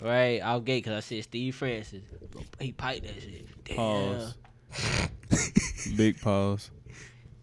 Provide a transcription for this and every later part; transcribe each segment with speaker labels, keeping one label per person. Speaker 1: right out gate because I said Steve Francis. He piped that shit. Damn.
Speaker 2: Pause. Big pause.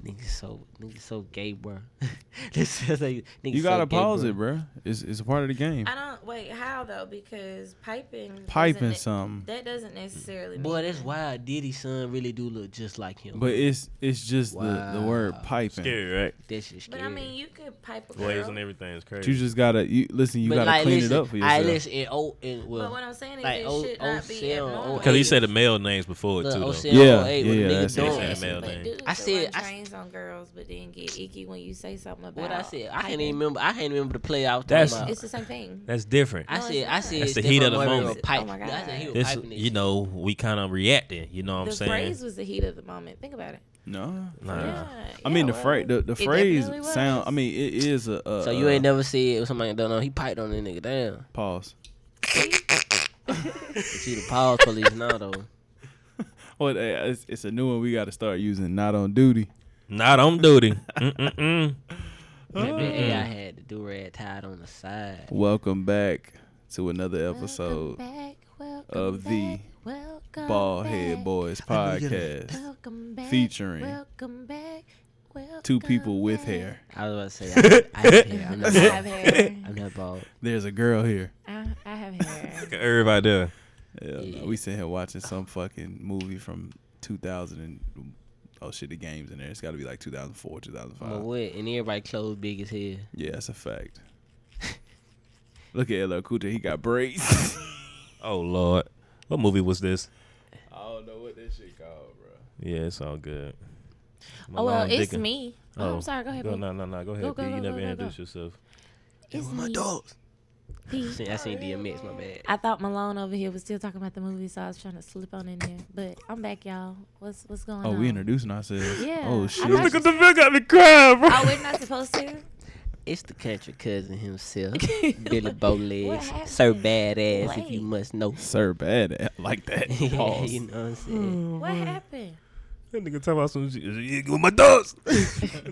Speaker 1: Niggas so niggas so gay, bro. this is like, niggas
Speaker 2: You gotta
Speaker 1: so gay,
Speaker 2: pause
Speaker 1: bro.
Speaker 2: it, bro. It's it's a part of the game.
Speaker 3: I don't wait. How though? Because piping. doesn't
Speaker 2: Mm. Piping
Speaker 3: ne-
Speaker 2: something,
Speaker 3: That doesn't necessarily.
Speaker 1: Boy,
Speaker 3: mean
Speaker 1: that's wild. Diddy's son really do look just like him.
Speaker 2: but it's it's just the, the word
Speaker 1: Wow.
Speaker 2: piping.
Speaker 4: Scary, right?
Speaker 1: that shit
Speaker 3: But
Speaker 1: scary.
Speaker 3: I mean, you could pipe a
Speaker 4: Glaze
Speaker 3: girl.
Speaker 4: and everything is
Speaker 2: You
Speaker 4: crazy.
Speaker 2: just gotta you listen. You
Speaker 1: but
Speaker 2: gotta
Speaker 1: like,
Speaker 2: clean
Speaker 1: listen,
Speaker 2: it up for
Speaker 1: I
Speaker 2: yourself.
Speaker 1: listen. It, oh, it, well,
Speaker 3: But what I'm saying is,
Speaker 1: like,
Speaker 3: it
Speaker 1: oh-
Speaker 3: should
Speaker 1: oh,
Speaker 3: not be
Speaker 1: seven, oh,
Speaker 3: abnormal.
Speaker 4: Because he
Speaker 1: eight.
Speaker 4: said the male names before it
Speaker 1: look,
Speaker 4: too. Though.
Speaker 1: OCL,
Speaker 2: Yeah,
Speaker 1: hey, oh when
Speaker 2: yeah,
Speaker 1: a nigga
Speaker 2: yeah, that's-
Speaker 1: don't
Speaker 4: that's
Speaker 1: ask
Speaker 4: male
Speaker 1: him,
Speaker 3: But
Speaker 4: thing.
Speaker 3: dudes
Speaker 1: I
Speaker 3: I
Speaker 1: said-
Speaker 3: said
Speaker 1: I s-
Speaker 3: trains on girls, but then get icky when you say something about
Speaker 1: What I said, I can't
Speaker 3: piping.
Speaker 1: even remember. I can't remember the play I was talking
Speaker 4: That's-
Speaker 1: about.
Speaker 3: It's the same thing.
Speaker 4: That's different.
Speaker 1: I
Speaker 3: No,
Speaker 1: said,
Speaker 3: it's
Speaker 1: I
Speaker 3: not.
Speaker 1: said,
Speaker 4: That's the
Speaker 1: Stefan
Speaker 4: heat of the
Speaker 1: Marbury
Speaker 4: moment.
Speaker 1: was Pipe.
Speaker 3: Oh my
Speaker 1: I said he
Speaker 3: God.
Speaker 1: was
Speaker 4: This,
Speaker 1: piping it.
Speaker 4: you know, we kind of reacting. You know what I'm
Speaker 3: the
Speaker 4: saying?
Speaker 3: phrase was the heat of the moment. Think about it.
Speaker 2: No,
Speaker 4: Nah.
Speaker 3: yeah,
Speaker 2: I mean
Speaker 3: yeah,
Speaker 2: the phrase.
Speaker 3: well,
Speaker 2: The, the
Speaker 3: it
Speaker 2: phrase
Speaker 3: definitely was.
Speaker 2: sound. I mean it is a. a
Speaker 1: So you
Speaker 4: uh,
Speaker 2: a-
Speaker 1: ain't never said or somebody don't know he piped on that nigga. Damn,
Speaker 2: pause.
Speaker 1: but you the pause police now though.
Speaker 2: Well, eh, it's, it's a new one. We gotta start using. Not on duty.
Speaker 4: Not on duty. Mm-mm-mm.
Speaker 1: That big AI had the do rag tied on the side.
Speaker 2: Welcome back to another
Speaker 3: Welcome
Speaker 2: episode
Speaker 3: back, welcome
Speaker 2: of the
Speaker 3: back, welcome
Speaker 2: Bald
Speaker 3: back,
Speaker 2: Head Boys podcast.
Speaker 3: welcome back,
Speaker 2: featuring
Speaker 3: welcome back, welcome
Speaker 2: Two people with
Speaker 3: back.
Speaker 2: hair.
Speaker 1: I was about to say, I, I have hair. I'm
Speaker 3: I
Speaker 1: not
Speaker 3: have
Speaker 1: bald.
Speaker 3: hair.
Speaker 1: I'm not bald.
Speaker 2: There's a girl here.
Speaker 3: I, I have hair.
Speaker 4: Everybody there.
Speaker 2: Yeah,
Speaker 1: Yeah.
Speaker 2: No, we sitting here watching some fucking movie from 2000 and oh shit, the games in there. It's got to be like 2004,
Speaker 1: But
Speaker 2: 2005.
Speaker 1: what? And everybody clothes big as hell.
Speaker 2: Yeah, that's a fact. Look at LL Cool J, he got braids.
Speaker 4: Oh Lord, what movie was this?
Speaker 2: I don't know what this shit called, bro.
Speaker 4: Yeah, it's all good. My
Speaker 3: oh well,
Speaker 4: line
Speaker 3: it's
Speaker 4: dickin'.
Speaker 3: me. Oh,
Speaker 4: Oh,
Speaker 3: I'm sorry. Go ahead.
Speaker 4: No,
Speaker 3: babe.
Speaker 4: no, no, no. Go ahead.
Speaker 3: Go, go,
Speaker 4: B. you
Speaker 3: go,
Speaker 4: never
Speaker 3: go, go,
Speaker 4: introduced yourself.
Speaker 3: It's me. The-
Speaker 1: See, I seen DMX. My bad.
Speaker 3: I thought Malone over here was still talking about the movie, so I was trying to slip on in there. But I'm back, y'all. What's what's going
Speaker 2: Oh,
Speaker 3: on?
Speaker 2: we introducing ourselves.
Speaker 3: Yeah.
Speaker 2: Oh
Speaker 3: I
Speaker 2: shit.
Speaker 3: thought you-
Speaker 4: the video got me crying, bro.
Speaker 3: Oh, we're not supposed to.
Speaker 1: It's the country cousin himself, Billy Bowlegs,
Speaker 3: happened?
Speaker 1: Sir Badass, if you
Speaker 3: Wait.
Speaker 1: must know.
Speaker 2: Sir bad at- like that.
Speaker 1: you know
Speaker 2: Pause.
Speaker 1: what
Speaker 4: Hmm.
Speaker 1: I'm saying?
Speaker 3: What happened?
Speaker 4: That nigga talking about some shit. Yeah, with my dogs.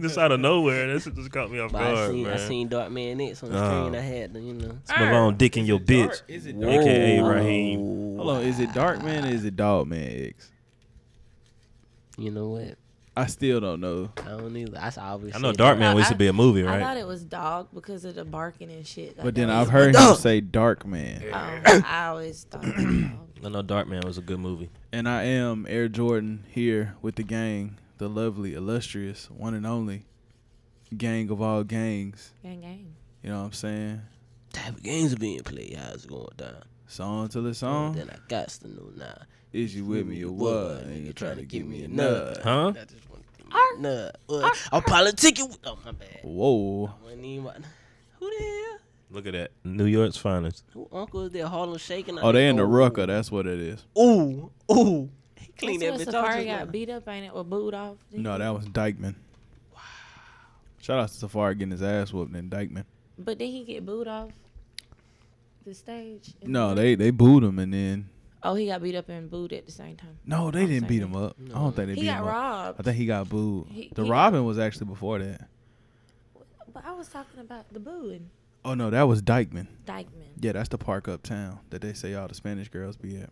Speaker 4: just out of nowhere. That shit just caught me off
Speaker 1: But I
Speaker 4: guard,
Speaker 1: seen, I
Speaker 4: man.
Speaker 1: seen Dark Man X on the
Speaker 4: Oh.
Speaker 1: screen. I had to, you know.
Speaker 4: It's Malone dick in your bitch.
Speaker 2: Dark- Is it dark?
Speaker 4: AKA
Speaker 1: Whoa.
Speaker 4: Raheem.
Speaker 2: Hold on, is it Dark Man or is it Dog Man X?
Speaker 1: You know what?
Speaker 2: I still don't know.
Speaker 1: I don't either. That's obvious.
Speaker 4: I know Dark Man
Speaker 3: I-
Speaker 4: used to be a movie, right?
Speaker 3: I thought it was dog because of the barking and shit. Like,
Speaker 2: But then
Speaker 3: that
Speaker 2: I've heard
Speaker 3: was-
Speaker 2: him say Dark Man.
Speaker 3: Um, I always thought. it was dog.
Speaker 4: I know Dark Man was a good movie.
Speaker 2: And I am Air Jordan here with the gang, the lovely, illustrious, one and only gang of all gangs.
Speaker 3: Gang gang.
Speaker 2: You know what I'm saying?
Speaker 1: Type of games are being played. How it's going down.
Speaker 2: Song till it's
Speaker 1: Oh.
Speaker 4: Uh-huh.
Speaker 2: on.
Speaker 1: Then I got to know now.
Speaker 2: Is you with me or what? And you trying to give me a nut.
Speaker 4: Huh?
Speaker 1: I just want to give me a nut. What? I'm politicking. with- Oh, my bad.
Speaker 2: Whoa.
Speaker 1: Wasn't even about- Who the hell?
Speaker 4: Look at that. New York's finest.
Speaker 1: Who uncle is there? Harlem shaking.
Speaker 2: Oh, they in the rucker. That's what it is.
Speaker 1: Ooh, ooh. He cleaned
Speaker 3: That's
Speaker 1: that bitch
Speaker 3: when
Speaker 1: off.
Speaker 3: Safari
Speaker 1: just
Speaker 3: got
Speaker 1: now.
Speaker 3: beat up, ain't it? Or booed off.
Speaker 2: No, that was Dykeman. Shout out to Safari getting his ass whooped in Dykeman.
Speaker 3: But then he get booed off the stage. And-
Speaker 2: No, they they booed him and then
Speaker 3: Oh, he got beat up and booed at the same time.
Speaker 2: no, they
Speaker 3: I'm
Speaker 2: didn't beat
Speaker 3: sorry.
Speaker 2: him up. I don't think they
Speaker 3: He
Speaker 2: beat
Speaker 3: got
Speaker 2: him up.
Speaker 3: robbed.
Speaker 2: I think he got booed.
Speaker 3: He-
Speaker 2: the
Speaker 3: he got-
Speaker 2: Robin was actually before that.
Speaker 3: But I was talking about the booing.
Speaker 2: Oh no, that was Dykeman.
Speaker 3: Dykeman.
Speaker 2: Yeah, that's the park uptown that they say all the Spanish girls be at.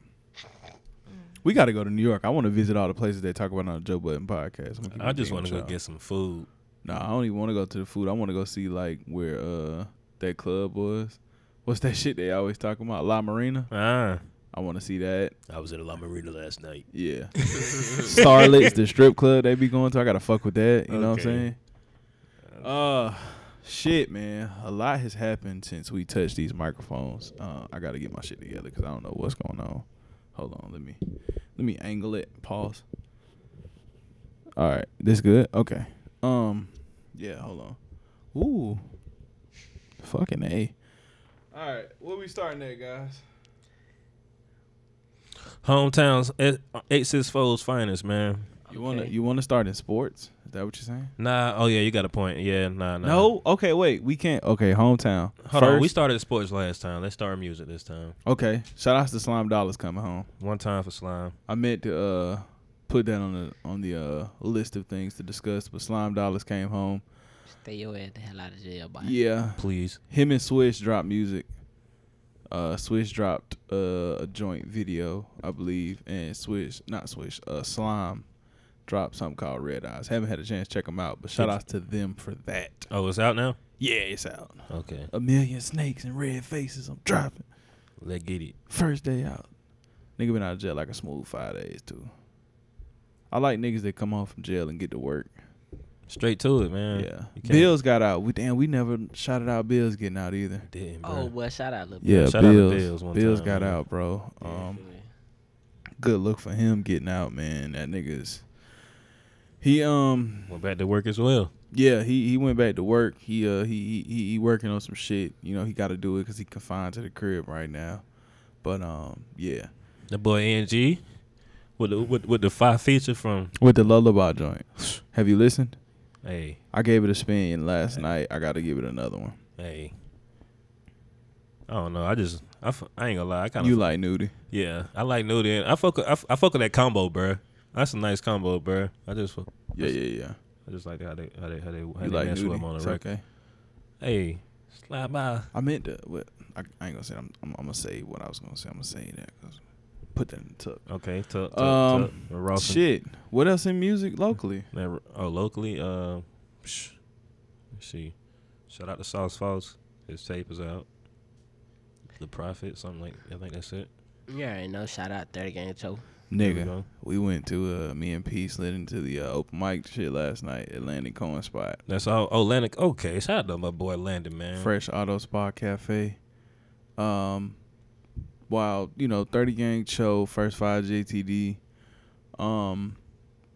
Speaker 2: We got to go to New York. I want to visit all the places they talk about on the Joe Button podcast. I'm gonna keep
Speaker 4: I
Speaker 2: it
Speaker 4: just
Speaker 2: being
Speaker 4: want to go
Speaker 2: with y'all.
Speaker 4: get some food.
Speaker 2: No, I don't even want to go to the food. I want to go see like where uh that club was. What's that shit they always talking about? La Marina.
Speaker 4: Ah.
Speaker 2: I want to see that.
Speaker 4: I was at a La Marina last night.
Speaker 2: Yeah. Starlets, the strip club they be going to. I gotta fuck with that. You know what I'm
Speaker 4: Okay.
Speaker 2: saying? Uh shit, man. A lot has happened since we touched these microphones. Uh, I gotta get my shit together because I don't know what's going on. Hold on, let me let me angle it. Pause. All right, this good. Okay. Um, yeah. Hold on. Ooh. Fucking a. All right, where we starting at, guys?
Speaker 4: Hometowns, eight- eight six folds finest, man.
Speaker 2: You wanna
Speaker 1: Okay.
Speaker 2: you wanna start in sports? Is that what you're saying?
Speaker 4: Nah, oh yeah, you got a point. Yeah, nah, nah.
Speaker 2: No. Okay. Wait. We can't. Okay. Hometown.
Speaker 4: Hold on, we
Speaker 2: First-
Speaker 4: started sports last time. Let's start music this time.
Speaker 2: okay. Shout outs to Slime Dollars coming home.
Speaker 4: One time for slime.
Speaker 2: I meant to uh put that on the on the uh list of things to discuss, but Slime Dollars came home.
Speaker 1: Stay your ass the hell out of jail, boy.
Speaker 2: Yeah.
Speaker 4: Please.
Speaker 2: Him and Swish dropped music. Uh, Swish dropped uh, a joint video, I believe, and Swish, not Swish, uh, Slime dropped something called Red Eyes. Haven't had a chance to check them out, but shout outs to them for that.
Speaker 4: Oh, it's out now.
Speaker 2: Yeah, it's out.
Speaker 4: Okay,
Speaker 2: A million snakes and red faces. I'm dropping.
Speaker 4: let get it.
Speaker 2: First day out. Nigga been out of jail like a smooth five days too. I like niggas that come home from jail and get to work.
Speaker 4: Straight to it, man.
Speaker 2: Yeah.
Speaker 4: You can't-
Speaker 2: Bills got out. We damn we never shouted out Bills getting out either.
Speaker 4: Didn't, bro.
Speaker 1: Oh well, shout out, Lil
Speaker 2: Yeah,
Speaker 1: Baby.
Speaker 2: Bills.
Speaker 4: Shout out to Bills one
Speaker 2: Bills
Speaker 4: time,
Speaker 2: got
Speaker 4: man.
Speaker 2: out, bro.
Speaker 1: Yeah,
Speaker 2: Um
Speaker 1: for real.
Speaker 2: good look for him getting out, man. That nigga's he um
Speaker 4: Went back to work as well.
Speaker 2: yeah, he, he went back to work. He uh he he he working on some shit. You know, he got to do it cuz he confined to the crib right now. But um yeah.
Speaker 4: The boy NG with the with, with the five feature from
Speaker 2: With the lullaby joint. Have you listened?
Speaker 4: hey
Speaker 2: I gave it a spin last night. I got to give it another one.
Speaker 4: hey. I don't know. I just I, f- I ain't gonna lie. I kind
Speaker 2: you
Speaker 4: of
Speaker 2: like Nudie?
Speaker 4: yeah. I like New Then. I fuck with- I, f- I fuck with that combo, bro. That's a nice combo, bro. I just fuck.
Speaker 2: Yeah, yeah, yeah.
Speaker 4: I just like how they how they how they, how
Speaker 2: you
Speaker 4: they
Speaker 2: like
Speaker 4: mess with him on
Speaker 2: Nudie?
Speaker 4: the
Speaker 2: It's
Speaker 4: record.
Speaker 2: okay.
Speaker 4: Hey, slide by.
Speaker 2: I meant to. What, I, I ain't gonna say. I'm, I'm, I'm gonna say what I was gonna say. I'm gonna say that. 'cause- put that in the tuck.
Speaker 4: Okay, tuck, tuck,
Speaker 2: Um,
Speaker 4: tuck. Ross and-
Speaker 2: Shit. What else in music locally?
Speaker 4: That, oh, locally, uh, psh, let's see. Shout out to Sauce Falls. His tape is out. The Prophet, something like I think that's it.
Speaker 1: You already know. Shout out, thirty game show.
Speaker 4: There we
Speaker 2: Nigga,
Speaker 4: go.
Speaker 2: we went to uh, me and P slid into the uh, open mic shit last night at Landon Cohen Spot,
Speaker 4: That's all. Oh, Landon. Okay, shout out to my boy Landon, man.
Speaker 2: Fresh Auto Spa Cafe. Um, while you know, thirty gang show, first five JTD, um,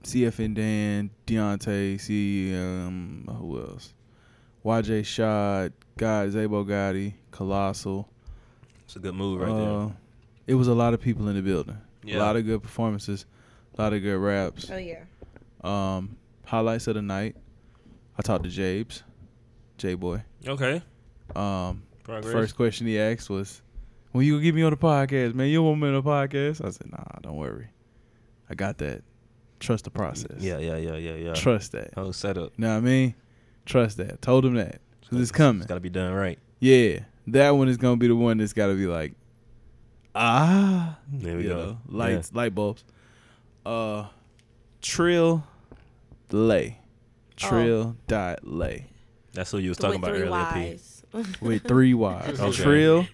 Speaker 2: CFN Dan, Deontay, C, um, who else? YJ Shad, God, Zabo Gotti, Colossal.
Speaker 4: It's a good move right
Speaker 2: Uh, It was a lot of people in the building.
Speaker 4: Yeah.
Speaker 2: A lot of good performances, a lot of good raps.
Speaker 3: Oh yeah.
Speaker 2: Um, highlights of the night. I talked to Jabes, J Boy.
Speaker 4: there. Okay,
Speaker 2: Um, the
Speaker 4: progress.
Speaker 2: first question he asked was, "When you gonna get me on the podcast, man? You don't want me on the podcast?" I said, "Nah, don't worry. I got that. Trust the process.
Speaker 4: Yeah, yeah, yeah, yeah, yeah.
Speaker 2: Trust that.
Speaker 4: Whole setup.
Speaker 2: You know what I mean? Trust that. Told him that because it's coming.
Speaker 4: It's got to be done right.
Speaker 2: Yeah, that one is gonna be the one that's gotta be like, ah,
Speaker 4: There we
Speaker 2: you
Speaker 4: go.
Speaker 2: know, lights, light bulbs. Uh, Trill Lay, Trill dot Lay
Speaker 4: That's who you was talking about earlier. P.
Speaker 2: with three Y's.
Speaker 4: Okay.
Speaker 2: Trill,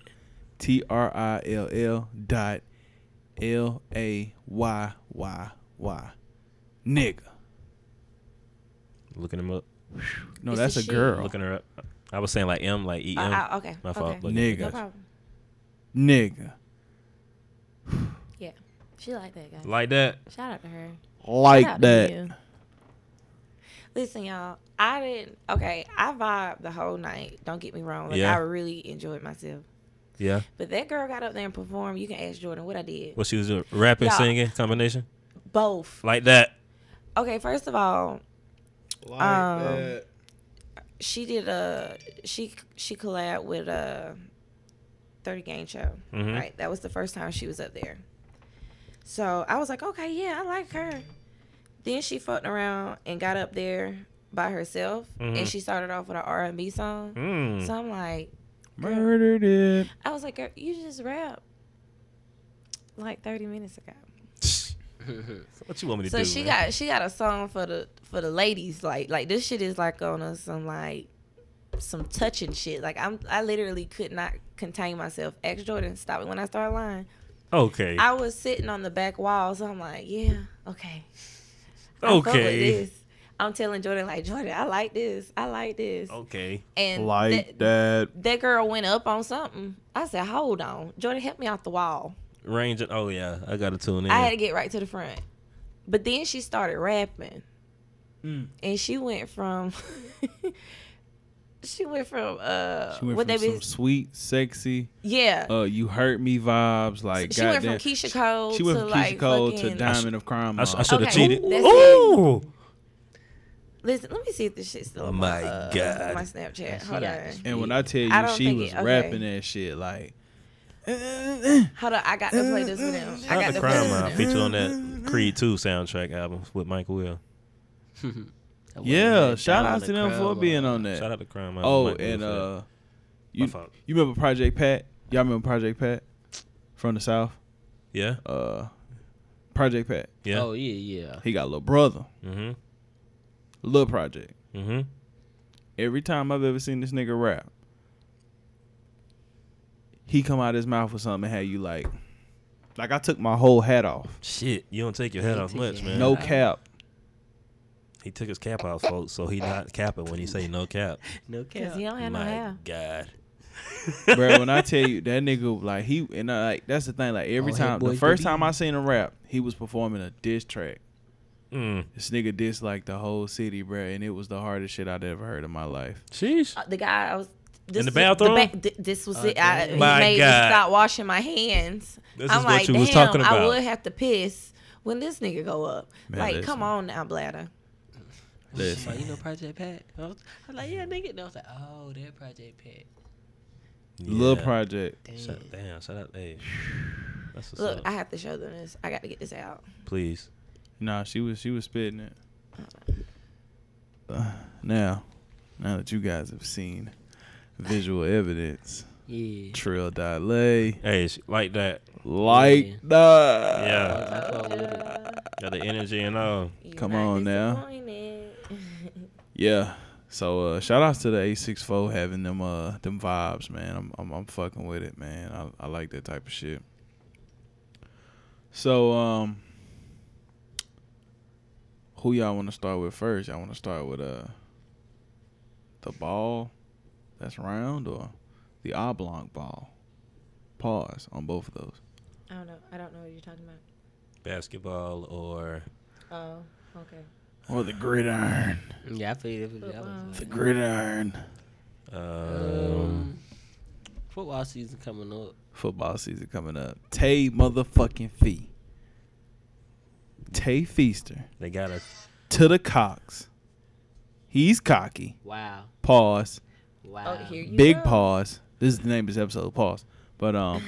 Speaker 2: T R I L L dot L A Y Y Y, nigga.
Speaker 4: Looking him up.
Speaker 2: No,
Speaker 3: It's
Speaker 2: that's
Speaker 3: a
Speaker 2: a
Speaker 3: she.
Speaker 2: girl,
Speaker 4: Looking her up. I was saying like M, like E M.
Speaker 3: Uh, okay.
Speaker 4: My
Speaker 3: okay.
Speaker 4: fault. Look,
Speaker 2: Nigga.
Speaker 3: No problem.
Speaker 2: nigga.
Speaker 3: Yeah. She like that guy.
Speaker 4: Like that.
Speaker 3: Shout out to her. Shout
Speaker 2: Like
Speaker 3: out to
Speaker 2: that.
Speaker 3: you. Listen, y'all. I didn't. Okay, I vibed the whole night. Don't get me wrong. Like
Speaker 4: Yeah.
Speaker 3: I really enjoyed myself.
Speaker 4: Yeah.
Speaker 3: But that girl got up there and performed. You can ask Jordan what I did.
Speaker 4: What she was doing, rapping,
Speaker 3: Yeah.
Speaker 4: singing combination.
Speaker 3: Both.
Speaker 4: Like that.
Speaker 3: Okay, first of all,
Speaker 2: Like
Speaker 3: Um, that. she did a she she collabed with a 30 game show
Speaker 4: Mhm.
Speaker 3: right that was the first time she was up there so i was like okay yeah i like her then she fucked around and got up there by herself
Speaker 4: Mhm.
Speaker 3: and she started off with an r&b song
Speaker 4: Mm.
Speaker 3: so i'm like
Speaker 2: Murdered it.
Speaker 3: i was like girl, you just rap like 30 minutes ago
Speaker 4: what you want me to
Speaker 3: so
Speaker 4: do?
Speaker 3: she
Speaker 4: man?
Speaker 3: got she got a song for the for the ladies like like this shit is like on us some like some touching shit like i'm i literally could not contain myself ex jordan stop it when i start lying
Speaker 4: okay.
Speaker 3: i was sitting on the back wall so i'm like yeah okay I fuck with
Speaker 4: okay.
Speaker 3: this. i'm telling jordan like jordan i like this i like this
Speaker 4: Okay.
Speaker 3: and
Speaker 2: Like
Speaker 3: that,
Speaker 2: that.
Speaker 3: that girl went up on something i said hold on jordan help me off the wall
Speaker 4: Range. Oh yeah, I gotta tune in.
Speaker 3: I had to get right to the front. But then she started rapping. And she went from she went from uh
Speaker 2: She went
Speaker 3: what
Speaker 2: from
Speaker 3: they
Speaker 2: some
Speaker 3: be
Speaker 2: sweet, sexy,
Speaker 3: yeah.
Speaker 2: uh, you hurt me vibes. Like
Speaker 3: she went from
Speaker 2: goddamn-
Speaker 3: Keisha Cole
Speaker 2: She went
Speaker 3: to
Speaker 2: from Keisha
Speaker 3: like
Speaker 2: Cole
Speaker 3: fucking,
Speaker 2: to Diamond of Crime.
Speaker 4: I, sh- I
Speaker 2: Mob.
Speaker 4: should have
Speaker 3: Okay,
Speaker 4: cheated.
Speaker 3: that's
Speaker 4: Ooh.
Speaker 3: Listen, let me see if this shit's still
Speaker 4: Oh
Speaker 3: on
Speaker 4: my
Speaker 3: my uh,
Speaker 4: God.
Speaker 3: my Snapchat.
Speaker 1: She
Speaker 3: Hold
Speaker 1: got
Speaker 3: on.
Speaker 1: this.
Speaker 2: and when I tell you,
Speaker 3: I don't
Speaker 2: she
Speaker 3: think
Speaker 2: was
Speaker 3: it- okay.
Speaker 2: rapping that shit like. "Uh, uh, uh,
Speaker 3: Hold on, I got to play this video. I
Speaker 4: Shout
Speaker 3: got
Speaker 4: out
Speaker 3: to play
Speaker 4: to Crime
Speaker 3: this
Speaker 4: Mob.
Speaker 3: video.
Speaker 4: Featured on that Creed 2 soundtrack album with Michael Will.
Speaker 1: I wouldn't
Speaker 2: yeah,
Speaker 1: let
Speaker 2: shout
Speaker 1: down
Speaker 2: out
Speaker 1: the
Speaker 2: to them
Speaker 1: crowd,
Speaker 2: for
Speaker 1: uh,
Speaker 2: being on
Speaker 4: Shout
Speaker 2: that.
Speaker 4: out to Crime Mob.
Speaker 2: Oh,
Speaker 4: Michael Will
Speaker 2: and
Speaker 4: for that.
Speaker 2: uh,
Speaker 4: My
Speaker 2: you
Speaker 4: fault.
Speaker 2: you remember Project Pat? Y'all remember Project Pat from the South?
Speaker 4: Yeah.
Speaker 2: Uh, Project Pat.
Speaker 4: Yeah.
Speaker 1: Oh yeah, yeah.
Speaker 2: He got a little brother,
Speaker 4: Mm-hmm.
Speaker 2: little Project.
Speaker 4: Mm-hmm.
Speaker 2: Every time I've ever seen this nigga rap, he come out his mouth with something and had you like, like I took my whole hat off.
Speaker 4: Shit, you don't take your head
Speaker 1: He
Speaker 4: off
Speaker 1: took
Speaker 4: much,
Speaker 1: your
Speaker 4: man.
Speaker 1: hat
Speaker 2: No
Speaker 1: Yeah.
Speaker 2: cap.
Speaker 4: He took his cap off, folks, so he not capping when he say no cap.
Speaker 1: No
Speaker 5: Because
Speaker 1: cap.
Speaker 5: you don't have
Speaker 4: My
Speaker 5: no hair.
Speaker 4: God.
Speaker 2: bro. When I tell you that nigga, like he and I, like that's the thing. Like every
Speaker 1: All hit
Speaker 2: time, the
Speaker 1: boys
Speaker 2: first
Speaker 1: do
Speaker 2: time
Speaker 1: be.
Speaker 2: I seen him rap, he was performing a diss track.
Speaker 4: Mm.
Speaker 2: This nigga dissed like the whole city, bro, and it was the hardest shit I'd ever heard in my life.
Speaker 4: Sheesh.
Speaker 5: Uh, the guy I was. This
Speaker 4: In the
Speaker 5: was-
Speaker 4: bathroom?
Speaker 5: thi- this was
Speaker 1: Oh,
Speaker 5: it. I, he
Speaker 4: My
Speaker 5: made
Speaker 4: God.
Speaker 5: me stop washing my hands.
Speaker 4: This
Speaker 5: I'm
Speaker 4: is what
Speaker 5: like,
Speaker 4: you
Speaker 5: damn,
Speaker 4: was talking
Speaker 5: I
Speaker 4: about."
Speaker 5: would have to piss when this nigga go up.
Speaker 2: Man,
Speaker 5: like,
Speaker 2: listen.
Speaker 5: come on now, bladder.
Speaker 1: She's like,
Speaker 2: Listen.
Speaker 1: you know Project Pat? I was, I was like, yeah, nigga. And I was like, oh, that Project Pat.
Speaker 2: Lil
Speaker 4: Yeah.
Speaker 2: Project.
Speaker 1: Damn.
Speaker 4: Shout, damn, shout out. Hey. That's what's
Speaker 5: Look,
Speaker 4: up.
Speaker 5: I have to show them this. I got to get this out.
Speaker 4: Please.
Speaker 2: Nah, she was she was spitting it. Uh, now, now that you guys have seen visual evidence,
Speaker 1: Yeah.
Speaker 2: Trill Dilay,
Speaker 4: Hey, sh- like that.
Speaker 2: like
Speaker 1: Yeah.
Speaker 2: the
Speaker 4: Yeah.
Speaker 1: I oh, fuck with it.
Speaker 5: Uh,
Speaker 4: Got the energy and all.
Speaker 5: You're
Speaker 2: Come
Speaker 5: not
Speaker 2: on now.
Speaker 5: disappointed.
Speaker 2: Yeah. So uh shout outs to the A six four having them uh them vibes, man. I'm I'm I'm fucking with it, man. I, I like that type of shit. So um who y'all wanna start with first? Y'all wanna start with uh the ball that's round or the oblong ball? Pause on both of those.
Speaker 5: I don't know. I don't know what you're talking
Speaker 4: Basketball or
Speaker 5: about. Oh, okay.
Speaker 2: Or the gridiron.
Speaker 1: Yeah, I feel it. That was
Speaker 5: Football.
Speaker 2: The gridiron.
Speaker 4: um,
Speaker 1: um, football season coming up.
Speaker 2: Football season coming up. Tay motherfucking fee. Tay Feaster
Speaker 4: they got a
Speaker 2: to the Cox. He's cocky.
Speaker 1: Wow.
Speaker 2: Pause.
Speaker 1: Wow.
Speaker 5: Oh, here you
Speaker 2: Big
Speaker 5: go.
Speaker 2: pause. This is the name of this episode. Pause. But um,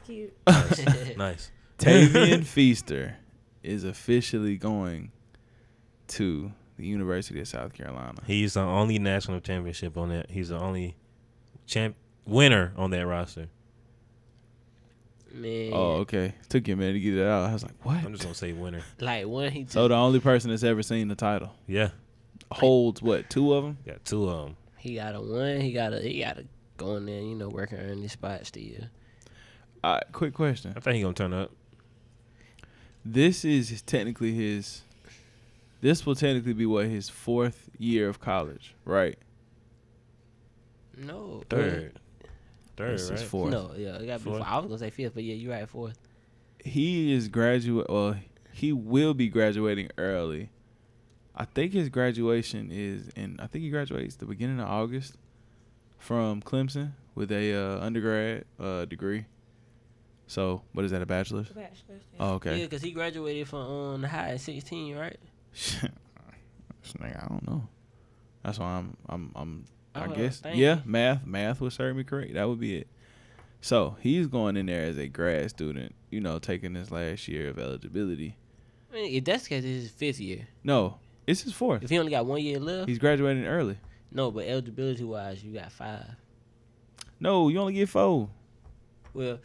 Speaker 5: cute.
Speaker 4: nice.
Speaker 2: Tavian Feaster is officially going to the University of South Carolina.
Speaker 4: He's the only national championship on that. He's the only champ winner on that roster.
Speaker 1: Man.
Speaker 2: Oh, okay. Took you a minute to get it out. I was like,
Speaker 4: I'm
Speaker 2: what?
Speaker 4: just gonna say winner.
Speaker 1: Like when he
Speaker 2: So
Speaker 1: took,
Speaker 2: the only person that's ever seen the title
Speaker 4: Yeah,
Speaker 2: holds what? Two of them.
Speaker 4: got two of them.
Speaker 1: he got a one. He got a he got to go in there. You know, work and earn his spot still.
Speaker 2: All right. Quick question.
Speaker 4: I think he gonna turn up.
Speaker 2: this is his, technically his this will technically be what his fourth year of college right
Speaker 1: No.
Speaker 4: Third, third,
Speaker 2: this
Speaker 4: right?
Speaker 2: is
Speaker 1: Well,
Speaker 2: fourth
Speaker 1: No. Yeah. It got
Speaker 4: Fourth.
Speaker 1: I was gonna say fifth, but yeah, you're right. Fourth.
Speaker 2: he is graduate well he will be graduating early i think his graduation is in i think he graduates the beginning of august from clemson with a uh, undergrad uh, degree so what is that a bachelor's oh,
Speaker 1: Yeah,
Speaker 2: okay
Speaker 1: because he graduated from um, the high at 16, right?
Speaker 2: This nigga, i don't know that's why i'm i'm i'm I
Speaker 1: Oh,
Speaker 2: guess.
Speaker 1: thank
Speaker 2: Yeah,
Speaker 1: you.
Speaker 2: math. Math would serve me correct. That would be it. So he's going in there as a grad student, you know, taking his last year of eligibility.
Speaker 1: I mean, if that's because it's his fifth year.
Speaker 2: No, it's his fourth.
Speaker 1: If he only got one year left,
Speaker 2: He's graduating early.
Speaker 1: no. But eligibility wise, you got five.
Speaker 2: No, you only get four.
Speaker 1: Well,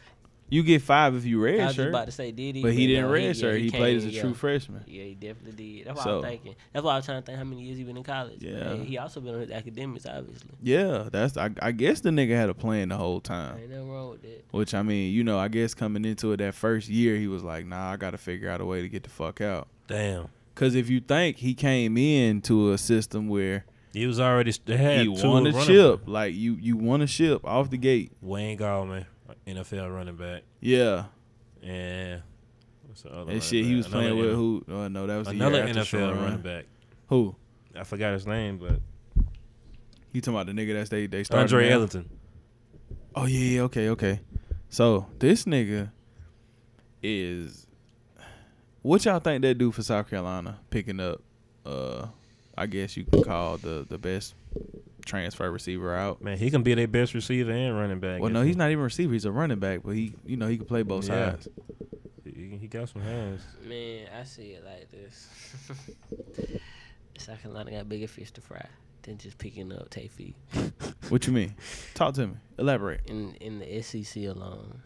Speaker 2: You get five if you
Speaker 1: I was just
Speaker 2: redshirt.
Speaker 1: about to say, did he?
Speaker 2: But he didn't
Speaker 1: no, yeah,
Speaker 2: redshirt. He
Speaker 1: came
Speaker 2: played as
Speaker 1: in,
Speaker 2: a
Speaker 1: yeah.
Speaker 2: true freshman.
Speaker 1: Yeah, he definitely did. That's what I
Speaker 2: So-
Speaker 1: was thinking. That's why I was trying to think how many years he been in college. But,
Speaker 2: Yeah.
Speaker 1: hey, he also been on his academics, obviously.
Speaker 2: Yeah, that's. I, I guess the nigga had a plan the whole time.
Speaker 1: Ain't nothing wrong with that.
Speaker 2: Which I mean, you know, I guess coming into it that first year, he was like, "Nah, I got to figure out a way to get the fuck out."
Speaker 4: Damn,
Speaker 2: Because if you think he came in to a system where
Speaker 4: he was already. They had
Speaker 2: he
Speaker 4: two
Speaker 2: won a
Speaker 4: running
Speaker 2: chip. Like you, you won a chip off the gate.
Speaker 4: Wayne Gallman, NFL running back,
Speaker 2: Yeah,
Speaker 4: and what's the other
Speaker 2: and
Speaker 4: running
Speaker 2: shit. He
Speaker 4: back?
Speaker 2: was
Speaker 4: Another
Speaker 2: playing with
Speaker 4: N-
Speaker 2: who? Oh no, that was the
Speaker 4: Another
Speaker 2: year after
Speaker 4: NFL
Speaker 2: Sharon.
Speaker 4: running back.
Speaker 2: Who?
Speaker 4: I forgot his name, but
Speaker 2: You talking about the nigga that's they they started?
Speaker 4: Andre
Speaker 2: now?
Speaker 4: Ellington.
Speaker 2: Oh yeah, yeah. Okay, okay. So this nigga is. What y'all think that do for South Carolina picking up? Uh, I guess you could call the the best transfer receiver out.
Speaker 4: Man, he can be their best receiver and running back.
Speaker 2: Well,
Speaker 4: if
Speaker 2: no,
Speaker 4: he-
Speaker 2: he's not even a receiver. He's a running back, but he, you know, he can play both
Speaker 4: Yeah.
Speaker 2: sides.
Speaker 4: He, he got some hands.
Speaker 1: Man, I see it like this. South Carolina got bigger fish to fry. than just picking up Tay feet
Speaker 2: What you mean? Talk to me. Elaborate.
Speaker 1: in in the SEC alone,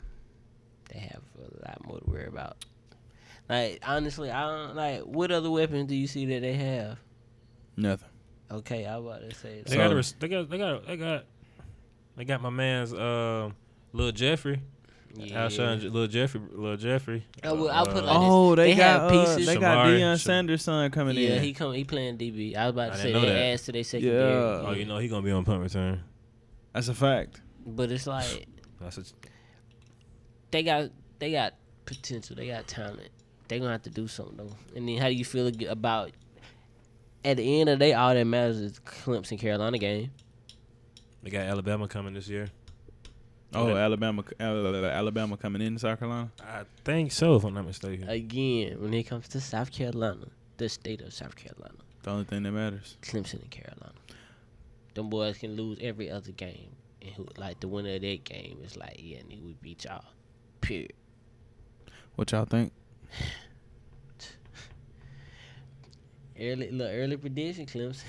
Speaker 1: they have a lot more to worry about. Like honestly, I don't like what other weapons do you see that they have?
Speaker 2: Nothing.
Speaker 1: Okay, I was about to say
Speaker 4: They
Speaker 1: like,
Speaker 4: got,
Speaker 2: So-
Speaker 4: a, res- they got they got they got they got my man's uh little Jeffrey.
Speaker 1: yeah.
Speaker 4: Alshon, little Jeffrey, little Jeffrey. Uh,
Speaker 1: I would- I put, like,
Speaker 2: Oh, they,
Speaker 1: They
Speaker 2: got
Speaker 1: have
Speaker 2: uh,
Speaker 1: pieces.
Speaker 2: they got
Speaker 4: Shamari.
Speaker 2: Deion
Speaker 4: Sham-
Speaker 2: Sanders' son coming
Speaker 1: yeah,
Speaker 2: in.
Speaker 1: he come he playing DB. I was about
Speaker 4: I
Speaker 1: to say
Speaker 4: didn't know
Speaker 1: they
Speaker 4: that.
Speaker 1: adds to their secondary.
Speaker 2: Yeah.
Speaker 4: oh, you know he gonna be on punt return.
Speaker 2: That's a fact.
Speaker 1: But it's like
Speaker 4: That's a,
Speaker 1: they got they got potential. They got talent. They gonna have to do something though. And then how do you feel ag- about? At the end of the day, all that matters is Clemson Carolina game.
Speaker 4: they got Alabama coming this year.
Speaker 2: Oh,
Speaker 4: Okay.
Speaker 2: Alabama, Alabama coming in South Carolina.
Speaker 4: I think so, if I'm not mistaken.
Speaker 1: Again, when it comes to South Carolina, the state of South Carolina,
Speaker 2: The only thing that matters.
Speaker 1: Clemson and Carolina, them boys can lose every other game, and who like the winner of that game is like, yeah, nigga, we beat y'all. Period.
Speaker 2: What y'all think?
Speaker 1: Early, look, early prediction, Clemson.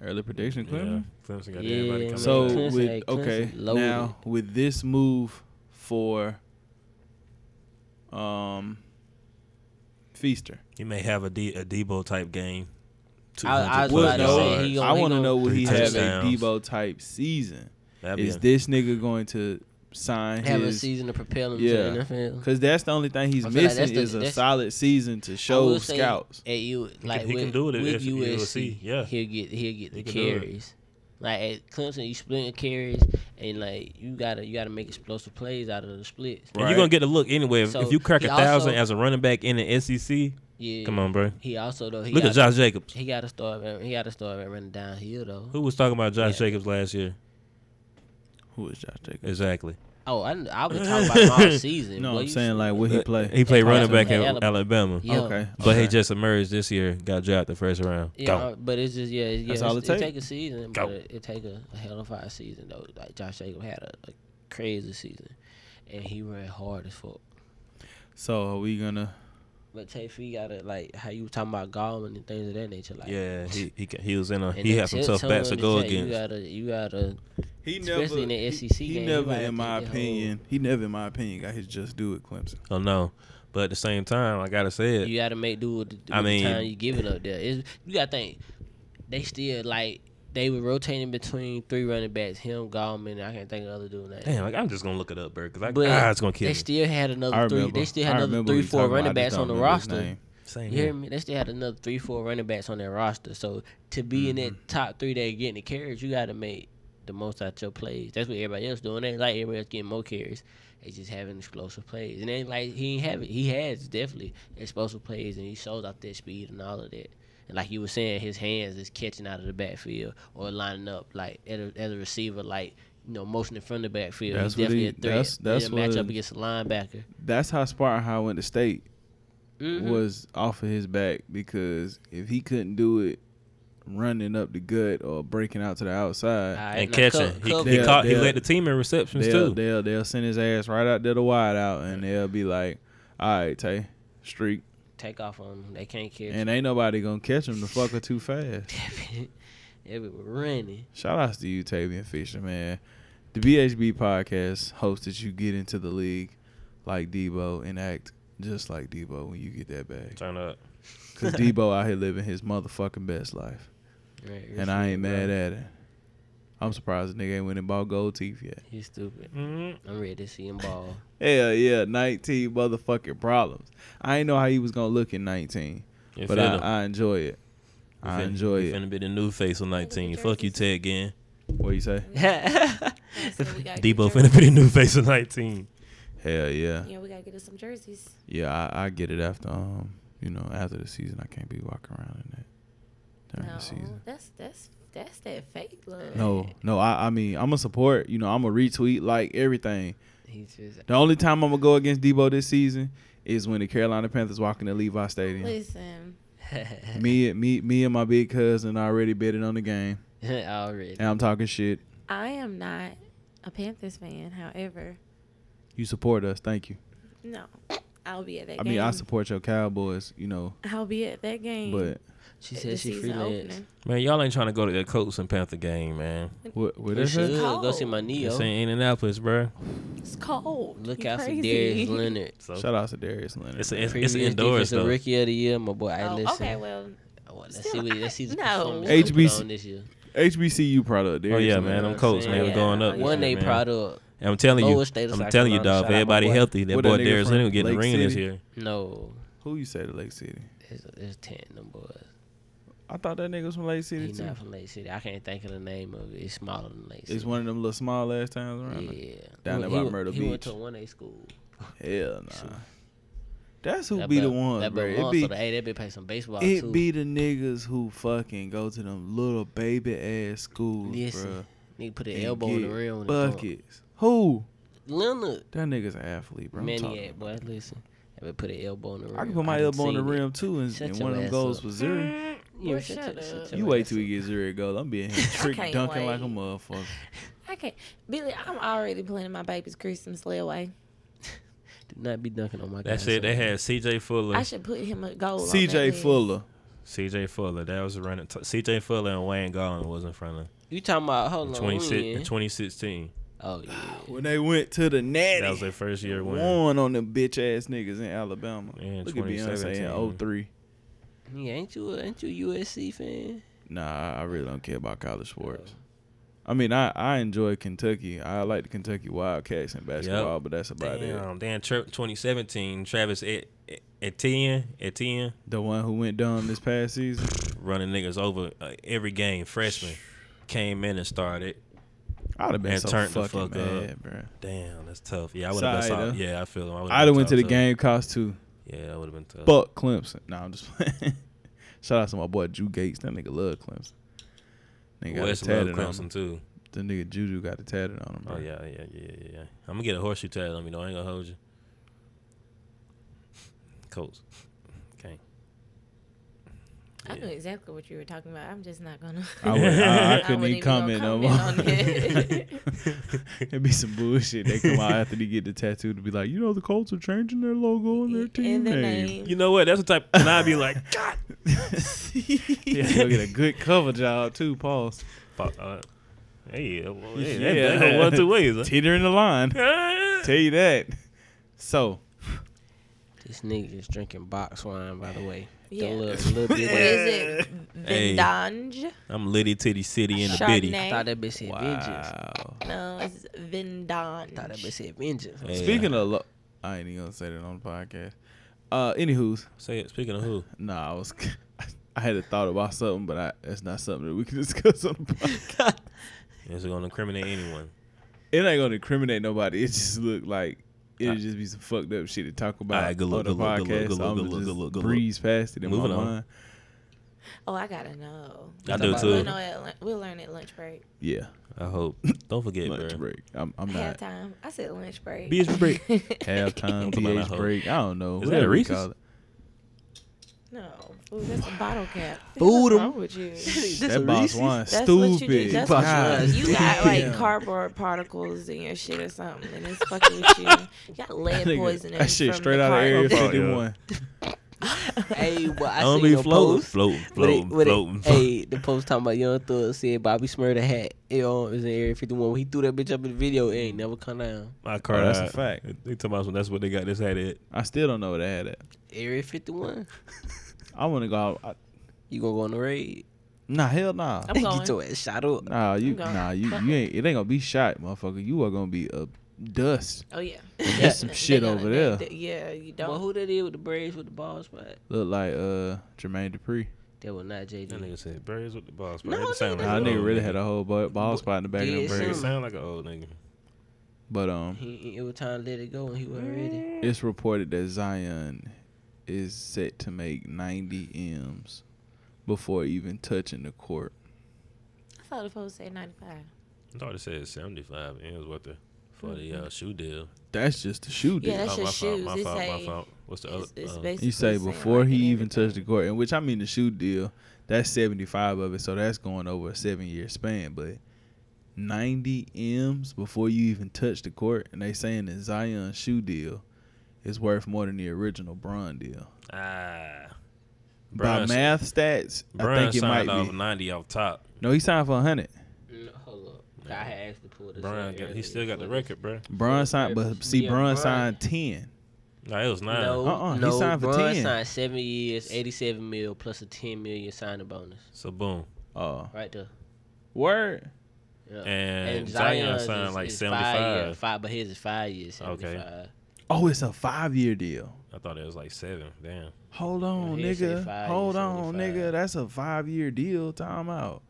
Speaker 2: Early prediction,
Speaker 4: Yeah,
Speaker 2: Clemson.
Speaker 4: Clemson got
Speaker 1: Yeah.
Speaker 4: everybody coming.
Speaker 2: So
Speaker 4: back.
Speaker 1: Clemson,
Speaker 2: with
Speaker 1: hey, Clemson
Speaker 2: okay
Speaker 1: loaded.
Speaker 2: now with this move for um Feaster,
Speaker 4: he may have a D, a Debo type game.
Speaker 1: I- I was
Speaker 4: 200
Speaker 1: about to
Speaker 4: plus
Speaker 1: say,
Speaker 4: yards.
Speaker 1: he
Speaker 2: I
Speaker 1: gonna-
Speaker 2: want to
Speaker 1: gonna-
Speaker 2: know would
Speaker 4: Three
Speaker 2: he have a
Speaker 4: touchdowns.
Speaker 2: Debo type season?
Speaker 4: That'd be
Speaker 2: Is
Speaker 4: a-
Speaker 2: this nigga going to sign
Speaker 1: Have a
Speaker 2: his?
Speaker 1: season to propel him
Speaker 2: yeah.
Speaker 1: to the NFL.
Speaker 2: Because that's the only thing he's
Speaker 1: I feel like
Speaker 2: missing
Speaker 1: that's the-
Speaker 2: is a
Speaker 1: that's-
Speaker 2: solid season to
Speaker 1: I
Speaker 2: show
Speaker 1: will say
Speaker 2: scouts.
Speaker 1: At you,
Speaker 4: can-
Speaker 1: like
Speaker 4: he can
Speaker 1: with-
Speaker 4: do it
Speaker 1: with
Speaker 4: if- if
Speaker 1: USC.
Speaker 4: USC, yeah.
Speaker 1: he'll get he'll get the
Speaker 4: He can do it.
Speaker 1: carries. Like at Clemson, you splitting carries, and like you gotta you gotta make explosive plays out of the splits.
Speaker 4: And you're gonna get a look anyway. If, if
Speaker 1: So,
Speaker 4: you crack a
Speaker 1: he
Speaker 4: thousand
Speaker 1: also-
Speaker 4: as a running back in the SEC,
Speaker 1: Yeah.
Speaker 4: come on, bro.
Speaker 1: He also though he
Speaker 4: Look at
Speaker 1: gotta-
Speaker 4: Josh Jacobs.
Speaker 1: He got to start. at- He got to start at running downhill though.
Speaker 4: Who was talking about Josh
Speaker 1: Yeah.
Speaker 4: Jacobs last year?
Speaker 2: Who is Josh Jacobs?
Speaker 4: Exactly.
Speaker 1: Oh, I, kn- I was talking about him all season.
Speaker 2: No,
Speaker 1: boy,
Speaker 2: I'm
Speaker 1: you
Speaker 2: saying like would he play?
Speaker 4: Uh, He played running
Speaker 1: Alabama.
Speaker 4: back at
Speaker 1: Alabama.
Speaker 4: Alabama,
Speaker 1: Yeah.
Speaker 2: Okay,
Speaker 4: but
Speaker 2: okay.
Speaker 4: he just emerged this year. Got drafted first round.
Speaker 1: Yeah,
Speaker 4: Gone.
Speaker 1: uh, but it's just yeah, it's- yeah
Speaker 2: That's
Speaker 1: it's,
Speaker 2: all
Speaker 1: all
Speaker 2: it
Speaker 1: it,
Speaker 2: take.
Speaker 1: take a season,
Speaker 4: Go.
Speaker 1: but it, it take a, a hell of a season though. Like Josh Jacob had a, a crazy season, and he ran hard as fuck.
Speaker 2: So are we gonna?
Speaker 1: But Tayfee got to like how you were talking about Gallman and things of that nature. Like
Speaker 4: Yeah, he he, ca- he was in a
Speaker 1: and
Speaker 4: he
Speaker 1: that
Speaker 4: had some
Speaker 1: Tim
Speaker 4: tough backs to
Speaker 1: Tebow,
Speaker 4: go
Speaker 1: you
Speaker 4: against.
Speaker 1: gotta, you gotta.
Speaker 2: He
Speaker 1: Especially in the SEC
Speaker 2: He,
Speaker 1: game,
Speaker 2: never,
Speaker 1: you might
Speaker 2: in my
Speaker 1: have to get
Speaker 2: opinion, he never, in my opinion, got his just due at Clemson.
Speaker 4: Oh no, but at the same time, I gotta say it.
Speaker 1: You gotta make do with the, with
Speaker 4: I mean-
Speaker 1: the time you give it up there. It's, you gotta think they still like they were rotating between three running backs, him, Gallman, and I can't think of the other dude name.
Speaker 4: Damn, like I'm just gonna look it up, bro, because I
Speaker 1: But
Speaker 4: ah, it's gonna kill
Speaker 1: They
Speaker 4: me.
Speaker 1: still had another
Speaker 2: I
Speaker 1: three.
Speaker 2: remember.
Speaker 1: They still had
Speaker 2: I
Speaker 1: another
Speaker 2: remember
Speaker 1: three,
Speaker 2: what you
Speaker 1: four
Speaker 2: talking about. I
Speaker 1: running
Speaker 2: just
Speaker 1: backs
Speaker 2: don't
Speaker 1: on the
Speaker 2: remember his
Speaker 1: roster.
Speaker 2: name.
Speaker 4: Same
Speaker 1: You hear
Speaker 4: here.
Speaker 1: me? They still had another three, four running backs on their roster. So to be in
Speaker 2: Mm-hmm.
Speaker 1: that top three, they're getting the carries. You got to make the most out your plays. That's what everybody else doing. They like everybody else getting more carries. They just having explosive plays, and ain't like he ain't have it. He has definitely explosive plays, and he shows off that speed and all of that. And like you were saying, his hands is catching out of the backfield or lining up like as a, as a receiver, like you know, motioning from the backfield.
Speaker 2: That's
Speaker 1: He's
Speaker 2: what
Speaker 1: definitely
Speaker 2: he-
Speaker 1: a threat.
Speaker 2: that's- that's
Speaker 1: He'll match
Speaker 2: what-
Speaker 1: up against a linebacker.
Speaker 2: That's how Spartan High went to state
Speaker 1: Mhm.
Speaker 2: was off of his back because if he couldn't do it running up the gut or breaking out to the outside,
Speaker 1: All right,
Speaker 4: And
Speaker 1: now,
Speaker 4: catching,
Speaker 1: co-
Speaker 4: he,
Speaker 1: co-
Speaker 4: he
Speaker 2: Yeah,
Speaker 4: caught. He
Speaker 2: yeah.
Speaker 4: led the team in receptions
Speaker 2: they'll,
Speaker 4: too.
Speaker 2: they'll they'll send his ass right out there to wide out and they'll be like, All right, Tay, streak.
Speaker 1: take off on them. They can't catch.
Speaker 2: And ain't nobody gonna catch him the fucker too fast.
Speaker 1: it was running.
Speaker 2: Shout outs to you, Tavian Fisher, man. The BHB podcast hopes that you get into the league like Debo and act just like Debo when you get that bag.
Speaker 4: Turn up.
Speaker 2: Cause Debo out here living his motherfucking best life.
Speaker 1: Right, you're
Speaker 2: And I ain't
Speaker 1: stupid,
Speaker 2: mad
Speaker 1: bro.
Speaker 2: at it. I'm surprised the nigga ain't went and bought gold teeth yet.
Speaker 1: He's stupid.
Speaker 4: mm
Speaker 1: I'm ready to see him ball.
Speaker 2: Hell yeah, 19 motherfucking problems. I ain't know how he was gonna look in 19, but I, I enjoy it. I enjoy it.
Speaker 4: Finna be the new face of 19. Fuck you, Ted Ginn.
Speaker 2: What you say?
Speaker 5: So we gotta get
Speaker 4: Debo
Speaker 5: jer-
Speaker 4: finna be the new face of 19.
Speaker 2: Hell yeah,
Speaker 5: Yeah, we gotta get us some jerseys.
Speaker 2: yeah. I, I get it after um, you know, after the season, I can't be walking around in that during
Speaker 5: No,
Speaker 2: the season.
Speaker 5: that's that's that's that fake love.
Speaker 2: No, no. I, I mean, I'm gonna support. You know, I'm gonna retweet like everything.
Speaker 1: He's just
Speaker 2: The only time I'm gonna go against Debo this season is when the Carolina Panthers walk into Levi Stadium.
Speaker 5: listen,
Speaker 2: Me, me, me, and my big cousin already betted on the game,
Speaker 1: already.
Speaker 2: and I'm talking shit.
Speaker 5: I am not a Panthers fan. However,
Speaker 2: You support us, thank you.
Speaker 5: no, I'll be at that.
Speaker 2: I
Speaker 5: game.
Speaker 2: mean, I support your Cowboys, you know,
Speaker 5: I'll be at that game.
Speaker 2: but
Speaker 1: She
Speaker 5: the
Speaker 1: said she
Speaker 5: season
Speaker 1: freelance.
Speaker 5: opener.
Speaker 4: Man, y'all ain't trying to go to that Colts and Panther game, man.
Speaker 2: What? What
Speaker 1: We
Speaker 2: is
Speaker 1: should
Speaker 2: it?
Speaker 1: go see my
Speaker 4: It's
Speaker 1: Neo.
Speaker 4: in Indianapolis, bro.
Speaker 5: It's cold.
Speaker 1: Look
Speaker 5: You
Speaker 1: out for
Speaker 5: crazy.
Speaker 1: Darius Leonard.
Speaker 4: So
Speaker 2: Shout out to Darius Leonard.
Speaker 4: it's a, it's,
Speaker 1: Previous
Speaker 4: it's indoors
Speaker 1: defensive
Speaker 4: though.
Speaker 1: Rookie of the year, my boy. I
Speaker 5: Oh,
Speaker 1: listen.
Speaker 5: okay, well,
Speaker 1: Oh, well, let's
Speaker 5: still,
Speaker 1: see what
Speaker 5: I-
Speaker 1: let's see the
Speaker 5: no.
Speaker 1: performance he put
Speaker 2: HBC.
Speaker 1: on this year.
Speaker 2: HBCU product.
Speaker 4: Oh
Speaker 2: Darius
Speaker 4: yeah,
Speaker 2: Leonard.
Speaker 4: man. Them
Speaker 1: I'm
Speaker 4: Colts,
Speaker 1: saying,
Speaker 4: man. we
Speaker 5: yeah.
Speaker 4: going up.
Speaker 1: One
Speaker 4: day
Speaker 1: day product.
Speaker 4: I'm telling you.
Speaker 1: Lowest state of
Speaker 4: I'm telling you,
Speaker 1: South
Speaker 4: dog.
Speaker 1: Carolina.
Speaker 4: Everybody
Speaker 1: Shout out my boy.
Speaker 4: healthy. That
Speaker 2: What that
Speaker 4: boy
Speaker 2: nigga
Speaker 4: Darius
Speaker 2: from
Speaker 4: Leonard getting the
Speaker 2: Lake
Speaker 4: ring this
Speaker 2: City?
Speaker 4: year.
Speaker 1: No,
Speaker 2: Who you say to Lake City?
Speaker 1: it's, it's ten of them boys.
Speaker 2: I thought that nigga was from Lake City
Speaker 1: He
Speaker 2: too.
Speaker 1: not from Lake City. I can't think of the name of it. It's smaller than Lake City.
Speaker 2: It's one of them little small ass towns around. there.
Speaker 1: yeah.
Speaker 2: Down
Speaker 1: He
Speaker 2: there
Speaker 1: went-
Speaker 2: by
Speaker 1: he went-
Speaker 2: Myrtle
Speaker 1: he went
Speaker 2: Beach.
Speaker 1: to a one A school.
Speaker 2: Hell nah. That's who
Speaker 1: That
Speaker 2: be the
Speaker 1: boy-
Speaker 2: one,
Speaker 1: That
Speaker 2: bro.
Speaker 1: boy
Speaker 2: It
Speaker 1: monster.
Speaker 2: be
Speaker 1: Hey, that bitch play some baseball
Speaker 2: it
Speaker 1: too.
Speaker 2: be the niggas who fucking go to them little baby ass schools,
Speaker 1: Listen,
Speaker 2: bro.
Speaker 1: Nigga put an
Speaker 2: and
Speaker 1: elbow in the
Speaker 2: get
Speaker 1: rim. and dunk.
Speaker 2: Buckets. Who?
Speaker 1: Leonard.
Speaker 2: That nigga's an athlete, bro. I'm talking
Speaker 1: Maniac,
Speaker 2: about.
Speaker 1: boy. Listen. That bitch put an elbow in the rim.
Speaker 2: I can put my
Speaker 1: done
Speaker 2: elbow on the
Speaker 1: seen it.
Speaker 2: rim too, and,
Speaker 1: Shut
Speaker 2: and
Speaker 1: your
Speaker 2: one of them
Speaker 1: ass
Speaker 2: goes
Speaker 1: up.
Speaker 2: for zero.
Speaker 1: Yeah,
Speaker 5: Mm-hmm. Well,
Speaker 1: shut
Speaker 5: shut
Speaker 1: your- shut
Speaker 5: up.
Speaker 1: your
Speaker 2: You wait
Speaker 1: ass up.
Speaker 2: till we get zero goal. I'm being here trick
Speaker 5: can't
Speaker 2: dunking like a
Speaker 5: wait.
Speaker 2: motherfucker.
Speaker 5: I can't, Billy. I'm already planning my baby's Christmas layaway.
Speaker 1: Do not be dunking on my
Speaker 4: That's
Speaker 1: guy,
Speaker 4: it. They
Speaker 1: son.
Speaker 4: had C.J. Fuller.
Speaker 5: I should put him a goal. on that
Speaker 2: CJ
Speaker 5: list.
Speaker 2: Fuller.
Speaker 4: C.J. Fuller. That was running. T- C.J. Fuller and Wayne Gallin was in front of
Speaker 1: You talking about
Speaker 4: in
Speaker 1: hold on?
Speaker 4: 26 in
Speaker 1: When?
Speaker 4: 2016.
Speaker 1: Oh yeah.
Speaker 2: When they went to the natty,
Speaker 4: That was their first year win.
Speaker 2: one on them bitch ass niggas in Alabama.
Speaker 4: Yeah,
Speaker 2: Look at Beyonce in
Speaker 4: 2017.
Speaker 2: 03.
Speaker 1: Yeah, ain't you a- ain't you a USC fan?
Speaker 2: Nah, I- I really don't care about college sports. I mean, I, I enjoy Kentucky. I like the Kentucky Wildcats in basketball, but that's about it.
Speaker 4: Damn, Dan Trump 2017. Travis Et- Et- Etienne, Etienne,
Speaker 2: The one who went down this past season.
Speaker 4: running niggas over uh, every game. Freshman came in and started.
Speaker 2: I'd have been
Speaker 4: And
Speaker 2: so
Speaker 4: turned the
Speaker 2: fucking
Speaker 4: fuck
Speaker 2: mad, bro.
Speaker 4: Damn, that's tough. Yeah, I would have been.
Speaker 2: Sorry,
Speaker 4: Solid.
Speaker 2: though.
Speaker 4: Yeah, I feel him. I would've
Speaker 2: I'd
Speaker 4: been
Speaker 2: have went to the
Speaker 4: tough,
Speaker 2: game cost too.
Speaker 4: tough. Yeah, I would have been tough.
Speaker 2: Fuck Clemson. Nah, I'm just playing. Shout out to my boy Drew Gates. That nigga love Clemson. Nigga got
Speaker 4: West
Speaker 2: it
Speaker 4: love
Speaker 2: tatted on
Speaker 4: Clemson
Speaker 2: him.
Speaker 4: too.
Speaker 2: The nigga Juju got it tatted on him. Bro.
Speaker 4: Oh yeah, yeah, yeah, yeah, yeah. I'm gonna get a horseshoe tatted on me. though. I ain't gonna hold you. Colts. Okay.
Speaker 5: I
Speaker 4: Yeah.
Speaker 5: knew exactly what you were talking about. I'm just not gonna.
Speaker 2: I, would, I, I
Speaker 4: I
Speaker 2: couldn't even
Speaker 5: wouldn't even gonna
Speaker 2: comment no more.
Speaker 5: comment on it.
Speaker 2: It'd be some bullshit. They come out after they get the tattoo to be like, you know, the Colts are changing their logo and their team
Speaker 5: in the
Speaker 2: name.
Speaker 5: name.
Speaker 4: You know what? That's the type. And I'd be like, God.
Speaker 2: yeah, they'll get a good cover job too. Pause.
Speaker 4: Fuck, uh, hey, uh, well, hey,
Speaker 2: Yeah.
Speaker 4: that, that go one two ways. huh?
Speaker 2: Teetering the line. Tell you that. So
Speaker 1: This nigga is drinking box wine, by the way.
Speaker 5: Yeah.
Speaker 1: Yeah. Little, little bit of-
Speaker 5: What is it?
Speaker 4: Hey.
Speaker 5: Vendange?
Speaker 4: I'm Liddy Titty City in the bitty.
Speaker 5: Chardonnay?
Speaker 1: I thought that bitch said vengeance.
Speaker 2: wow.
Speaker 5: No, it's Vendange.
Speaker 1: I thought that bitch said vengeance.
Speaker 4: Hey,
Speaker 2: Speaking of, lo- I ain't even gonna say that on the podcast. Uh, anywho's,
Speaker 4: say it. Speaking of who?
Speaker 2: nah, I was, I had a thought about something, but I, that's not something that we can discuss on the podcast.
Speaker 4: Is it gonna incriminate anyone?
Speaker 2: it ain't gonna incriminate nobody. It just look like it'll just be some fucked up shit to talk about
Speaker 4: Alright, good
Speaker 2: on
Speaker 4: look,
Speaker 2: the
Speaker 4: good look,
Speaker 2: podcast.
Speaker 4: good look, good
Speaker 2: so
Speaker 4: look,
Speaker 2: I'ma
Speaker 4: good look,
Speaker 2: just
Speaker 4: good look, good look.
Speaker 2: breeze past it in
Speaker 4: Moving
Speaker 2: my
Speaker 4: on.
Speaker 2: mind.
Speaker 5: Oh, I gotta know.
Speaker 4: I do
Speaker 1: about-
Speaker 5: We'll,
Speaker 4: too.
Speaker 5: know at, lun- we'll learn at lunch break.
Speaker 2: Yeah,
Speaker 4: I hope. Don't forget,
Speaker 2: lunch
Speaker 4: bro.
Speaker 2: break. I'm, I'm not
Speaker 5: Halftime. I said lunch break.
Speaker 4: Beach break.
Speaker 2: halftime,
Speaker 4: Come on, I
Speaker 2: pH
Speaker 4: hope.
Speaker 2: break. I don't know.
Speaker 4: Is that a
Speaker 2: whatever you
Speaker 4: Reese's?
Speaker 2: call it.
Speaker 5: No, Ooh, that's a bottle cap.
Speaker 1: Food
Speaker 5: What's
Speaker 1: 'em.
Speaker 5: wrong with you?
Speaker 1: This a
Speaker 2: That boss
Speaker 1: Reese's?
Speaker 2: wine
Speaker 5: That's
Speaker 2: stupid.
Speaker 5: what you do. That's
Speaker 1: Boss
Speaker 5: what you
Speaker 1: wine.
Speaker 5: do. You got
Speaker 2: Damn.
Speaker 5: like cardboard particles in your shit or something, and it's fucking with you. You got
Speaker 2: That
Speaker 5: lead
Speaker 2: nigga-
Speaker 5: poisoning.
Speaker 2: That shit
Speaker 5: from
Speaker 2: straight
Speaker 5: the
Speaker 2: out of Area
Speaker 5: cardboard.
Speaker 4: cardboard.
Speaker 2: 51.
Speaker 1: Hey, well, I,
Speaker 4: I
Speaker 1: seen
Speaker 4: don't be
Speaker 1: a
Speaker 4: floating,
Speaker 1: post.
Speaker 4: floating,
Speaker 1: With
Speaker 4: floating,
Speaker 1: it, with
Speaker 4: floating.
Speaker 1: it, hey, the post talking about Young Thug said Bobby Smurda hat. It on is in Area 51. When he threw that bitch up in the video, it ain't never come down.
Speaker 4: My car.
Speaker 2: Oh, that's a
Speaker 4: died.
Speaker 2: fact.
Speaker 4: They talking about some- that's what they got this hat at.
Speaker 2: I still don't know where they had it.
Speaker 1: Area 51.
Speaker 2: I want to go. Out, I,
Speaker 1: You gonna go on the raid?
Speaker 2: nah, hell nah.
Speaker 5: I'm going.
Speaker 1: Get your ass shot up.
Speaker 2: Nah, you,
Speaker 5: I'm going.
Speaker 2: nah, you, you ain't. It ain't gonna be shot, motherfucker. You are gonna be a dust.
Speaker 5: Oh yeah.
Speaker 2: There's some
Speaker 5: They
Speaker 2: shit
Speaker 5: gonna-
Speaker 2: over
Speaker 5: they-
Speaker 2: there.
Speaker 5: they- yeah, you don't.
Speaker 1: But who that is with the braids with the ball spot?
Speaker 2: Look like uh Jermaine Dupri.
Speaker 1: That was not JD.
Speaker 4: That nigga said, "Birds with the balls."
Speaker 1: No,
Speaker 4: bro." That sound
Speaker 1: nigga,
Speaker 4: like
Speaker 2: Nah,
Speaker 4: an
Speaker 2: that nigga
Speaker 4: old
Speaker 2: really
Speaker 4: nigga.
Speaker 2: had a whole ball, ball
Speaker 1: But-
Speaker 2: spot in the back
Speaker 1: yeah,
Speaker 2: of
Speaker 1: it
Speaker 2: the
Speaker 4: Bro,
Speaker 2: brain.
Speaker 4: it
Speaker 1: sound-
Speaker 4: sound like an old nigga.
Speaker 2: But um,
Speaker 1: He, it was time to let it go, and he wasn't ready.
Speaker 5: Mm.
Speaker 2: it's reported that Zion is set to make 90 m's before even touching the court.
Speaker 5: I thought the post said 95.
Speaker 4: I thought it said seventy-five and it was worth the for the uh, shoe deal.
Speaker 2: That's just the shoe deal.
Speaker 5: Yeah, that's
Speaker 4: oh,
Speaker 5: your
Speaker 4: my fault.
Speaker 5: shoes.
Speaker 4: My
Speaker 5: It
Speaker 4: fault. My
Speaker 5: say-
Speaker 4: fault. What's the other?
Speaker 5: It's, it's
Speaker 4: uh,
Speaker 5: basically
Speaker 2: you say
Speaker 5: saying, like,
Speaker 2: before he
Speaker 5: and
Speaker 2: even
Speaker 5: everything.
Speaker 2: touched the court, and which I mean the shoe deal, that's 75 of it, so that's going over a seven year span. But 90 m's before you even touch the court, and they saying that Zion's shoe deal is worth more than the original Bron deal.
Speaker 4: ah,
Speaker 2: By
Speaker 4: Brian-
Speaker 2: math stats, I
Speaker 4: Brian
Speaker 2: think it might
Speaker 4: signed
Speaker 2: be.
Speaker 4: off 90 off top.
Speaker 2: No, he signed for 100.
Speaker 1: No, hold up. I had asked to pull this.
Speaker 4: Brian,
Speaker 1: up
Speaker 4: got, he
Speaker 1: earlier
Speaker 4: still got the
Speaker 1: for
Speaker 4: record, bro.
Speaker 2: Braun signed, but see,
Speaker 1: Yeah,
Speaker 2: Braun
Speaker 1: Bron-
Speaker 2: signed 10.
Speaker 4: Nah, it was
Speaker 1: this.
Speaker 4: nine.
Speaker 1: No,
Speaker 2: Uh-uh, he
Speaker 1: no,
Speaker 2: signed for
Speaker 1: Bron
Speaker 2: 10.
Speaker 1: signed seven years, eighty-seven mil plus a ten million signing bonus,
Speaker 4: So boom.
Speaker 2: Oh,
Speaker 1: right there.
Speaker 2: word.
Speaker 1: Yeah.
Speaker 4: And Zion
Speaker 1: Zion's
Speaker 4: signed
Speaker 1: is-
Speaker 4: like
Speaker 1: is Five, year-
Speaker 4: 75.
Speaker 1: five, but his is five years.
Speaker 4: Okay.
Speaker 1: 75.
Speaker 2: Oh, it's a five year deal.
Speaker 4: I thought it was like seven. Damn.
Speaker 2: Hold on,
Speaker 1: he said
Speaker 2: nigga.
Speaker 1: five, he
Speaker 2: Hold
Speaker 1: said
Speaker 2: on,
Speaker 1: 75.
Speaker 2: nigga. That's a five year deal. Time out.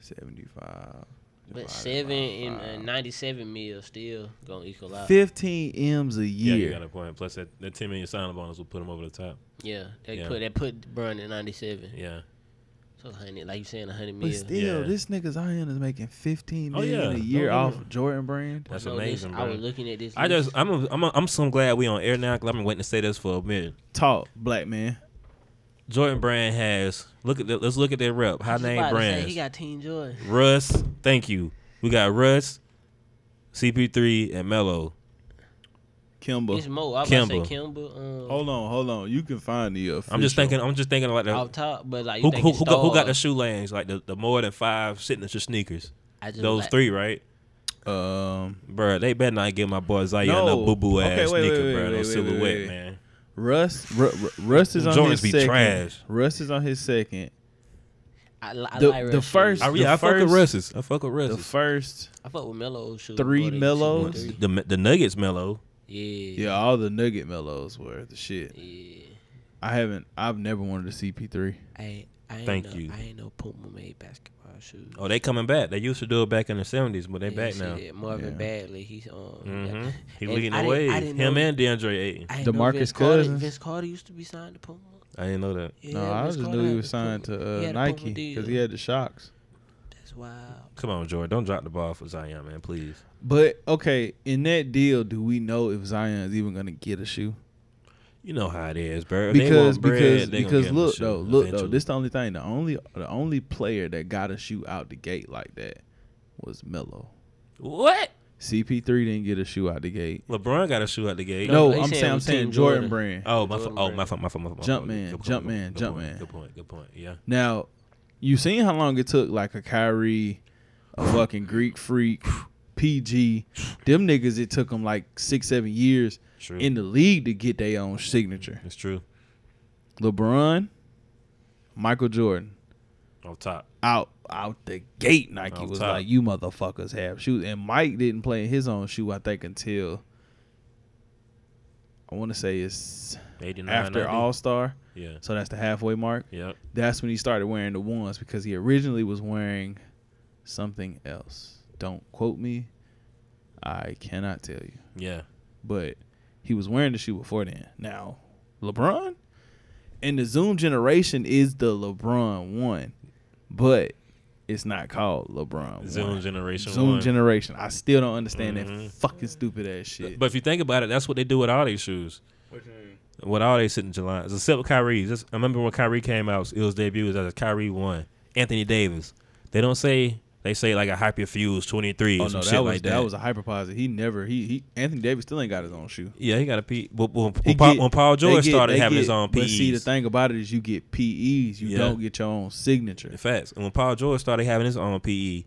Speaker 2: 75. divided
Speaker 1: But
Speaker 2: by
Speaker 1: seven and uh,
Speaker 2: five.
Speaker 1: ninety-seven mil still gonna equal out.
Speaker 2: 15 M's a
Speaker 4: Yeah, you
Speaker 2: year.
Speaker 4: got a point. Plus that, that 10 million signing bonus will put him over the top.
Speaker 1: Yeah, they
Speaker 4: Yeah.
Speaker 1: put they put Brun at ninety-seven.
Speaker 4: Yeah.
Speaker 1: So hundred, like you saying, hundred
Speaker 2: but
Speaker 1: mil.
Speaker 2: still,
Speaker 4: Yeah.
Speaker 2: this nigga Zion is making 15
Speaker 4: Oh,
Speaker 2: million
Speaker 4: yeah.
Speaker 2: a year
Speaker 4: No, no,
Speaker 2: off
Speaker 4: no.
Speaker 2: Jordan Brand.
Speaker 4: That's
Speaker 1: I know this-
Speaker 4: amazing,
Speaker 1: I was
Speaker 4: bro.
Speaker 1: looking at this.
Speaker 4: I just,
Speaker 1: list.
Speaker 4: I'm, a, I'm, a, I'm so glad we on air now because I've been waiting to say this for a minute.
Speaker 2: Talk, black man.
Speaker 4: Jordan Brand has. Look at the, let's look at their rep. High
Speaker 1: I was
Speaker 4: name
Speaker 1: about to say,
Speaker 4: brands.
Speaker 1: He got Team Joy.
Speaker 4: Russ, thank you. We got Russ, CP3, and Mello.
Speaker 1: It's
Speaker 2: Kimba.
Speaker 1: Mo. I was about to
Speaker 4: Kemba.
Speaker 1: say Kimba. Um,
Speaker 2: Hold on, hold on. You can find the official.
Speaker 4: I'm just thinking. I'm just thinking like the,
Speaker 1: off top, but like
Speaker 4: who,
Speaker 1: you
Speaker 4: who,
Speaker 1: think
Speaker 4: who, got, who got the shoelanes like the, the more than five signature sneakers. Those three, right,
Speaker 2: Um,
Speaker 4: Bruh, They better not give my boy Zion
Speaker 2: No.
Speaker 4: a boo boo
Speaker 2: Okay,
Speaker 4: ass
Speaker 2: wait, wait, wait,
Speaker 4: sneaker, bruh.
Speaker 2: wait,
Speaker 4: No
Speaker 2: wait,
Speaker 4: silhouette,
Speaker 2: wait, wait.
Speaker 4: man.
Speaker 2: Russ, Ru- Ru- Russ is on
Speaker 4: Jordans
Speaker 2: his
Speaker 4: be
Speaker 2: second.
Speaker 4: trash.
Speaker 2: Russ is on his second.
Speaker 1: I, li- I
Speaker 2: The-
Speaker 1: like
Speaker 2: the
Speaker 1: Russ
Speaker 2: first-
Speaker 1: Shoes.
Speaker 4: I,
Speaker 2: The
Speaker 4: yeah, I fuck with
Speaker 2: first-
Speaker 4: Russ's. I fuck with
Speaker 2: The
Speaker 4: Russ's.
Speaker 2: first,
Speaker 1: I fuck with Melo's shoes.
Speaker 2: Three
Speaker 1: bro. They-
Speaker 2: Melos?
Speaker 1: they-
Speaker 4: The, the Nuggets mellow.
Speaker 1: Yeah.
Speaker 2: yeah, all the Nugget mellows were the shit.
Speaker 1: Yeah.
Speaker 2: I haven't, I've never wanted a CP3.
Speaker 1: I I ain't
Speaker 4: Thank
Speaker 1: know,
Speaker 4: you.
Speaker 1: I ain't no Puma made basketball shoes.
Speaker 4: Oh, they coming back. They used to do it back in the seventies, but they
Speaker 1: Yeah,
Speaker 4: back
Speaker 1: see
Speaker 4: now.
Speaker 1: that. Marvin
Speaker 2: Yeah.
Speaker 1: Bagley, he's um.
Speaker 4: Mm-hmm. He
Speaker 1: And I
Speaker 4: leading the
Speaker 1: didn't-
Speaker 4: way.
Speaker 1: I didn't
Speaker 4: Him
Speaker 1: know-
Speaker 4: and DeAndre Ayton.
Speaker 1: I didn't know
Speaker 2: DeMarcus
Speaker 1: Vince Carter,
Speaker 2: Cousins?
Speaker 1: Vince Carter used to be signed to Puma.
Speaker 4: I didn't know that.
Speaker 1: Yeah,
Speaker 2: no, I
Speaker 1: Vince
Speaker 2: just
Speaker 1: Carter
Speaker 2: knew
Speaker 1: had
Speaker 2: he
Speaker 1: the
Speaker 2: was signed
Speaker 1: Puma-
Speaker 2: to
Speaker 1: he
Speaker 2: uh,
Speaker 1: had a Puma
Speaker 2: Nike because he
Speaker 1: deal.
Speaker 2: had the shocks.
Speaker 1: That's wild.
Speaker 4: Come on, Jordan. Don't drop the ball for Zion, man. Please.
Speaker 2: But okay, in that deal, do we know if Zion is even gonna get a shoe?
Speaker 4: You know how it is, bro. If they
Speaker 2: Because
Speaker 4: want bread,
Speaker 2: because
Speaker 4: they gonna
Speaker 2: because
Speaker 4: give 'em a
Speaker 2: look
Speaker 4: shoe
Speaker 2: though, look though,
Speaker 4: eventually.
Speaker 2: this the only thing. The only the only player that got a shoe out the gate like that was Melo.
Speaker 4: what?
Speaker 2: CP3 didn't get a shoe out the gate.
Speaker 4: LeBron got a shoe out the gate.
Speaker 2: No,
Speaker 1: he
Speaker 2: I'm
Speaker 1: said
Speaker 2: saying
Speaker 1: it
Speaker 2: I'm
Speaker 1: was
Speaker 2: saying
Speaker 1: Team
Speaker 2: Jordan
Speaker 1: Jordan.
Speaker 2: Brand.
Speaker 4: Oh my, fault.
Speaker 1: Jordan
Speaker 4: oh
Speaker 1: Brand.
Speaker 4: my fault, my fault, my fault.
Speaker 2: Jump
Speaker 4: Good
Speaker 2: man,
Speaker 4: point,
Speaker 2: jump
Speaker 4: good
Speaker 2: man,
Speaker 4: point,
Speaker 2: jump
Speaker 4: good point,
Speaker 2: man.
Speaker 4: Good point, good point. Yeah,
Speaker 2: Now, you seen how long it took like a Kyrie, a fucking Greek freak, PG, them niggas. It took them like six, seven years
Speaker 4: true.
Speaker 2: in the league to get their own signature.
Speaker 4: it's true.
Speaker 2: LeBron, Michael Jordan,
Speaker 4: Off top,
Speaker 2: out out the gate. Nike
Speaker 4: Off
Speaker 2: was
Speaker 4: top.
Speaker 2: like, you motherfuckers have shoes, and Mike didn't play in his own shoe. I think until I want to say it's
Speaker 4: eighty nine.
Speaker 2: after All Star.
Speaker 4: Yeah,
Speaker 2: So that's the halfway mark.
Speaker 4: yeah.
Speaker 2: that's when he started wearing the ones because he originally was wearing something else. Don't quote me. I cannot tell you.
Speaker 4: Yeah.
Speaker 2: But he was wearing the shoe before then. Now, LeBron and the Zoom generation is the LeBron one, but it's not called LeBron
Speaker 4: Zoom
Speaker 2: one.
Speaker 4: generation.
Speaker 2: Zoom
Speaker 4: one.
Speaker 2: generation. I still don't understand
Speaker 4: Mhm.
Speaker 2: that fucking stupid ass shit.
Speaker 4: But if you think about it, that's what they do with all these shoes. With all they sitting in July, except with Kyrie's. That's- I remember when Kyrie came out, it was debut it was as a Kyrie one, Anthony Davis. They don't say they say like a hyperfuse twenty three
Speaker 2: oh
Speaker 4: or some
Speaker 2: no,
Speaker 4: shit
Speaker 2: that was
Speaker 4: like
Speaker 2: that. was a hyperposit. He never he he Anthony Davis still ain't got his own shoe.
Speaker 4: Yeah, he got a P. When, when,
Speaker 2: He
Speaker 4: when, Paul,
Speaker 2: get-
Speaker 4: when Paul
Speaker 2: they
Speaker 4: George
Speaker 2: get-
Speaker 4: started
Speaker 2: they
Speaker 4: having his
Speaker 2: get-
Speaker 4: own PEs,
Speaker 2: But see, the thing about it is, you get PEs. You
Speaker 4: Yeah.
Speaker 2: don't get your own signature.
Speaker 4: facts. And when Paul George started having his own E. PE,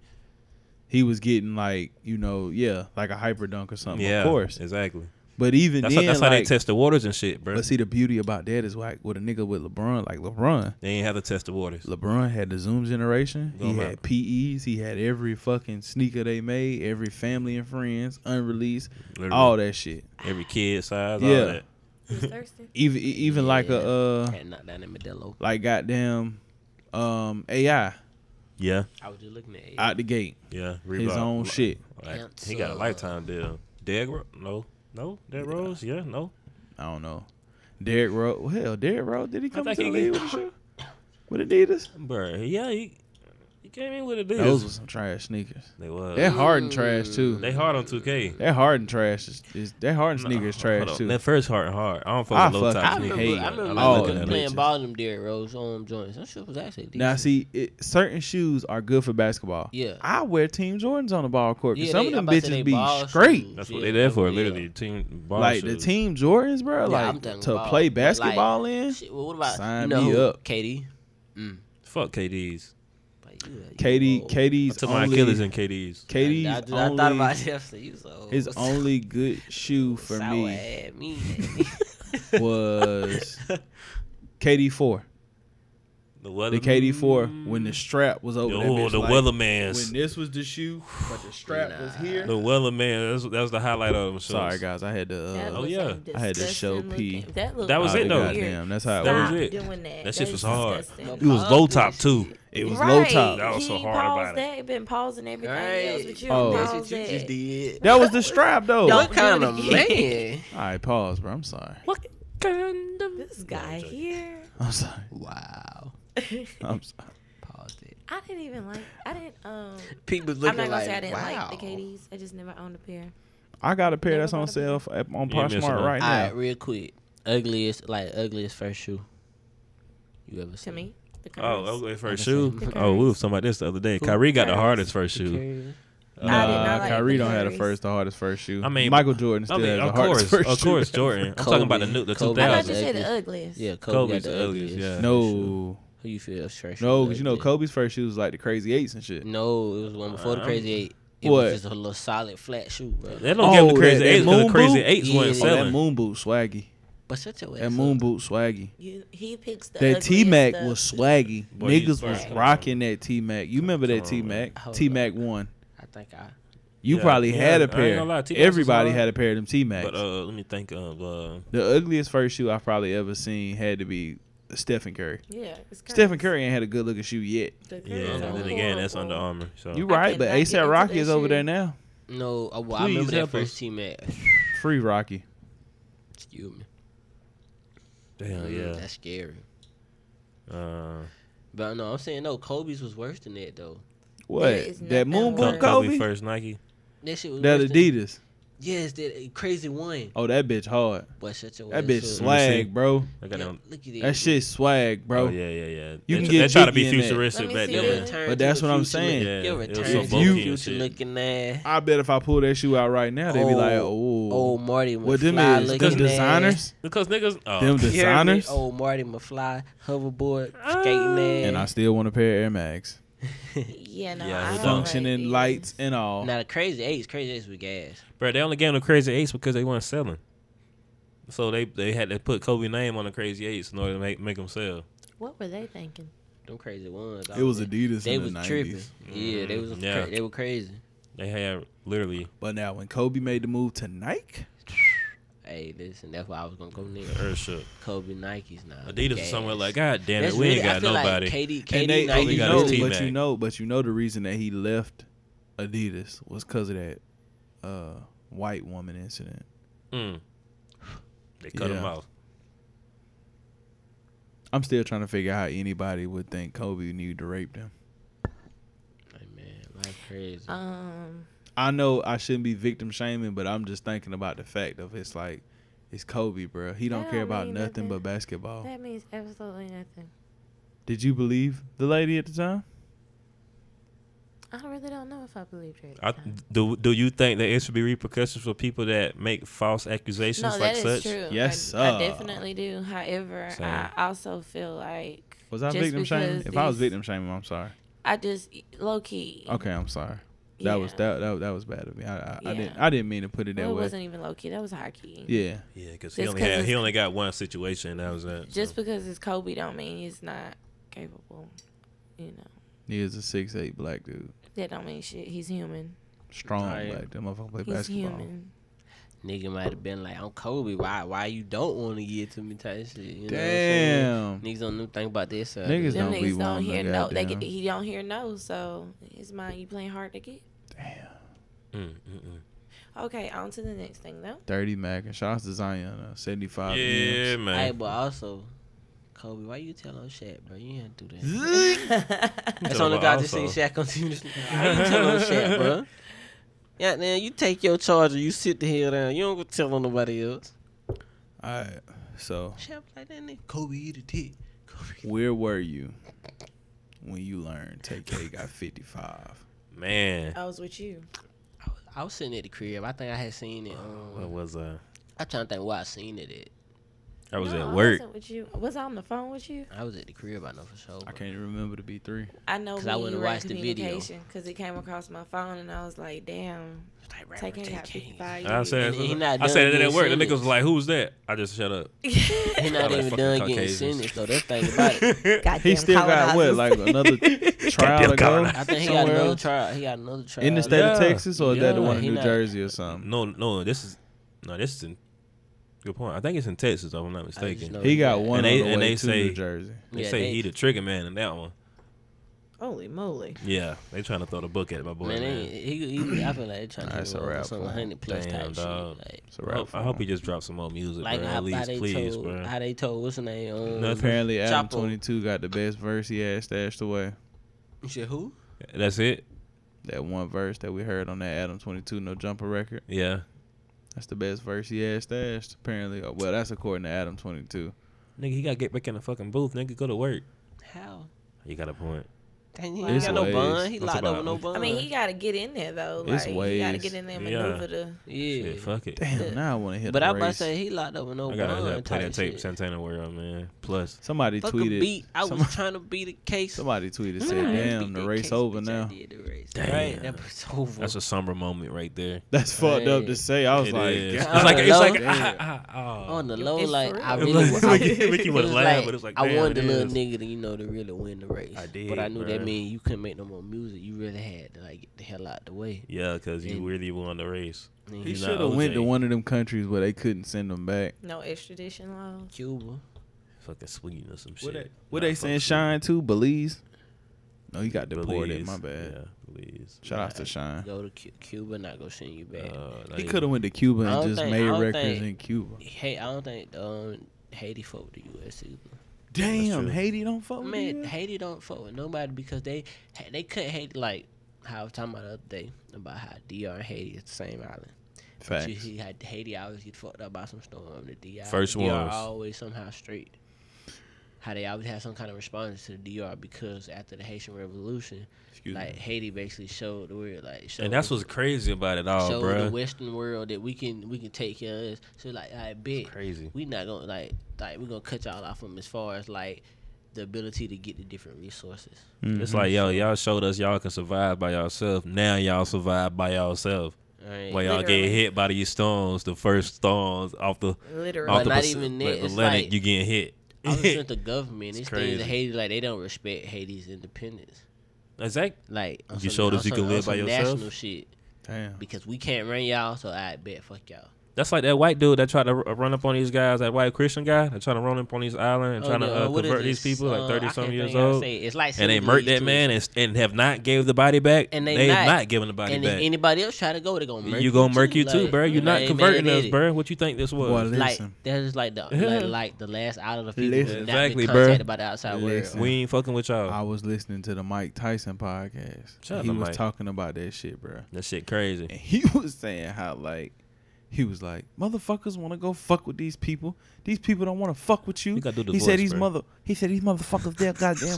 Speaker 2: He was getting like you know, yeah, like a hyper dunk or something.
Speaker 4: yeah,
Speaker 2: Of course,
Speaker 4: exactly.
Speaker 2: but even
Speaker 4: That's,
Speaker 2: then,
Speaker 4: how, that's
Speaker 2: like,
Speaker 4: how they test the waters and shit, bro.
Speaker 2: But see, the beauty about that is like with a nigga with LeBron, like LeBron.
Speaker 4: They ain't have to test the waters.
Speaker 2: LeBron had the Zoom generation.
Speaker 4: Go
Speaker 2: He
Speaker 4: back.
Speaker 2: had PEs. He had every fucking sneaker they made, every family and friends, unreleased,
Speaker 4: Literally.
Speaker 2: all that shit.
Speaker 4: Every kid size,
Speaker 2: Oh. Yeah.
Speaker 4: all that.
Speaker 5: He's thirsty.
Speaker 2: Even even like a uh,
Speaker 1: Had knocked down in Modelo.
Speaker 2: like goddamn, um, AI
Speaker 4: Yeah,
Speaker 1: I was just looking at it.
Speaker 2: out the gate,
Speaker 4: yeah.
Speaker 2: his
Speaker 4: Reebok.
Speaker 2: own
Speaker 4: Li-
Speaker 2: shit.
Speaker 4: like,
Speaker 1: Ants,
Speaker 4: he got a
Speaker 1: uh,
Speaker 4: lifetime deal. Derrick, Ro- no, no. Derrick
Speaker 2: Yeah.
Speaker 4: Rose, yeah, no.
Speaker 2: I don't know. Derrick Rose. Well, hell, Derrick Rose. Did he come to
Speaker 4: think
Speaker 2: the
Speaker 4: he
Speaker 2: league
Speaker 4: did.
Speaker 2: with a shoe? With Adidas?
Speaker 4: Bro, yeah, he, he He came in with a deal.
Speaker 2: Those were some trash sneakers.
Speaker 4: they was.
Speaker 2: That hard and trash too.
Speaker 4: They hard on 2K.
Speaker 2: That hard and trash is, is that hard and
Speaker 4: No,
Speaker 2: sneakers
Speaker 4: hold
Speaker 2: trash
Speaker 4: on.
Speaker 2: too.
Speaker 4: That first hard and hard. I don't
Speaker 2: I
Speaker 4: fuck with low
Speaker 2: fucking
Speaker 4: top
Speaker 1: I
Speaker 4: sneakers.
Speaker 1: remember,
Speaker 2: hate
Speaker 1: I
Speaker 2: it.
Speaker 1: remember
Speaker 2: I like
Speaker 1: looking-
Speaker 2: that
Speaker 1: playing
Speaker 2: bitches.
Speaker 1: ball in them Derrick Rose um, joints. That shit was actually decent.
Speaker 2: Now see, it, certain shoes are good for basketball.
Speaker 1: Yeah.
Speaker 2: I wear Team Jordans on the ball court. 'cause
Speaker 1: Yeah,
Speaker 2: some
Speaker 1: they-
Speaker 2: of them
Speaker 1: I'm about to say
Speaker 2: bitches
Speaker 1: they
Speaker 2: be
Speaker 1: ball
Speaker 2: straight.
Speaker 1: shoes.
Speaker 4: That's
Speaker 1: Yeah,
Speaker 4: what they there for,
Speaker 1: yeah.
Speaker 4: literally. Team ball
Speaker 2: like
Speaker 4: shoes.
Speaker 2: the Team Jordans, bro.
Speaker 1: Yeah, I'm
Speaker 2: like
Speaker 1: talking
Speaker 2: to
Speaker 1: about,
Speaker 2: play
Speaker 1: but, like,
Speaker 2: basketball in.
Speaker 1: Shit, well, what about
Speaker 2: Sign
Speaker 1: you know
Speaker 2: me
Speaker 1: who?
Speaker 2: up.
Speaker 1: KD?
Speaker 4: Fuck KDs.
Speaker 1: Like, you- you
Speaker 2: Katie,
Speaker 1: old.
Speaker 4: I
Speaker 2: Katie's
Speaker 4: took my
Speaker 2: only,
Speaker 4: Achilles in KDs.
Speaker 2: Katie's
Speaker 1: I, I, just- I
Speaker 2: only,
Speaker 1: thought about that. I said, you so
Speaker 2: his
Speaker 1: so-
Speaker 2: only good shoe for
Speaker 1: sour
Speaker 2: me
Speaker 1: at me. man.
Speaker 2: was KD four.
Speaker 4: The weather.
Speaker 2: The KD four when the strap was over. that
Speaker 4: Oh,
Speaker 2: bitch,
Speaker 4: Mm. the
Speaker 2: like, When
Speaker 4: weatherman's.
Speaker 2: this was the shoe, but the strap was here.
Speaker 4: The weatherman. That's, that was the highlight of them shows.
Speaker 2: Sorry guys, I had to. Uh,
Speaker 5: That
Speaker 4: Oh,
Speaker 5: was
Speaker 4: yeah.
Speaker 5: some
Speaker 2: I had to show
Speaker 5: disgusting
Speaker 2: P.
Speaker 5: looking- That, looked
Speaker 4: That was
Speaker 2: Oh,
Speaker 4: it, though.
Speaker 2: Goddamn, that's how it
Speaker 4: That
Speaker 2: works.
Speaker 4: was it.
Speaker 5: Doing that.
Speaker 4: That shit
Speaker 5: is
Speaker 4: was hard.
Speaker 5: disgusting.
Speaker 4: It was
Speaker 1: Pause
Speaker 4: low
Speaker 1: that
Speaker 4: top
Speaker 1: shit.
Speaker 4: too.
Speaker 2: It was
Speaker 5: right.
Speaker 2: low top.
Speaker 4: That was so
Speaker 5: he
Speaker 4: hard
Speaker 5: paused
Speaker 4: about it.
Speaker 5: That. It been pausing everything else, but you
Speaker 2: Oh.
Speaker 5: oh.
Speaker 1: That's
Speaker 2: That's
Speaker 1: what you just did.
Speaker 2: That was the strap though.
Speaker 1: What kind
Speaker 5: Don't do
Speaker 1: of
Speaker 5: it
Speaker 1: man?
Speaker 5: again.
Speaker 2: All right, pause, bro. I'm sorry.
Speaker 4: What kind of?
Speaker 5: This guy here,
Speaker 2: I'm sorry.
Speaker 1: Wow.
Speaker 2: I'm sorry.
Speaker 1: Pause it.
Speaker 5: I didn't even like. I didn't. Um,
Speaker 1: Pete was
Speaker 5: I'm not
Speaker 1: looking
Speaker 5: gonna
Speaker 1: like,
Speaker 5: say I didn't
Speaker 1: wow.
Speaker 5: like the KDs. I just never owned a pair.
Speaker 2: I got a pair
Speaker 5: Never
Speaker 2: that's on
Speaker 5: got a pair.
Speaker 2: sale f- at- on
Speaker 4: You ain't
Speaker 2: Poshmark
Speaker 4: missing nothing.
Speaker 2: right
Speaker 1: All right,
Speaker 2: now.
Speaker 1: real quick. Ugliest, like ugliest first shoe you ever
Speaker 5: To
Speaker 1: seen.
Speaker 5: me, the
Speaker 4: Oh,
Speaker 5: Currys.
Speaker 4: okay,
Speaker 1: Like I
Speaker 4: first shoe.
Speaker 1: said.
Speaker 4: Oh, we was talking about this the other day.
Speaker 1: Who
Speaker 4: Kyrie got the
Speaker 1: cares?
Speaker 4: hardest first
Speaker 1: Who
Speaker 4: shoe.
Speaker 1: cares?
Speaker 5: I did
Speaker 2: Nah,
Speaker 5: not like
Speaker 2: Uh, Kyrie
Speaker 5: the
Speaker 2: don't have the
Speaker 5: Currys.
Speaker 2: first, the hardest first shoe.
Speaker 4: I mean-
Speaker 2: Michael Jordan still
Speaker 4: I mean,
Speaker 2: has the
Speaker 4: of
Speaker 2: hardest
Speaker 4: course,
Speaker 2: first
Speaker 4: of
Speaker 2: shoe.
Speaker 4: course, Jordan. I'm talking about the
Speaker 1: Kobe.
Speaker 4: new, the
Speaker 1: Kobe.
Speaker 5: I
Speaker 1: That
Speaker 5: thought
Speaker 4: 2000.
Speaker 5: you
Speaker 1: was
Speaker 5: said the
Speaker 1: ugly.
Speaker 5: ugliest.
Speaker 1: Yeah, Kobe
Speaker 4: Kobe's
Speaker 1: got
Speaker 4: the
Speaker 1: the
Speaker 4: ugliest,
Speaker 1: ugliest.
Speaker 4: yeah.
Speaker 2: No,
Speaker 1: Who you feel is first?
Speaker 2: no,
Speaker 1: shoe
Speaker 2: because you know
Speaker 1: ugly?
Speaker 2: Kobe's first shoe was like the Crazy Eights and shit.
Speaker 1: No, it was one before the
Speaker 4: Um,
Speaker 1: Crazy Eight. It
Speaker 2: what?
Speaker 1: was just a little solid flat shoe, bro.
Speaker 4: They don't give him
Speaker 2: Oh,
Speaker 4: the crazy
Speaker 2: that- that
Speaker 4: eights because
Speaker 2: Moon
Speaker 4: the crazy
Speaker 2: Boot?
Speaker 4: eights weren't
Speaker 1: Yeah.
Speaker 2: Oh, that
Speaker 4: selling.
Speaker 2: moon boot swaggy.
Speaker 1: but shut your ass
Speaker 2: That
Speaker 1: up.
Speaker 2: moon boot swaggy.
Speaker 5: You, he picks the
Speaker 2: That
Speaker 5: ugliest
Speaker 2: T Mac
Speaker 5: stuff.
Speaker 2: was swaggy.
Speaker 4: Boy, you
Speaker 2: Niggas was
Speaker 4: swag.
Speaker 2: rocking that T Mac. You remember that
Speaker 4: Come
Speaker 2: T
Speaker 4: on, man.
Speaker 2: Mac?
Speaker 1: Hold
Speaker 2: T Mac one.
Speaker 1: I think I.
Speaker 2: You
Speaker 4: Yeah,
Speaker 2: probably
Speaker 4: yeah,
Speaker 2: had a
Speaker 4: I ain't
Speaker 2: pair.
Speaker 4: gonna lie, T-Macs was
Speaker 2: Everybody
Speaker 4: hard.
Speaker 2: had a pair of them T Macs.
Speaker 4: But uh, let me think of uh,
Speaker 2: the ugliest first shoe I've probably ever seen had to be Stephen Curry.
Speaker 5: Yeah, it's Currys.
Speaker 2: Stephen Curry ain't had a good looking shoe yet.
Speaker 5: The
Speaker 4: yeah.
Speaker 5: Currys
Speaker 4: And
Speaker 5: are
Speaker 4: then again, that's Under
Speaker 5: horrible.
Speaker 4: Armour. So
Speaker 2: You right, but
Speaker 5: cannot get
Speaker 2: ASAP
Speaker 5: into
Speaker 2: Rocky
Speaker 5: that
Speaker 2: is over
Speaker 5: shoe.
Speaker 2: there now.
Speaker 1: No, uh, well, I
Speaker 4: Please
Speaker 1: remember that
Speaker 4: help
Speaker 1: first
Speaker 4: us.
Speaker 1: T Mac.
Speaker 2: Free Rocky.
Speaker 1: Excuse me.
Speaker 4: damn,
Speaker 1: Mm,
Speaker 4: yeah.
Speaker 1: That's scary.
Speaker 4: Uh,
Speaker 1: But no, I'm saying no. Kobe's was worse than that though.
Speaker 2: What?
Speaker 5: is
Speaker 2: That moon
Speaker 5: nothing
Speaker 4: Kobe,
Speaker 2: boot
Speaker 5: worse.
Speaker 2: Kobe?
Speaker 4: first Nike.
Speaker 1: That shit was.
Speaker 2: That
Speaker 1: worse than-
Speaker 2: Adidas.
Speaker 1: Yes, that uh, crazy one.
Speaker 2: Oh, that bitch hard.
Speaker 1: But shut your ass
Speaker 2: That bitch
Speaker 1: up.
Speaker 4: Let me see.
Speaker 2: swag, bro.
Speaker 4: I
Speaker 1: Yeah,
Speaker 4: got them.
Speaker 1: Look at that.
Speaker 2: That shit swag, bro.
Speaker 4: Bro, yeah, yeah, yeah.
Speaker 2: You
Speaker 4: they,
Speaker 2: can
Speaker 4: tr-
Speaker 2: get
Speaker 4: they try to be
Speaker 2: jiggy in that.
Speaker 4: futuristic
Speaker 5: Let me
Speaker 4: back
Speaker 5: see
Speaker 1: Your
Speaker 5: Yeah.
Speaker 4: then.
Speaker 1: return
Speaker 2: But
Speaker 1: to
Speaker 2: that's
Speaker 1: the
Speaker 2: what I'm
Speaker 1: future
Speaker 2: saying.
Speaker 1: look-
Speaker 4: Yeah,
Speaker 1: Your
Speaker 4: it was
Speaker 1: return
Speaker 4: so
Speaker 1: to
Speaker 2: bulky
Speaker 1: the
Speaker 2: and
Speaker 1: future
Speaker 4: shit.
Speaker 1: looking ass.
Speaker 2: I bet if I pull that shoe out right now, they'd be like, oh.
Speaker 1: Old Marty McFly
Speaker 2: What them is?
Speaker 1: looking
Speaker 2: Them
Speaker 1: ass.
Speaker 2: designers?
Speaker 4: Because niggas, oh,
Speaker 1: You
Speaker 2: Them
Speaker 1: heard me?
Speaker 2: designers?
Speaker 1: Old Marty McFly hoverboard
Speaker 4: Ah.
Speaker 1: skating ass.
Speaker 2: And I still want a pair of Air Max.
Speaker 5: Yeah, no,
Speaker 4: Yeah,
Speaker 5: I
Speaker 4: it's
Speaker 5: don't
Speaker 2: Functioning
Speaker 5: like these.
Speaker 2: lights and all.
Speaker 1: Now the crazy eights, crazy eights with gas.
Speaker 4: bro, they only gave them the crazy eights because they weren't selling. So they they had to put Kobe name on the crazy eights in order to make make them sell.
Speaker 5: What were they thinking?
Speaker 1: Them crazy ones.
Speaker 2: It was
Speaker 1: I-
Speaker 2: Adidas
Speaker 1: They
Speaker 2: in
Speaker 1: was
Speaker 2: the 90s.
Speaker 1: tripping. Yeah, they was.
Speaker 4: Mhm. Yeah.
Speaker 1: Cra- they were crazy.
Speaker 4: They had literally
Speaker 2: But now, when Kobe made the move to Nike,
Speaker 1: Hey, listen, that's why I was gonna go near
Speaker 4: earth shook.
Speaker 1: Kobe Nikes now.
Speaker 4: Adidas
Speaker 1: Gas.
Speaker 4: was somewhere like, God damn it,
Speaker 1: That's
Speaker 4: we
Speaker 1: really,
Speaker 4: ain't
Speaker 1: I
Speaker 4: got
Speaker 1: feel
Speaker 4: nobody.
Speaker 1: Like KD, KD
Speaker 2: and they, oh,
Speaker 1: Nikes
Speaker 2: you
Speaker 4: got
Speaker 2: know,
Speaker 4: his
Speaker 2: but
Speaker 4: T-Mac.
Speaker 2: you know, but you know, the reason that he left Adidas was because of that uh, white woman incident.
Speaker 4: Mm. They cut
Speaker 2: Yeah.
Speaker 4: him off.
Speaker 2: I'm still trying to figure out how anybody would think Kobe needed to rape them.
Speaker 1: Like, man, life crazy.
Speaker 5: Um,
Speaker 2: I know I shouldn't be victim shaming, but I'm just thinking about the fact of it's like it's Kobe, bro. He don't
Speaker 5: That
Speaker 2: care
Speaker 5: don't
Speaker 2: about
Speaker 5: mean
Speaker 2: nothing
Speaker 5: nothing.
Speaker 2: but
Speaker 1: Oh.
Speaker 2: basketball.
Speaker 5: that means absolutely nothing.
Speaker 2: Did you believe the lady at the time?
Speaker 5: I really don't know if I believed her.
Speaker 4: I,
Speaker 5: At the time.
Speaker 4: do do you think that it should be repercussions for people that make false accusations
Speaker 5: No,
Speaker 4: like
Speaker 5: that
Speaker 4: such?
Speaker 5: is true.
Speaker 2: Yes, uh,
Speaker 5: I,
Speaker 2: sir.
Speaker 5: I definitely do. However,
Speaker 4: Same.
Speaker 5: I also feel like
Speaker 2: Was I
Speaker 5: Just
Speaker 2: victim shaming?
Speaker 5: because
Speaker 2: If I was
Speaker 5: these-
Speaker 2: victim shaming, I'm sorry.
Speaker 5: I just low key.
Speaker 2: Okay, I'm sorry. That was
Speaker 5: yeah.
Speaker 2: that, that that was bad of me. I, I, I didn't
Speaker 5: Yeah.
Speaker 2: I didn't mean to put it that
Speaker 5: Well, it
Speaker 2: way.
Speaker 5: wasn't even low key. That was high key.
Speaker 2: yeah.
Speaker 4: Yeah, because he
Speaker 5: Just
Speaker 4: only
Speaker 5: 'cause
Speaker 4: had
Speaker 5: it's-
Speaker 4: he only got one situation. That was that.
Speaker 5: Just
Speaker 4: so.
Speaker 5: because it's Kobe, don't mean he's not capable. You know,
Speaker 2: He is a six eight black dude.
Speaker 5: that don't mean shit. He's human.
Speaker 2: Strong
Speaker 1: I am.
Speaker 2: black dude. Motherfucker play
Speaker 5: He's
Speaker 2: basketball.
Speaker 5: human.
Speaker 1: Nigga might have been like, I'm Kobe. Why? Why you don't want to get to me? Type shit. You know What
Speaker 2: Damn.
Speaker 1: I'm saying? Niggas don't know think about this. Uh,
Speaker 2: Niggas
Speaker 5: Them
Speaker 2: don't be
Speaker 5: niggas don't
Speaker 2: wanting
Speaker 5: hear
Speaker 2: to
Speaker 5: no. They
Speaker 2: goddamn-
Speaker 5: get, he don't hear no. So his mind, you playing hard to get.
Speaker 2: Damn.
Speaker 4: Mm, mm, mm.
Speaker 5: Okay, on to the next thing though.
Speaker 2: Thirty Mac and shots to Zion. Uh, Seventy five.
Speaker 4: Yeah,
Speaker 1: Hey,
Speaker 4: man.
Speaker 1: but also, Kobe, why you tell on Shaq, bro? You ain't do that. That's only guy just seen Shaq on TV. Why you tell on Shaq, bro? Yeah, man, you take your charger, you sit the hell down. You don't go tell on nobody else.
Speaker 2: All right. So,
Speaker 1: Shaq like that nigga. Kobe eat a dick. Kobe.
Speaker 2: where were you when you learned TK got 55?
Speaker 4: Man,
Speaker 5: I was with you.
Speaker 1: I was, I was sitting at the crib. I think I had seen it.
Speaker 4: what
Speaker 1: Um,
Speaker 4: was I?
Speaker 1: I'm trying to think why I seen it at.
Speaker 4: I was
Speaker 5: No,
Speaker 4: at work.
Speaker 5: I wasn't with you. Was I on the phone with you?
Speaker 1: I was at the crib, I know for sure.
Speaker 2: I
Speaker 1: but-
Speaker 2: can't even remember the B3.
Speaker 5: I know
Speaker 1: 'Cause
Speaker 5: when
Speaker 1: I
Speaker 5: you
Speaker 1: wouldn't
Speaker 5: were
Speaker 1: watch
Speaker 5: in
Speaker 1: the video.
Speaker 5: communication because it came across my phone and I was like, damn,
Speaker 1: Like, rapper
Speaker 5: taking out
Speaker 1: TK.
Speaker 5: 55
Speaker 4: I
Speaker 5: years.
Speaker 4: said,
Speaker 1: He- he not
Speaker 4: I
Speaker 1: done
Speaker 4: said it
Speaker 1: getting
Speaker 4: at work. The
Speaker 1: sentenced.
Speaker 4: nigga was like, "Who's that?" I just shut up.
Speaker 1: He
Speaker 4: All
Speaker 1: not even
Speaker 4: that fucking
Speaker 1: done getting
Speaker 4: Caucasians.
Speaker 1: sentenced though. That's the thing about it.
Speaker 5: Goddamn
Speaker 2: He still got what,
Speaker 5: colonizers.
Speaker 2: like another trial
Speaker 4: Goddamn
Speaker 2: to go?
Speaker 4: colonizer.
Speaker 1: I think he
Speaker 2: somewhere
Speaker 1: got another
Speaker 2: else?
Speaker 1: trial. He got another trial.
Speaker 2: In the state of
Speaker 4: Yeah.
Speaker 2: Texas, or is that the
Speaker 1: Uh, Yeah,
Speaker 2: one in
Speaker 1: he
Speaker 2: New
Speaker 1: not-
Speaker 2: Jersey or
Speaker 1: Um,
Speaker 2: something?
Speaker 4: no, no, this is no, this is in, good point. I think it's in Texas, if I'm not
Speaker 1: I just
Speaker 4: mistaken.
Speaker 1: know
Speaker 2: He got
Speaker 1: got-
Speaker 2: one
Speaker 4: And
Speaker 2: on
Speaker 4: they-
Speaker 2: the
Speaker 4: and
Speaker 2: way
Speaker 4: they
Speaker 2: to
Speaker 4: say-
Speaker 2: New Jersey.
Speaker 4: They
Speaker 1: Yeah,
Speaker 4: say
Speaker 1: they-
Speaker 4: he the trigger man in that one.
Speaker 5: Holy moly.
Speaker 4: Yeah, they trying to throw the book at my boy.
Speaker 1: Man,
Speaker 4: Man,
Speaker 1: they, he, he, I feel like they're trying to
Speaker 2: That's
Speaker 1: do
Speaker 2: a wrap,
Speaker 1: some
Speaker 2: bro.
Speaker 1: 100 plus
Speaker 4: Damn,
Speaker 1: type
Speaker 4: dog.
Speaker 1: shit. Like,
Speaker 2: It's a
Speaker 4: I,
Speaker 2: wrap
Speaker 4: hope, I
Speaker 2: for
Speaker 4: hope
Speaker 2: him.
Speaker 4: he just dropped some more music,
Speaker 1: like
Speaker 4: bro.
Speaker 1: how,
Speaker 4: At
Speaker 1: how
Speaker 4: least,
Speaker 1: they
Speaker 4: please,
Speaker 1: told,
Speaker 4: bro.
Speaker 1: how they told what's the name? Um,
Speaker 4: Nothing.
Speaker 2: Apparently, Adam
Speaker 1: Chapo.
Speaker 2: 22 got the best verse he had stashed away.
Speaker 1: You said who?
Speaker 4: That's it.
Speaker 2: That one verse that we heard on that Adam 22 No Jumper record.
Speaker 4: Yeah,
Speaker 2: That's the best verse he had stashed, apparently. Oh, Well, that's according to Adam 22.
Speaker 4: nigga, he got to get back in the fucking booth. Nigga, go to work.
Speaker 1: How?
Speaker 4: You got a point.
Speaker 1: Dang, he
Speaker 5: Wow.
Speaker 1: ain't
Speaker 5: It's
Speaker 1: got no
Speaker 2: ways.
Speaker 1: bond. He
Speaker 4: That's
Speaker 1: locked
Speaker 4: about-
Speaker 1: over no bond.
Speaker 5: I mean, he got to get in there, though.
Speaker 2: It's
Speaker 5: Like, he got to
Speaker 2: ways.
Speaker 5: get in there and
Speaker 4: Yeah.
Speaker 5: maneuver the.
Speaker 1: yeah.
Speaker 4: Shit, fuck it.
Speaker 2: Damn, now I want to hit
Speaker 1: But
Speaker 2: the
Speaker 1: I about to
Speaker 2: race.
Speaker 1: say he locked over no
Speaker 4: I
Speaker 1: bond.
Speaker 4: gotta, I gotta play
Speaker 1: type
Speaker 4: that tape,
Speaker 1: shit.
Speaker 4: Santana World, man. Plus,
Speaker 2: Somebody
Speaker 1: Fuck a
Speaker 2: tweeted.
Speaker 1: beat. I was
Speaker 2: some-
Speaker 1: trying to beat a case.
Speaker 2: somebody tweeted
Speaker 1: I
Speaker 2: said,
Speaker 1: didn't
Speaker 2: "Damn,
Speaker 1: beat
Speaker 2: the
Speaker 1: that
Speaker 2: race
Speaker 1: case,
Speaker 2: over
Speaker 1: bitch, I
Speaker 2: now."
Speaker 1: did the race.
Speaker 4: Damn.
Speaker 1: Right, that bit's over.
Speaker 4: that's a somber moment right there.
Speaker 2: That's fucked up to
Speaker 1: Right.
Speaker 2: say. I was
Speaker 4: It
Speaker 2: like,
Speaker 4: is.
Speaker 1: God
Speaker 4: it's like, it's
Speaker 1: damn.
Speaker 4: like,
Speaker 2: Damn.
Speaker 4: ah, ah, ah.
Speaker 1: on the low,
Speaker 5: It's
Speaker 1: like
Speaker 5: for
Speaker 1: I
Speaker 5: real.
Speaker 1: really,
Speaker 4: Like,
Speaker 1: I,
Speaker 4: Mickey
Speaker 1: it
Speaker 4: would've
Speaker 1: was
Speaker 4: laughed,
Speaker 1: like-
Speaker 4: but it's like,
Speaker 1: I
Speaker 4: damn,
Speaker 1: wanted the
Speaker 4: it
Speaker 1: little
Speaker 4: is.
Speaker 1: nigga to, you know, to really win the race.
Speaker 4: I did,
Speaker 1: but I knew that
Speaker 4: bruh.
Speaker 1: mean you couldn't make no more music. You really had to like get the hell out the way.
Speaker 4: Yeah, because you
Speaker 1: And-
Speaker 4: really won the race.
Speaker 1: I mean,
Speaker 2: He
Speaker 4: He's not
Speaker 2: should have went to
Speaker 4: OJ.
Speaker 2: one of them countries where they couldn't send him back.
Speaker 5: No extradition law.
Speaker 1: Cuba.
Speaker 4: Fucking Sweden or some
Speaker 2: What
Speaker 4: shit.
Speaker 2: they, what
Speaker 4: Nah,
Speaker 2: they
Speaker 4: fuck
Speaker 2: saying?
Speaker 4: Sweden.
Speaker 2: Shine to Belize. No, he got deported.
Speaker 4: Belize.
Speaker 2: My bad.
Speaker 4: Yeah, Belize.
Speaker 2: Shout outs to Shine.
Speaker 1: Go to Cu- Cuba, not gonna send you back.
Speaker 4: Uh,
Speaker 2: He
Speaker 4: like,
Speaker 2: could have went to Cuba
Speaker 1: I
Speaker 2: and
Speaker 1: don't
Speaker 2: just
Speaker 1: think- I
Speaker 2: made
Speaker 1: don't
Speaker 2: records
Speaker 1: think-
Speaker 2: in Cuba.
Speaker 1: hey, I don't think um Haiti fuck with the U.S. either.
Speaker 2: Damn,
Speaker 4: true.
Speaker 2: Haiti don't
Speaker 4: Oh,
Speaker 2: fuck with
Speaker 1: Man,
Speaker 2: you.
Speaker 1: Haiti don't fuck with nobody because they they cut Haiti like how I was talking about the other day about how DR and Haiti is the same island. You
Speaker 2: Facts.
Speaker 1: see, how Haiti always get fucked up by some storm. The DR,
Speaker 4: First
Speaker 1: DR
Speaker 4: ones.
Speaker 1: always somehow straight. How they always have some kind of response to the DR because after the Haitian Revolution,
Speaker 2: Excuse
Speaker 1: like
Speaker 2: me.
Speaker 1: Haiti basically showed the world, like showed,
Speaker 4: And that's what's crazy about it all,
Speaker 1: showed the
Speaker 4: bro.
Speaker 1: Western world that we can we can take care of this. So like I bet
Speaker 4: Crazy.
Speaker 1: we not gonna like like we gonna cut y'all off from as far as like the ability to get the different resources.
Speaker 2: Mm-hmm.
Speaker 1: Mm-hmm.
Speaker 4: It's like, yo, y'all showed us y'all can survive by yourself. Now y'all survive by yourself.
Speaker 1: All right.
Speaker 4: While y'all
Speaker 5: Literally.
Speaker 4: get hit by these storms, the first storms off the
Speaker 5: Literally.
Speaker 4: off
Speaker 1: But
Speaker 4: the
Speaker 1: not
Speaker 4: Paci-
Speaker 1: even
Speaker 4: the
Speaker 1: that, it's
Speaker 4: Atlantic,
Speaker 1: like-
Speaker 4: you getting hit.
Speaker 1: I was with the government.
Speaker 4: It's
Speaker 1: These things in
Speaker 4: crazy.
Speaker 1: Haiti like they don't respect Haiti's independence.
Speaker 4: Exact.
Speaker 1: Like on some-
Speaker 4: You showed
Speaker 1: on
Speaker 4: us you
Speaker 1: some-
Speaker 4: can
Speaker 1: on
Speaker 4: live by
Speaker 1: some
Speaker 4: yourself?
Speaker 1: National shit.
Speaker 2: Damn.
Speaker 1: because we can't run y'all, so I bet fuck y'all.
Speaker 4: That's like that white dude that tried to r- run up on these guys, that white Christian guy that tried to run up on these island and trying
Speaker 1: Oh,
Speaker 4: to
Speaker 1: no,
Speaker 4: uh,
Speaker 1: what is
Speaker 4: convert these
Speaker 1: this?
Speaker 4: people,
Speaker 1: Uh,
Speaker 4: like thirty
Speaker 1: I
Speaker 4: some
Speaker 1: can't
Speaker 4: years
Speaker 1: think of how to
Speaker 4: old,
Speaker 1: say it. It's like
Speaker 4: and they
Speaker 1: Synagogues
Speaker 4: murked that
Speaker 1: too.
Speaker 4: man and, and have not gave the body back,
Speaker 1: And they
Speaker 4: they, have
Speaker 1: not.
Speaker 4: not giving the body
Speaker 1: And
Speaker 4: back.
Speaker 1: if anybody else try to go, they gonna murk
Speaker 4: you gonna murk you too,
Speaker 1: Like,
Speaker 4: bro. You're not
Speaker 1: like,
Speaker 4: converting
Speaker 1: man,
Speaker 4: us,
Speaker 1: it-
Speaker 4: bro. What you think this was?
Speaker 2: Boy,
Speaker 1: Like
Speaker 2: Listen.
Speaker 1: that is like the
Speaker 4: Yeah.
Speaker 1: like, like the last out of the people
Speaker 2: Listen.
Speaker 1: who not
Speaker 4: Exactly,
Speaker 1: been
Speaker 4: bro.
Speaker 1: contacted by the outside
Speaker 2: Listen.
Speaker 1: world.
Speaker 4: we ain't fucking with y'all.
Speaker 2: I was listening to the Mike Tyson podcast.
Speaker 4: Shout out
Speaker 2: he
Speaker 4: to
Speaker 2: was
Speaker 4: Mike.
Speaker 2: talking about that shit, bro.
Speaker 4: that shit crazy.
Speaker 2: And he was saying how like he was like, motherfuckers want to go fuck with these people. These people don't want to fuck with you.
Speaker 4: You gotta do the
Speaker 2: he said
Speaker 4: voice,
Speaker 2: these
Speaker 4: bro.
Speaker 2: mother. He said these motherfuckers. They're goddamn.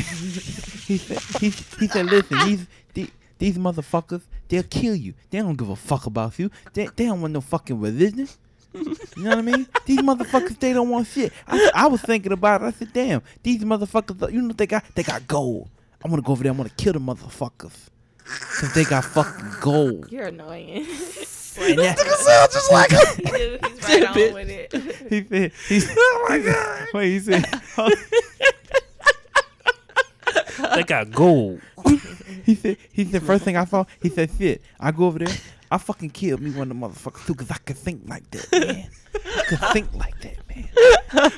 Speaker 2: he said he, he said listen these the, these motherfuckers. They'll kill you. They don't give a fuck about you. They they don't want no fucking religion. You know what I mean? These motherfuckers, they don't want shit. I, I was thinking about it. I said, damn, these motherfuckers, you know what they got? They got gold. I want to go over there. I want to kill the motherfuckers. Because they got fucking gold.
Speaker 5: You're annoying.
Speaker 2: And that's sounds just like
Speaker 5: He do- He's right on with it.
Speaker 2: He said, he said, oh my God. Wait, he said,
Speaker 4: they got gold.
Speaker 2: he said, he said, first thing I saw, he said, shit, I go over there, I fucking kill me one of the motherfuckers too, because I could think like that, man. I could think like that, man.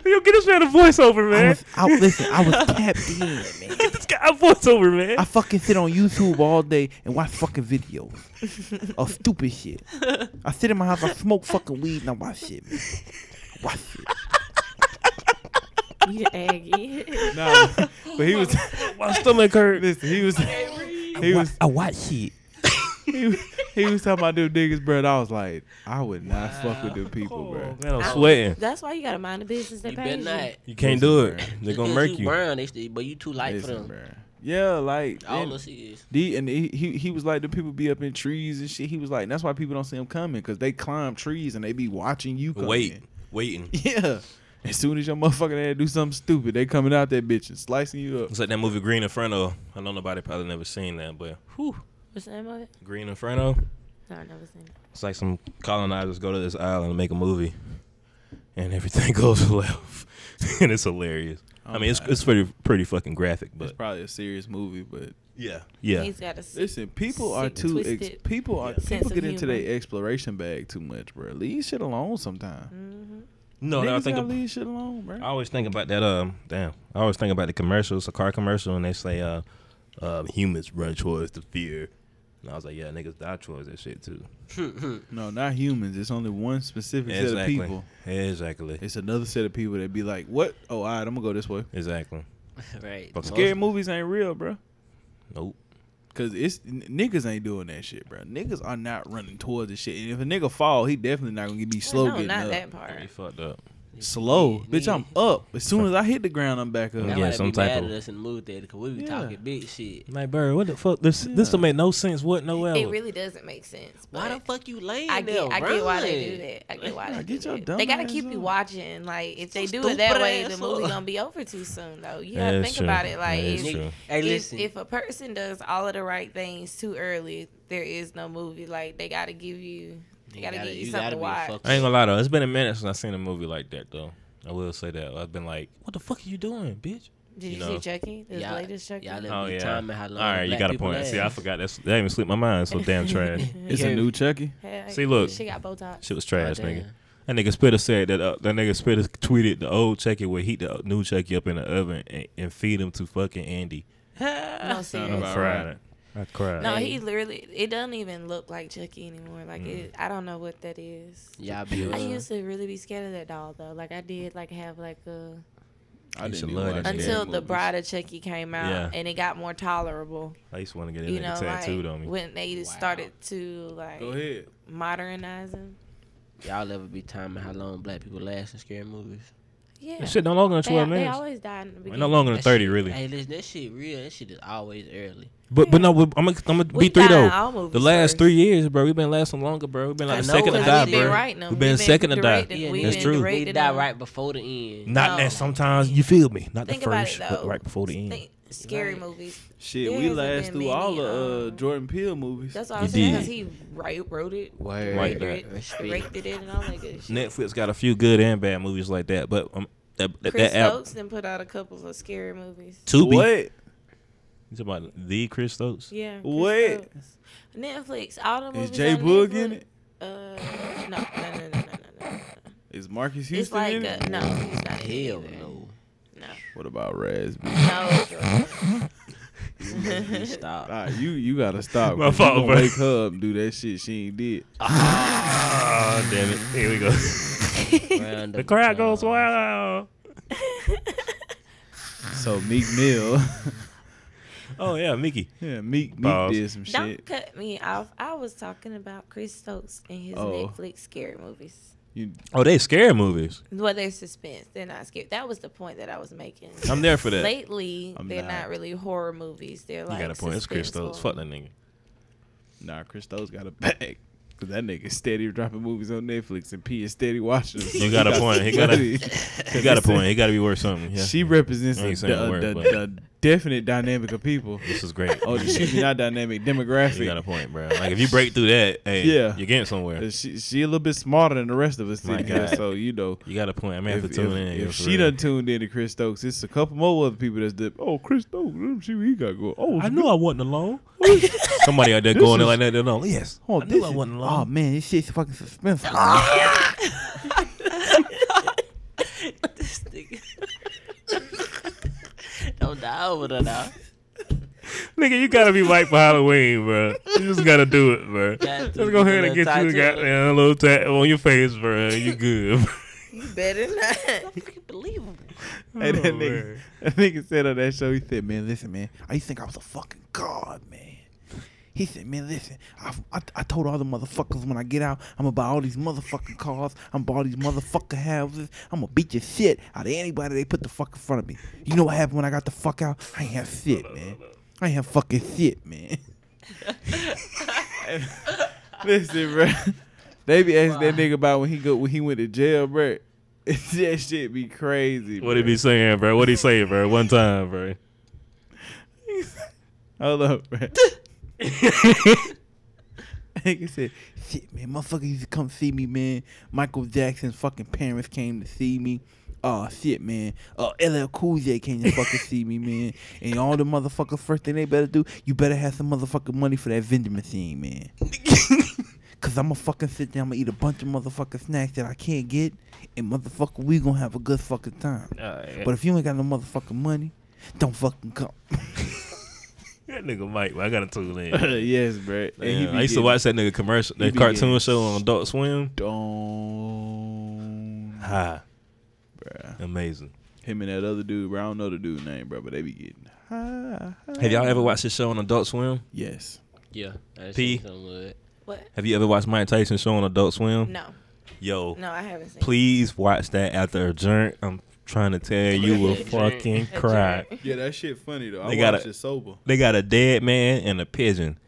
Speaker 4: Yo, get this man a voiceover,
Speaker 2: I
Speaker 4: man.
Speaker 2: was, I, listen, I was tapped in, man.
Speaker 4: Get this guy a voiceover, man.
Speaker 2: I fucking sit on YouTube all day and watch fucking videos of stupid shit. I sit in my house, I smoke fucking weed, and I watch shit, man. I watch shit.
Speaker 3: We the Aggie.
Speaker 2: Nah, but he was
Speaker 4: My stomach hurt.
Speaker 2: listen. He was he was
Speaker 4: I watch shit.
Speaker 2: he, was- he was talking about them niggas, bro. and I was like, I would not fuck with them people, bro.
Speaker 4: Man, I'm sweating.
Speaker 3: That's why you gotta mind the business that
Speaker 1: You
Speaker 3: pays
Speaker 1: better not.
Speaker 4: You can't do it.
Speaker 2: Listen,
Speaker 4: They're
Speaker 1: Just
Speaker 4: gonna
Speaker 1: 'cause
Speaker 4: murk you.
Speaker 1: Brown, they still, but you too light for
Speaker 2: Listen,
Speaker 1: them.
Speaker 2: bro. Yeah, like
Speaker 1: All
Speaker 2: and,
Speaker 1: us is.
Speaker 2: the, and he, he he was like the people be up in trees and shit. He was like that's why people don't see him coming because they climb trees and they be watching you. Come
Speaker 4: Wait,
Speaker 2: in.
Speaker 4: waiting.
Speaker 2: yeah. As soon as your motherfucking ass do something stupid, they coming out that bitch and slicing you up.
Speaker 4: It's like that movie Green Inferno. I know nobody probably never seen that, but whew,
Speaker 3: What's the name of it?
Speaker 4: Green Inferno.
Speaker 3: No, I never seen it.
Speaker 4: It's like some colonizers go to this island and make a movie, and everything goes left, and it's hilarious. I
Speaker 2: Oh
Speaker 4: mean, it's
Speaker 2: my.
Speaker 4: it's pretty pretty fucking graphic,
Speaker 2: It's
Speaker 4: but
Speaker 2: probably a serious movie, but
Speaker 4: yeah, yeah.
Speaker 3: He's got a sick
Speaker 2: listen, people are
Speaker 3: Sick,
Speaker 2: too ex-
Speaker 3: twisted
Speaker 2: people are
Speaker 3: sense
Speaker 2: people
Speaker 3: of
Speaker 2: get into
Speaker 3: humor.
Speaker 2: their exploration bag too much, bro. Leave shit alone sometime.
Speaker 3: Mm-hmm.
Speaker 4: No, no, I
Speaker 2: Niggas
Speaker 4: think
Speaker 2: gotta
Speaker 4: ab-
Speaker 2: leave shit alone, bro.
Speaker 4: I always think about that. Um, damn, I always think about the commercials, the car commercial, and they say, uh, um, humans run towards the fear, and I was like, yeah, niggas die towards that shit too.
Speaker 2: No, not humans. It's only one specific set of
Speaker 4: Exactly.
Speaker 2: people.
Speaker 4: Exactly.
Speaker 2: It's another set of people that be like, "What? Oh, all right, I'm gonna go this way."
Speaker 4: Exactly.
Speaker 1: right.
Speaker 4: Fuck
Speaker 2: Scary movies ain't real, bro.
Speaker 4: Nope.
Speaker 2: Cause it's n- niggas ain't doing that shit, bro. Niggas are not running towards this shit. And if a nigga fall, he definitely not gonna be slow
Speaker 3: no,
Speaker 2: getting
Speaker 3: not
Speaker 2: up.
Speaker 3: that
Speaker 4: You
Speaker 3: part.
Speaker 4: fucked up.
Speaker 2: Slow,
Speaker 1: Yeah,
Speaker 2: bitch. I'm up. As soon as I hit the ground, I'm back up.
Speaker 1: That
Speaker 4: Yeah,
Speaker 1: might
Speaker 4: some
Speaker 1: be
Speaker 4: type
Speaker 1: mad
Speaker 4: of-
Speaker 1: at us in the movie theater because we be
Speaker 2: Yeah.
Speaker 1: talking big shit.
Speaker 4: My bird, what the fuck? This this don't make no sense. What no
Speaker 3: It really doesn't make sense.
Speaker 1: Why the
Speaker 3: but
Speaker 1: fuck you laying
Speaker 3: I
Speaker 1: there?
Speaker 3: get, I get why they do
Speaker 1: Run.
Speaker 3: that. I get why they
Speaker 2: Yeah, get
Speaker 3: do
Speaker 2: your
Speaker 3: that.
Speaker 2: dumb
Speaker 3: They gotta
Speaker 2: ass
Speaker 3: keep you
Speaker 2: up.
Speaker 3: watching. Like if they
Speaker 1: So
Speaker 3: do it that
Speaker 1: stupid
Speaker 3: way, the
Speaker 1: ass
Speaker 3: movie
Speaker 1: up.
Speaker 3: gonna be over too soon. Though you gotta think about it. Like
Speaker 4: it's
Speaker 3: if,
Speaker 4: true.
Speaker 1: Hey,
Speaker 3: if-
Speaker 1: listen.
Speaker 3: if a person does all of the right things too early, there is no movie. Like they gotta give you, they
Speaker 1: You
Speaker 3: gotta,
Speaker 1: gotta-
Speaker 3: give you
Speaker 1: you
Speaker 3: something
Speaker 1: gotta
Speaker 3: to
Speaker 1: be
Speaker 3: watch.
Speaker 1: fucked
Speaker 4: I ain't gonna lie though. It's been a minute since I seen a movie like that though. I will say that. I've been like, what the fuck are you doing, bitch?
Speaker 3: Did you,
Speaker 4: you know.
Speaker 3: see Chucky? The
Speaker 1: Y'all-
Speaker 3: latest Chucky.
Speaker 1: y'all
Speaker 4: Oh,
Speaker 1: Let me
Speaker 4: yeah.
Speaker 1: time and how long
Speaker 4: All right, you
Speaker 1: black
Speaker 4: got a
Speaker 1: people
Speaker 4: point. See, I
Speaker 1: last.
Speaker 4: forgot. That's, that didn't even slip my mind. So damn trash.
Speaker 2: It's a
Speaker 1: Yeah.
Speaker 2: new Chucky.
Speaker 3: Hey,
Speaker 4: See, look.
Speaker 3: she got Botox.
Speaker 4: Shit was trash,
Speaker 1: Oh,
Speaker 4: nigga.
Speaker 1: damn.
Speaker 4: That nigga Spitter said that. Uh, that nigga Spitter tweeted the old Chucky would heat the new Chucky up in the oven and, and feed him to fucking Andy.
Speaker 3: No,
Speaker 2: Sound
Speaker 3: seriously.
Speaker 2: about right.
Speaker 4: I cried.
Speaker 3: No,
Speaker 1: Hey.
Speaker 3: he literally. It doesn't even look like Chucky anymore. Like
Speaker 4: Mm.
Speaker 3: it, I don't know what that is.
Speaker 1: Y'all be. uh,
Speaker 3: I used to really be scared of that doll though. Like I did, like have like a
Speaker 2: I
Speaker 4: It's
Speaker 2: didn't
Speaker 4: a
Speaker 2: even
Speaker 4: lot
Speaker 2: watch
Speaker 4: of
Speaker 2: scary
Speaker 4: shit.
Speaker 3: until the
Speaker 2: movies.
Speaker 3: Bride of Chucky came out,
Speaker 4: Yeah.
Speaker 3: and it got more tolerable.
Speaker 4: I used to want to get that
Speaker 3: you know,
Speaker 4: nigga tattooed
Speaker 3: like
Speaker 4: on me.
Speaker 3: when they
Speaker 1: Wow.
Speaker 3: started to like
Speaker 2: Go ahead.
Speaker 3: modernize them.
Speaker 1: Y'all ever be timing how long black people last in scary movies?
Speaker 3: Yeah,
Speaker 4: That shit no longer than
Speaker 3: they,
Speaker 4: twelve
Speaker 3: they
Speaker 4: minutes.
Speaker 3: always die in the beginning.
Speaker 4: No longer than
Speaker 1: That
Speaker 4: thirty,
Speaker 1: shit-
Speaker 4: really.
Speaker 1: Hey, listen, that shit real. That shit is always early.
Speaker 4: But but no, I'm gonna I'm
Speaker 3: We
Speaker 4: be three
Speaker 3: die in
Speaker 4: though.
Speaker 3: all movies
Speaker 4: The last
Speaker 3: first.
Speaker 4: three years, bro, we've been lasting longer, bro. We've been like
Speaker 1: I
Speaker 4: the
Speaker 1: know,
Speaker 4: second to
Speaker 1: but
Speaker 4: die,
Speaker 1: we
Speaker 4: bro.
Speaker 1: been
Speaker 3: writing them.
Speaker 4: We've been
Speaker 3: We been
Speaker 4: second to die.
Speaker 3: directing- we
Speaker 4: That's
Speaker 1: they-
Speaker 4: been true.
Speaker 1: They
Speaker 3: directing
Speaker 1: die
Speaker 3: them.
Speaker 1: right before the end.
Speaker 4: Not
Speaker 3: No.
Speaker 4: that sometimes you feel me, not
Speaker 3: Think
Speaker 4: the
Speaker 3: about
Speaker 4: first,
Speaker 3: it
Speaker 4: but
Speaker 3: though.
Speaker 4: right before the end.
Speaker 3: Think- scary
Speaker 1: Right.
Speaker 3: movies.
Speaker 2: Shit,
Speaker 3: There
Speaker 2: we
Speaker 3: hasn't
Speaker 2: last
Speaker 3: been
Speaker 2: through all
Speaker 3: many,
Speaker 2: the uh,
Speaker 3: um,
Speaker 2: Jordan Peele movies.
Speaker 3: That's all
Speaker 4: You
Speaker 3: I'm saying.
Speaker 4: did.
Speaker 3: Cause he wrote, wrote it,
Speaker 1: Word.
Speaker 4: Like
Speaker 3: directed it,
Speaker 4: that.
Speaker 1: Respect.
Speaker 3: directed it, and all that good shit.
Speaker 4: Netflix got a few good and bad movies like that, but um, that, that,
Speaker 3: Chris
Speaker 4: that app
Speaker 3: Stokes then put out a couple of scary movies.
Speaker 4: Tubi.
Speaker 2: What?
Speaker 4: You talking about the Chris Stokes?
Speaker 3: Yeah. Chris
Speaker 2: What?
Speaker 3: Stokes. Netflix. All the movies.
Speaker 2: Is Jay
Speaker 3: on
Speaker 2: Boog
Speaker 3: Netflix-
Speaker 2: in it?
Speaker 3: Uh, no, no, no, no, no, no, no. no.
Speaker 2: Is Marcus Houston
Speaker 3: It's like
Speaker 2: in
Speaker 3: a,
Speaker 2: it?
Speaker 3: no, he's not in it
Speaker 1: Hell
Speaker 3: either.
Speaker 1: no.
Speaker 3: No,
Speaker 2: What about Raz? B?
Speaker 3: no. Jordan.
Speaker 1: You Stop.
Speaker 2: All right, you you gotta stop.
Speaker 4: My
Speaker 2: 'cause
Speaker 4: fault,
Speaker 2: you gonna
Speaker 4: bro.
Speaker 2: wake her up and do that shit she ain't did.
Speaker 4: Ah, damn it! Here we go.
Speaker 1: Round
Speaker 4: the
Speaker 1: up,
Speaker 4: crowd
Speaker 1: uh,
Speaker 4: goes wild.
Speaker 2: So Meek Mill,
Speaker 4: Oh yeah, Mickey.
Speaker 2: yeah, Meek Meek
Speaker 4: Pause.
Speaker 2: did some
Speaker 3: Don't
Speaker 2: shit.
Speaker 3: cut me off. I was talking about Chris Stokes and his
Speaker 2: Oh.
Speaker 3: Netflix scary movies.
Speaker 2: You,
Speaker 4: Oh, they scary movies.
Speaker 3: Well, they're suspense. They're not scary. That was the point that I was making.
Speaker 4: I'm there for that.
Speaker 3: Lately,
Speaker 2: I'm
Speaker 3: they're
Speaker 2: not.
Speaker 3: not. really horror movies. They're
Speaker 4: you
Speaker 3: like
Speaker 4: got a point. It's Chris Stokes.
Speaker 3: suspenseful.
Speaker 4: Fuck that nigga.
Speaker 2: nah, Christo's got a bag. Cause that nigga steady dropping movies on Netflix and P is steady watching them. So
Speaker 4: You got a point. He got a-
Speaker 2: somebody-
Speaker 4: He got a point. He got to be worth something. Yeah.
Speaker 2: She represents
Speaker 4: I
Speaker 2: the,
Speaker 4: ain't saying a
Speaker 2: the,
Speaker 4: word,
Speaker 2: the,
Speaker 4: but-
Speaker 2: the definite dynamic of people.
Speaker 4: this is great.
Speaker 2: Oh, excuse me, not dynamic,
Speaker 4: You got a
Speaker 2: demographic.
Speaker 4: point, bro. Like if you break through that, hey,
Speaker 2: Yeah.
Speaker 4: you're getting somewhere.
Speaker 2: She she a little bit smarter than the rest of us
Speaker 4: My
Speaker 2: sitting here,
Speaker 4: God.
Speaker 2: so you know.
Speaker 4: You got a point. I may have
Speaker 2: If,
Speaker 4: to
Speaker 2: if,
Speaker 4: tune in.
Speaker 2: if
Speaker 4: yeah, for
Speaker 2: she
Speaker 4: real.
Speaker 2: done tuned in to Chris Stokes, it's a couple more other people that's dip. Oh, Chris Stokes, let me see what he got going. Oh,
Speaker 4: I
Speaker 2: it's
Speaker 4: knew I wasn't alone. Somebody out there
Speaker 2: This
Speaker 4: going there
Speaker 2: is-
Speaker 4: like that. They're like, yes.
Speaker 2: Oh,
Speaker 4: I
Speaker 2: this
Speaker 4: knew I
Speaker 2: is-
Speaker 4: wasn't
Speaker 2: oh
Speaker 4: alone.
Speaker 2: man, this shit's fucking suspenseful.
Speaker 1: This nigga. Don't die over there now.
Speaker 4: Nigga, you gotta be white for Halloween, bro. You just gotta do it, bro.
Speaker 1: Got
Speaker 4: Just
Speaker 1: to
Speaker 4: go
Speaker 1: get
Speaker 4: ahead and
Speaker 1: a
Speaker 4: get you a
Speaker 1: tattoo.
Speaker 4: goddamn little tat on your face, bro. You good.
Speaker 5: You better not.
Speaker 1: Fucking believable.
Speaker 2: Hey, that,
Speaker 4: Oh,
Speaker 2: nigga,
Speaker 4: man.
Speaker 2: that nigga said on that show, he said, man, listen, man, I used to think I was a fucking god, man. He said, man, listen, I, I, I told all the motherfuckers when I get out, I'm gonna buy all these motherfucking cars, I'm gonna buy all these motherfucking houses, I'm gonna beat your shit out of anybody they put the fuck in front of me. You know what happened when I got the fuck out? I ain't have shit, man. I ain't have fucking shit, man. listen, bro. They be asking that nigga about when he go when he went to jail, bro. that shit be crazy.
Speaker 4: What he
Speaker 2: bruh.
Speaker 4: be saying, bro? What he say, bro? One time, bro.
Speaker 2: Hold up, bro. Nigga said, shit, man, motherfucker used to come see me, man. Michael Jackson's fucking parents came to see me. Oh, shit, man. Uh, LL Cool J came to fucking see me, man. And all the motherfuckers, first thing they better do, you better have some motherfucking money for that vending machine, man. Cause I'ma fucking sit there, I'ma eat a bunch of motherfucking snacks that I can't get, and motherfucker, we gonna have a good fucking time. But if you ain't got no motherfucking money, don't fucking come.
Speaker 4: That nigga Mike, I gotta tune in.
Speaker 2: yes, bro.
Speaker 4: Damn, I used to watch that nigga commercial,
Speaker 2: he
Speaker 4: that
Speaker 2: be
Speaker 4: cartoon
Speaker 2: getting
Speaker 4: show on Adult Swim.
Speaker 2: Don't,
Speaker 4: Ha,
Speaker 2: bruh.
Speaker 4: amazing.
Speaker 2: Him and that other dude, bro. I don't know the dude name, bro, but they be getting high.
Speaker 4: Have y'all ever watched this show on Adult Swim?
Speaker 2: Yes.
Speaker 1: Yeah. I just
Speaker 4: P.
Speaker 1: seen something with it.
Speaker 5: What?
Speaker 4: Have you ever watched Mike Tyson show on Adult Swim?
Speaker 5: No,
Speaker 4: Yo,
Speaker 5: no, I haven't seen. it.
Speaker 4: please watch that after a joint. I'm trying to tell you, you will fucking
Speaker 5: A
Speaker 4: cry.
Speaker 5: jerk.
Speaker 2: Yeah, that shit funny though.
Speaker 4: They gotta-
Speaker 2: it sober.
Speaker 4: They got a dead man and a pigeon,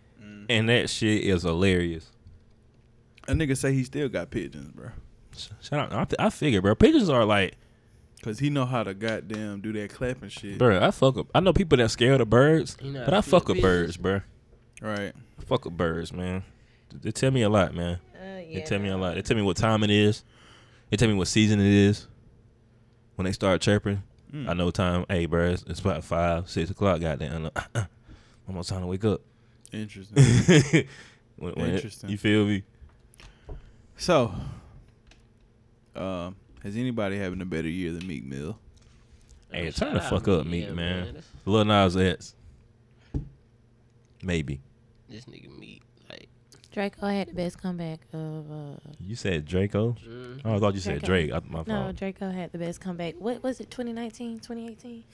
Speaker 4: and that shit is hilarious.
Speaker 2: A nigga say he still got pigeons, bro,
Speaker 4: Sh- Shout out, I, fi- I figure, bro. Pigeons are like,
Speaker 2: cause he know how to goddamn do that clapping shit.
Speaker 4: bro. I fuck up. I know people that scared of birds,
Speaker 1: You know how
Speaker 4: but
Speaker 1: to
Speaker 4: I
Speaker 1: feed
Speaker 4: fuck with
Speaker 1: pigeons?
Speaker 4: birds, bro.
Speaker 2: Right.
Speaker 4: I fuck with birds, man. They tell me a lot, man.
Speaker 5: Uh,
Speaker 4: They
Speaker 5: yeah,
Speaker 4: tell me a
Speaker 5: no.
Speaker 4: lot. They tell me what time it is. They tell me what season it is. When they start chirping,
Speaker 2: Mm.
Speaker 4: I know time. Hey, bro, it's, it's about five, six o'clock. Goddamn, I'm uh, almost time to wake up.
Speaker 2: Interesting.
Speaker 4: When- when it-
Speaker 2: Interesting.
Speaker 4: you feel me?
Speaker 2: so, um, has anybody having a better year than Meek Mill?
Speaker 4: Hey,
Speaker 1: Uh,
Speaker 4: turn the
Speaker 1: shout
Speaker 4: fuck
Speaker 1: out
Speaker 4: up, Meek, man.
Speaker 1: That's-
Speaker 4: Lil Nas X. Maybe
Speaker 1: This nigga meat. Like,
Speaker 3: Draco had the best comeback of. Uh,
Speaker 4: you said Draco.
Speaker 1: mm,
Speaker 4: Oh, I thought you said
Speaker 3: Draco.
Speaker 4: Drake. I, my
Speaker 3: no,
Speaker 4: fault.
Speaker 3: Draco had the best comeback. What was it? 2019, 2018?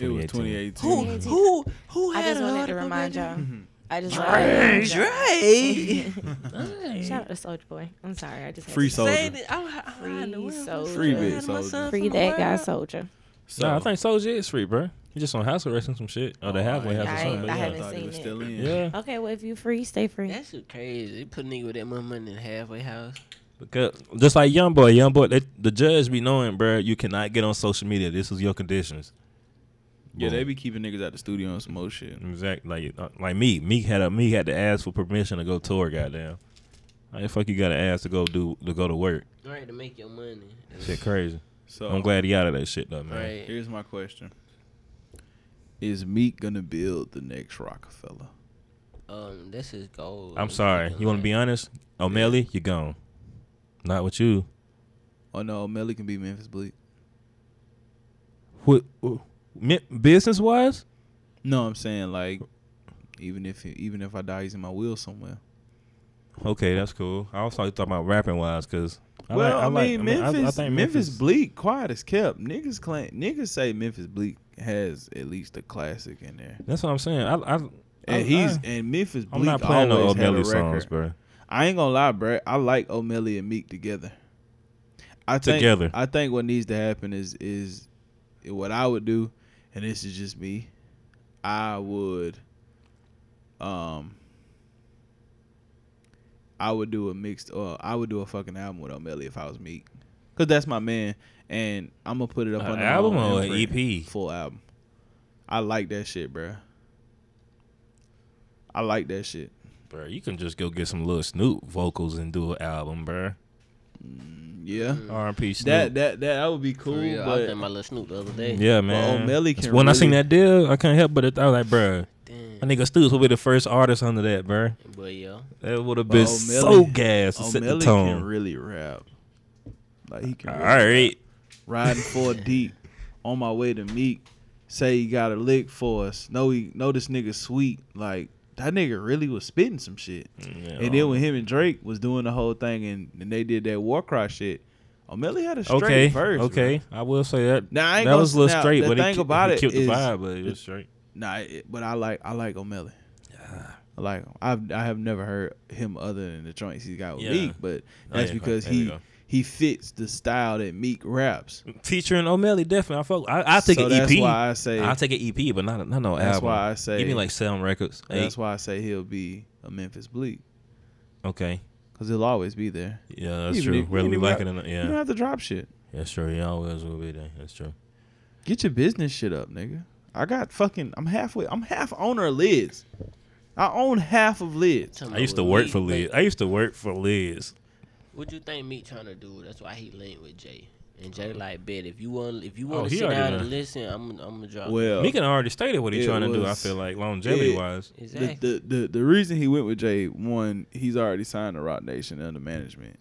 Speaker 2: It was
Speaker 4: 2018.
Speaker 2: 2018.
Speaker 1: who who
Speaker 5: I just wanted to remind y'all. I just
Speaker 1: Drake,
Speaker 5: wanted to remind
Speaker 1: Drake.
Speaker 3: y'all. Shout out to Soldier Boy. I'm sorry, I just had
Speaker 2: Free
Speaker 3: to-
Speaker 2: Soulja.
Speaker 1: Say that- I'm hi- I'm hiding the
Speaker 5: Free
Speaker 1: world from myself.
Speaker 2: Free
Speaker 5: Soulja.
Speaker 1: I'm hiding
Speaker 2: bit Soulja.
Speaker 1: myself
Speaker 5: Free
Speaker 1: from the
Speaker 5: that guy,
Speaker 1: world.
Speaker 5: Soldier.
Speaker 4: No, I think Soulja is free, bro. He's just on house arrest and some shit. Oh, they halfway house
Speaker 5: yeah,
Speaker 4: or
Speaker 5: I
Speaker 4: something.
Speaker 5: ain't-
Speaker 4: but
Speaker 5: I
Speaker 4: yeah.
Speaker 5: haven't
Speaker 2: thought he was
Speaker 5: seen it.
Speaker 2: still in.
Speaker 4: Yeah,
Speaker 3: Okay, well, if you free, stay free.
Speaker 1: That shit crazy. They put a nigga with that much money in the halfway house.
Speaker 4: because just like young boy, young boy, they, the judge be knowing, bro. You cannot get on social media. This is your conditions.
Speaker 2: Yeah, they
Speaker 4: Boom.
Speaker 2: be keeping niggas out the studio on some more shit.
Speaker 4: exactly like uh, like me. Meek had a Meek had to ask for permission to go tour. Goddamn, how the fuck you got to ask to go do to go to work?
Speaker 1: Right to make your money.
Speaker 4: Shit, crazy.
Speaker 2: So
Speaker 4: I'm glad he out of that shit though, man.
Speaker 1: Right.
Speaker 2: Here's my question: Is Meek gonna build the next Rockefeller?
Speaker 1: Um, this is gold.
Speaker 4: I'm sorry. You want to be honest? O'Malley, you gone. Not with you.
Speaker 2: Oh no, Melly can be Memphis Bleak.
Speaker 4: What business wise?
Speaker 2: No, I'm saying like, even if even if I die, he's in my will somewhere.
Speaker 4: Okay, that's cool. I was talking about rapping wise because
Speaker 2: well, I, mean, Memphis, Memphis, Bleak, quiet as kept. Niggas claim niggas say Memphis Bleak has at least a classic in there,
Speaker 4: That's what I'm saying. I, I,
Speaker 2: and
Speaker 4: I-
Speaker 2: he's
Speaker 4: I,
Speaker 2: and Memphis Bleak
Speaker 4: I'm not playing no
Speaker 2: always had a
Speaker 4: O'Malley
Speaker 2: record.
Speaker 4: songs, bro.
Speaker 2: I ain't gonna lie, bro. I like O'Malley and Meek together. I think,
Speaker 4: Together.
Speaker 2: I think what needs to happen is is what I would do, and this is just me. I would, um, I would do a mixed or I would do a fucking album with O'Malley if I was Meek, cause that's my man, and I'm gonna put it up
Speaker 4: An
Speaker 2: on
Speaker 4: album
Speaker 2: my own
Speaker 4: or an E
Speaker 2: imprint.
Speaker 4: EP?
Speaker 2: full album. I like that shit, bro. I like that shit.
Speaker 4: Bro, you can just go get some little Snoop vocals and do an album, bro.
Speaker 2: Yeah.
Speaker 4: R&P Snoop.
Speaker 2: That that that that would be
Speaker 1: Cool,
Speaker 2: cool,
Speaker 1: real, I was
Speaker 2: but
Speaker 1: in my little Snoop the other day.
Speaker 4: yeah, man.
Speaker 2: O'Malley
Speaker 4: That's
Speaker 2: can
Speaker 4: when I seen
Speaker 2: really-
Speaker 4: that deal, I couldn't help but it, I was like, bro,
Speaker 1: Damn.
Speaker 4: I nigga Snoop will be the first artist under that, bro.
Speaker 1: But yeah,
Speaker 4: That would have
Speaker 2: But
Speaker 4: been so
Speaker 2: O'Malley-
Speaker 4: gas to set the
Speaker 2: O'Malley
Speaker 4: tone.
Speaker 2: can really rap. Like he can.
Speaker 4: All
Speaker 2: Really
Speaker 4: right.
Speaker 2: Riding four deep, on my way to meet. Say he got a lick for us. No, he know this nigga sweet. Like that nigga really was spitting some shit.
Speaker 4: Yeah.
Speaker 2: And then when him and Drake was doing the whole thing, and, and they did that war cry shit, O'Malley had a straight
Speaker 4: Okay,
Speaker 2: verse.
Speaker 4: okay,
Speaker 2: bro.
Speaker 4: I will say that.
Speaker 2: Now, I ain't
Speaker 4: that
Speaker 2: gonna-
Speaker 4: was a little
Speaker 2: now,
Speaker 4: straight,
Speaker 2: the
Speaker 4: but
Speaker 2: thing
Speaker 4: it, ki-
Speaker 2: about
Speaker 4: it
Speaker 2: it
Speaker 4: killed
Speaker 2: is-
Speaker 4: the vibe. But it was straight.
Speaker 2: Nah, it, but I like I like O'Malley.
Speaker 4: Ah.
Speaker 2: I like him. I've I have never heard him other than the joints he got with
Speaker 4: Yeah.
Speaker 2: Meek, but
Speaker 4: Oh,
Speaker 2: that's
Speaker 4: yeah,
Speaker 2: because
Speaker 4: there we
Speaker 2: he
Speaker 4: go.
Speaker 2: he fits the style that Meek raps.
Speaker 4: Teacher and O'Malley definitely. I fuck. I E I take
Speaker 2: so
Speaker 4: an EP.
Speaker 2: that's why I say
Speaker 4: I'll take an EP, but not a, not no album.
Speaker 2: That's why I say-
Speaker 4: give me like seven records.
Speaker 2: that's
Speaker 4: Eight.
Speaker 2: why I say he'll be a Memphis Bleak
Speaker 4: okay,
Speaker 2: because he'll always be there.
Speaker 4: yeah, that's
Speaker 2: You
Speaker 4: true.
Speaker 2: don't even-
Speaker 4: Whether
Speaker 2: you
Speaker 4: we
Speaker 2: don't
Speaker 4: like it
Speaker 2: even
Speaker 4: or not,
Speaker 2: You don't
Speaker 4: yeah,
Speaker 2: have to drop shit.
Speaker 4: that's true. He always will be there. That's true.
Speaker 2: Get your business shit up, nigga. I got fucking. I'm halfway. I'm half owner of Lids. I own half of Lids.
Speaker 4: I used to work for Liz.
Speaker 1: Liz.
Speaker 4: I used to work for Liz.
Speaker 1: What you think Meek trying to do? That's why he linked with Jay. And Jay like, bet if you want, if you
Speaker 4: Oh,
Speaker 1: want to
Speaker 4: he
Speaker 1: sit
Speaker 4: already
Speaker 1: down
Speaker 4: done.
Speaker 1: and listen, I'm, I'm gonna drop.
Speaker 2: Well,
Speaker 4: Meek had already stated what he's
Speaker 2: It
Speaker 4: trying to do. I
Speaker 2: was-
Speaker 4: feel like longevity
Speaker 2: it-
Speaker 4: wise.
Speaker 1: exactly.
Speaker 2: the, the the the reason he went with Jay one, he's already signed to Rock Nation under management,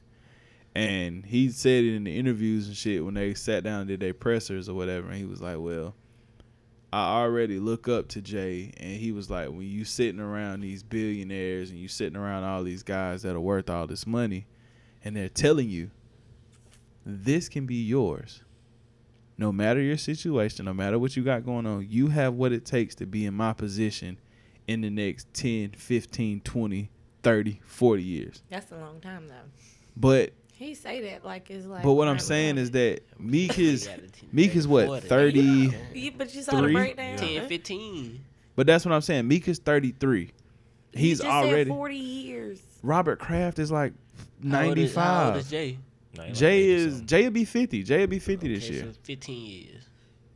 Speaker 2: and he said it in the interviews and shit when they sat down and did their pressers or whatever. And he was like, "Well, I already look up to Jay," and he was like, "When you sitting around these billionaires and you sitting around all these guys that are worth all this money, and they're telling you this can be yours." No matter your situation, no matter what you got going on, you have what it takes to be in my position in the next 10, 15, 20, 30, 40 years.
Speaker 3: That's a long time though.
Speaker 2: But
Speaker 3: He say that like it's like.
Speaker 2: but what I'm saying is that Meek is
Speaker 1: Yeah, the team
Speaker 2: Meek is what
Speaker 1: 40.
Speaker 2: 30
Speaker 3: Yeah, but you saw
Speaker 2: Three?
Speaker 3: the breakdown.
Speaker 1: 10, 15.
Speaker 2: but that's what I'm saying. Meek is 33.
Speaker 3: He
Speaker 2: He's
Speaker 3: just said
Speaker 2: already
Speaker 3: forty years.
Speaker 2: Robert Kraft is like
Speaker 1: How old is- How old is
Speaker 2: 95.
Speaker 1: Jay?
Speaker 4: Nah, he like
Speaker 2: Jay
Speaker 4: 80
Speaker 2: is
Speaker 4: something.
Speaker 2: Jay will be 50. Jay will be 50 this
Speaker 1: Okay,
Speaker 2: year.
Speaker 1: so 15 years.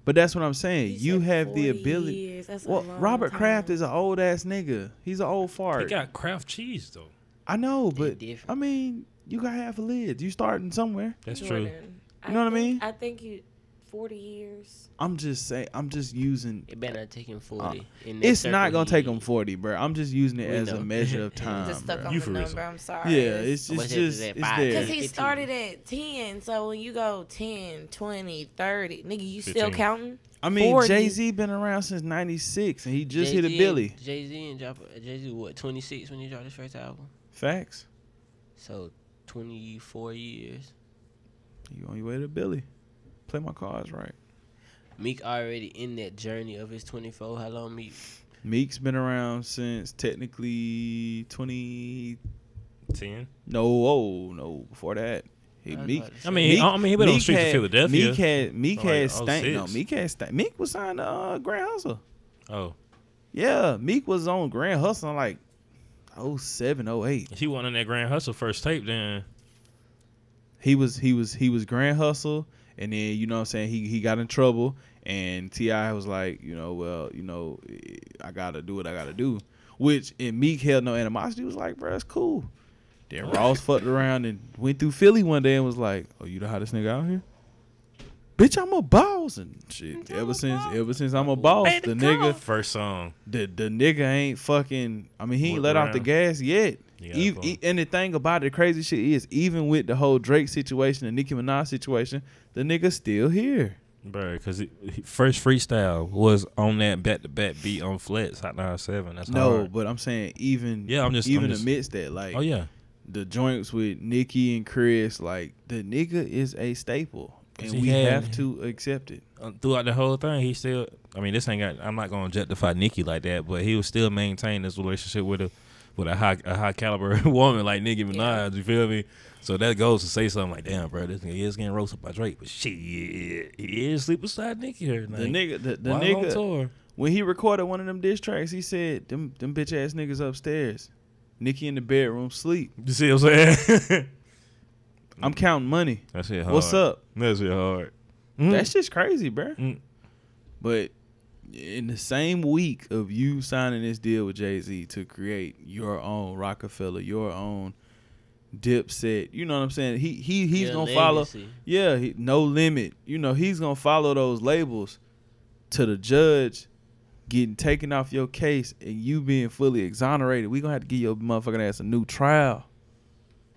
Speaker 2: But that's what I'm saying.
Speaker 3: He
Speaker 2: You
Speaker 3: said
Speaker 2: have the
Speaker 3: 40
Speaker 2: ability.
Speaker 3: years. That's a
Speaker 2: Well,
Speaker 3: long
Speaker 2: Robert
Speaker 3: time.
Speaker 2: Kraft is an old ass nigga. He's an old
Speaker 4: He
Speaker 2: fart.
Speaker 4: got Kraft cheese though.
Speaker 2: I know, but
Speaker 1: different.
Speaker 2: I mean, you got half a lid. You starting somewhere.
Speaker 4: That's true.
Speaker 3: Jordan,
Speaker 2: You know what I
Speaker 3: think-
Speaker 2: mean?
Speaker 3: I think you forty years.
Speaker 2: I'm just saying. I'm just using
Speaker 1: It better not take him 40. in that
Speaker 2: Uh, It's not
Speaker 1: circle
Speaker 2: gonna
Speaker 1: he
Speaker 2: take
Speaker 1: in.
Speaker 2: them forty, bro. I'm just using it
Speaker 1: We
Speaker 2: as
Speaker 1: know.
Speaker 2: a measure of
Speaker 3: I'm
Speaker 2: time.
Speaker 3: just stuck
Speaker 2: bruh.
Speaker 3: on the
Speaker 4: Euphemism.
Speaker 3: number. I'm sorry.
Speaker 2: yeah, it's,
Speaker 1: How much
Speaker 2: it's
Speaker 1: is it?
Speaker 2: just
Speaker 1: Is it
Speaker 2: it's
Speaker 1: five?
Speaker 2: there.
Speaker 3: Because he
Speaker 1: 15.
Speaker 3: started at 10. So when you go 10, 20, 30, nigga, you still
Speaker 4: 15.
Speaker 3: counting?
Speaker 2: I mean,
Speaker 3: 40.
Speaker 2: Jay Z been around since '96, and he just hit a
Speaker 1: Jay-Z
Speaker 2: Billy.
Speaker 1: Jay Z and drop Jay Z what 26 when he dropped his first album.
Speaker 2: Facts.
Speaker 1: So 24 years.
Speaker 2: You on your way to Billy? Play my cards right.
Speaker 1: Meek already in that journey of his 24. How long Meek?
Speaker 2: Meek's been around since technically 20.
Speaker 4: Ten.
Speaker 2: No, oh no, before that. He,
Speaker 1: I was
Speaker 2: Meek,
Speaker 1: about to
Speaker 4: I
Speaker 1: say.
Speaker 4: mean, he, I mean, he been on the
Speaker 2: Meek
Speaker 4: streets of
Speaker 2: had-
Speaker 4: Philadelphia.
Speaker 2: Meek had Meek
Speaker 4: Oh,
Speaker 2: had
Speaker 4: like
Speaker 2: stank. No,
Speaker 4: 06.
Speaker 2: Meek had stank. Meek was signed to uh, Grand Hustle.
Speaker 4: oh,
Speaker 2: Yeah, Meek was on Grand Hustle in like 07, 08.
Speaker 4: she won on that Grand Hustle first tape. Then
Speaker 2: he was he was he was grand hustle and then you know what i'm saying he he got in trouble and ti was like you know well you know i gotta do what i gotta do which and meek held no animosity He was like bro that's cool then ross fucked around and went through philly one day and was like oh you the hottest nigga out here bitch i'm a boss and shit ever since ever since i'm a boss the nigga
Speaker 4: first song.
Speaker 2: the the nigga ain't fucking. I mean, he ain't let
Speaker 4: Whip
Speaker 2: off the
Speaker 4: around.
Speaker 2: gas yet.
Speaker 4: Yeah,
Speaker 2: Ev-
Speaker 4: fuck.
Speaker 2: e- and the thing about it, the crazy shit is, even with the whole Drake situation and Nicki Minaj situation, the nigga still here.
Speaker 4: Bro, because first freestyle was on that back to back beat on Flex Hot 97. That's
Speaker 2: No,
Speaker 4: hard.
Speaker 2: but I'm saying even
Speaker 4: Yeah, I'm just-
Speaker 2: even
Speaker 4: I'm just-
Speaker 2: amidst that, like
Speaker 4: Oh, yeah.
Speaker 2: the joints with Nicki and Chris, like the nigga is a staple,
Speaker 4: 'Cause
Speaker 2: and we
Speaker 4: he had-
Speaker 2: have to accept it.
Speaker 4: Uh, Throughout the whole thing, he still, I mean, this ain't got, I'm not going to justify Nikki like that, but he was still maintain this relationship with a with a high a high caliber woman like Nicki Minaj. You feel me? So that goes to say something like, damn, bro, this nigga is getting roasted by Drake, but shit, he is sleep beside Nikki here.
Speaker 2: The nigga, the, uh, the
Speaker 4: While on
Speaker 2: nigga,
Speaker 4: tour.
Speaker 2: when he recorded one of them diss tracks, he said, "Them them bitch ass niggas upstairs, Nicki in the bedroom sleep.
Speaker 4: You see what I'm saying? Mm.
Speaker 2: I'm counting money.
Speaker 4: that shit hard.
Speaker 2: What's up?"
Speaker 4: That shit hard.
Speaker 2: That's just crazy, bruh.
Speaker 4: Mm.
Speaker 2: But in the same week of you signing this deal with Jay Z to create your own Rockefeller, your own Dipset, you know what I'm saying? He he he's
Speaker 1: Your
Speaker 2: gonna follow.
Speaker 1: legacy.
Speaker 2: Yeah, he, no limit. You know he's gonna follow those labels to the judge. Getting taken off your case and you being fully exonerated, we gonna have to give your motherfucking ass a new trial.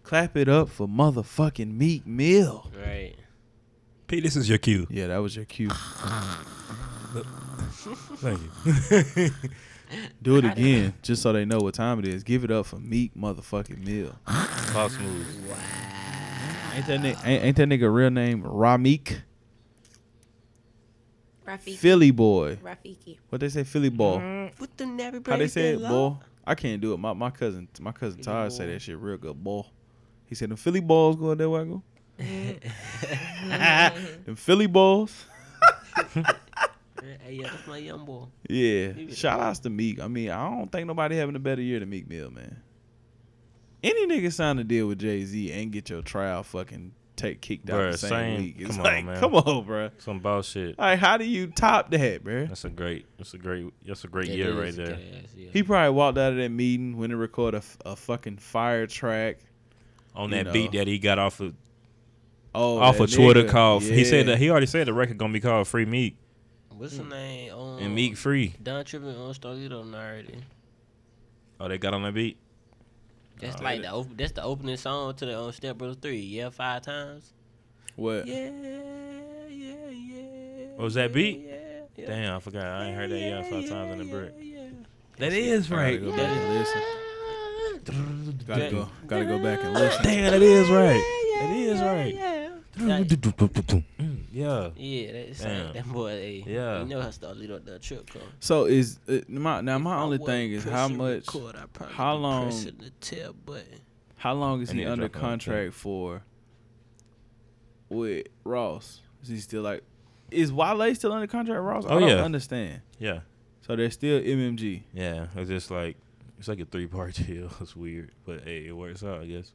Speaker 2: Clap it up for motherfucking Meek Mill.
Speaker 1: Right.
Speaker 4: Pete, this is your cue.
Speaker 2: Yeah, that was your cue.
Speaker 4: Thank you.
Speaker 2: Do it again, just so they know what time it is. Give it up for Meek motherfucking Mill.
Speaker 4: Boss moves.
Speaker 2: Ain't that nigga, ain't, ain't that nigga real name Ramik?
Speaker 3: Rafiki.
Speaker 2: Philly boy.
Speaker 3: Rafiki.
Speaker 2: What they say, Philly ball?
Speaker 1: What the never
Speaker 2: How they say it, ball? I can't do it. My my cousin, my cousin Todd said that shit real good, ball. He said the Philly balls going that way I go. them Philly balls.
Speaker 1: Hey, yeah, that's my young boy.
Speaker 2: Yeah.
Speaker 1: Leave it
Speaker 2: Shout outs to Meek. I mean, I don't think nobody having a better year than Meek Mill, man. Any nigga sign a deal with Jay Z and get your trial fucking take kicked out
Speaker 4: Bruh,
Speaker 2: the same,
Speaker 4: same-
Speaker 2: week. It's
Speaker 4: come on,
Speaker 2: like,
Speaker 4: man.
Speaker 2: come on, bro.
Speaker 4: Some bullshit.
Speaker 2: Like, how do you top that, bro?
Speaker 4: That's a great. That's a great. That's a great
Speaker 1: That
Speaker 4: year
Speaker 1: dude
Speaker 4: right
Speaker 1: is a
Speaker 4: there.
Speaker 1: good ass, yeah.
Speaker 2: He probably walked out of that meeting when to record a, f- a fucking fire track.
Speaker 4: On
Speaker 2: You
Speaker 4: that
Speaker 2: know.
Speaker 4: beat that he got off of
Speaker 2: Oh,
Speaker 4: off
Speaker 2: that
Speaker 4: of Twitter
Speaker 2: nigga.
Speaker 4: called. He said
Speaker 2: Yeah.
Speaker 4: that he already said the record gonna be called Free Meek
Speaker 1: What's the name? Um,
Speaker 4: and Meek Free.
Speaker 1: Don Trippin on Stargito already.
Speaker 4: Oh, they got on that beat.
Speaker 1: That's
Speaker 4: Oh.
Speaker 1: like the op- that's the opening song to the um, Step Brothers Three. Yeah, five times.
Speaker 2: What?
Speaker 1: Yeah, yeah, yeah.
Speaker 4: What was Oh, that beat?
Speaker 1: Yeah, yeah.
Speaker 4: Damn, I forgot. I ain't heard that yet. Five times in the brick.
Speaker 1: Yeah,
Speaker 4: That is
Speaker 2: I gotta go back and listen. Gotta
Speaker 1: That-
Speaker 2: go, gotta go back and listen.
Speaker 4: Damn, that is right. That is right.
Speaker 1: yeah.
Speaker 4: Mm, Yeah.
Speaker 1: Yeah, that's
Speaker 4: Damn.
Speaker 1: that boy. Hey,
Speaker 4: Yeah.
Speaker 1: you know how Stargito the trip come.
Speaker 2: So is uh, my now my
Speaker 1: If I
Speaker 2: only
Speaker 1: wasn't
Speaker 2: thing is how
Speaker 1: pressing
Speaker 2: much
Speaker 1: record, I'd probably
Speaker 2: how
Speaker 1: be
Speaker 2: long-
Speaker 1: pressing the tell button.
Speaker 2: how long is
Speaker 4: I
Speaker 2: he
Speaker 4: need to
Speaker 2: under
Speaker 4: drop another thing.
Speaker 2: contract for with Ross? Is he still like is Wale still under contract with Ross? I
Speaker 4: Oh,
Speaker 2: don't
Speaker 4: yeah.
Speaker 2: understand.
Speaker 4: Yeah.
Speaker 2: So they're still MMG.
Speaker 4: Yeah. It's just like it's like a three part deal. It's weird, but hey, it works out, I guess.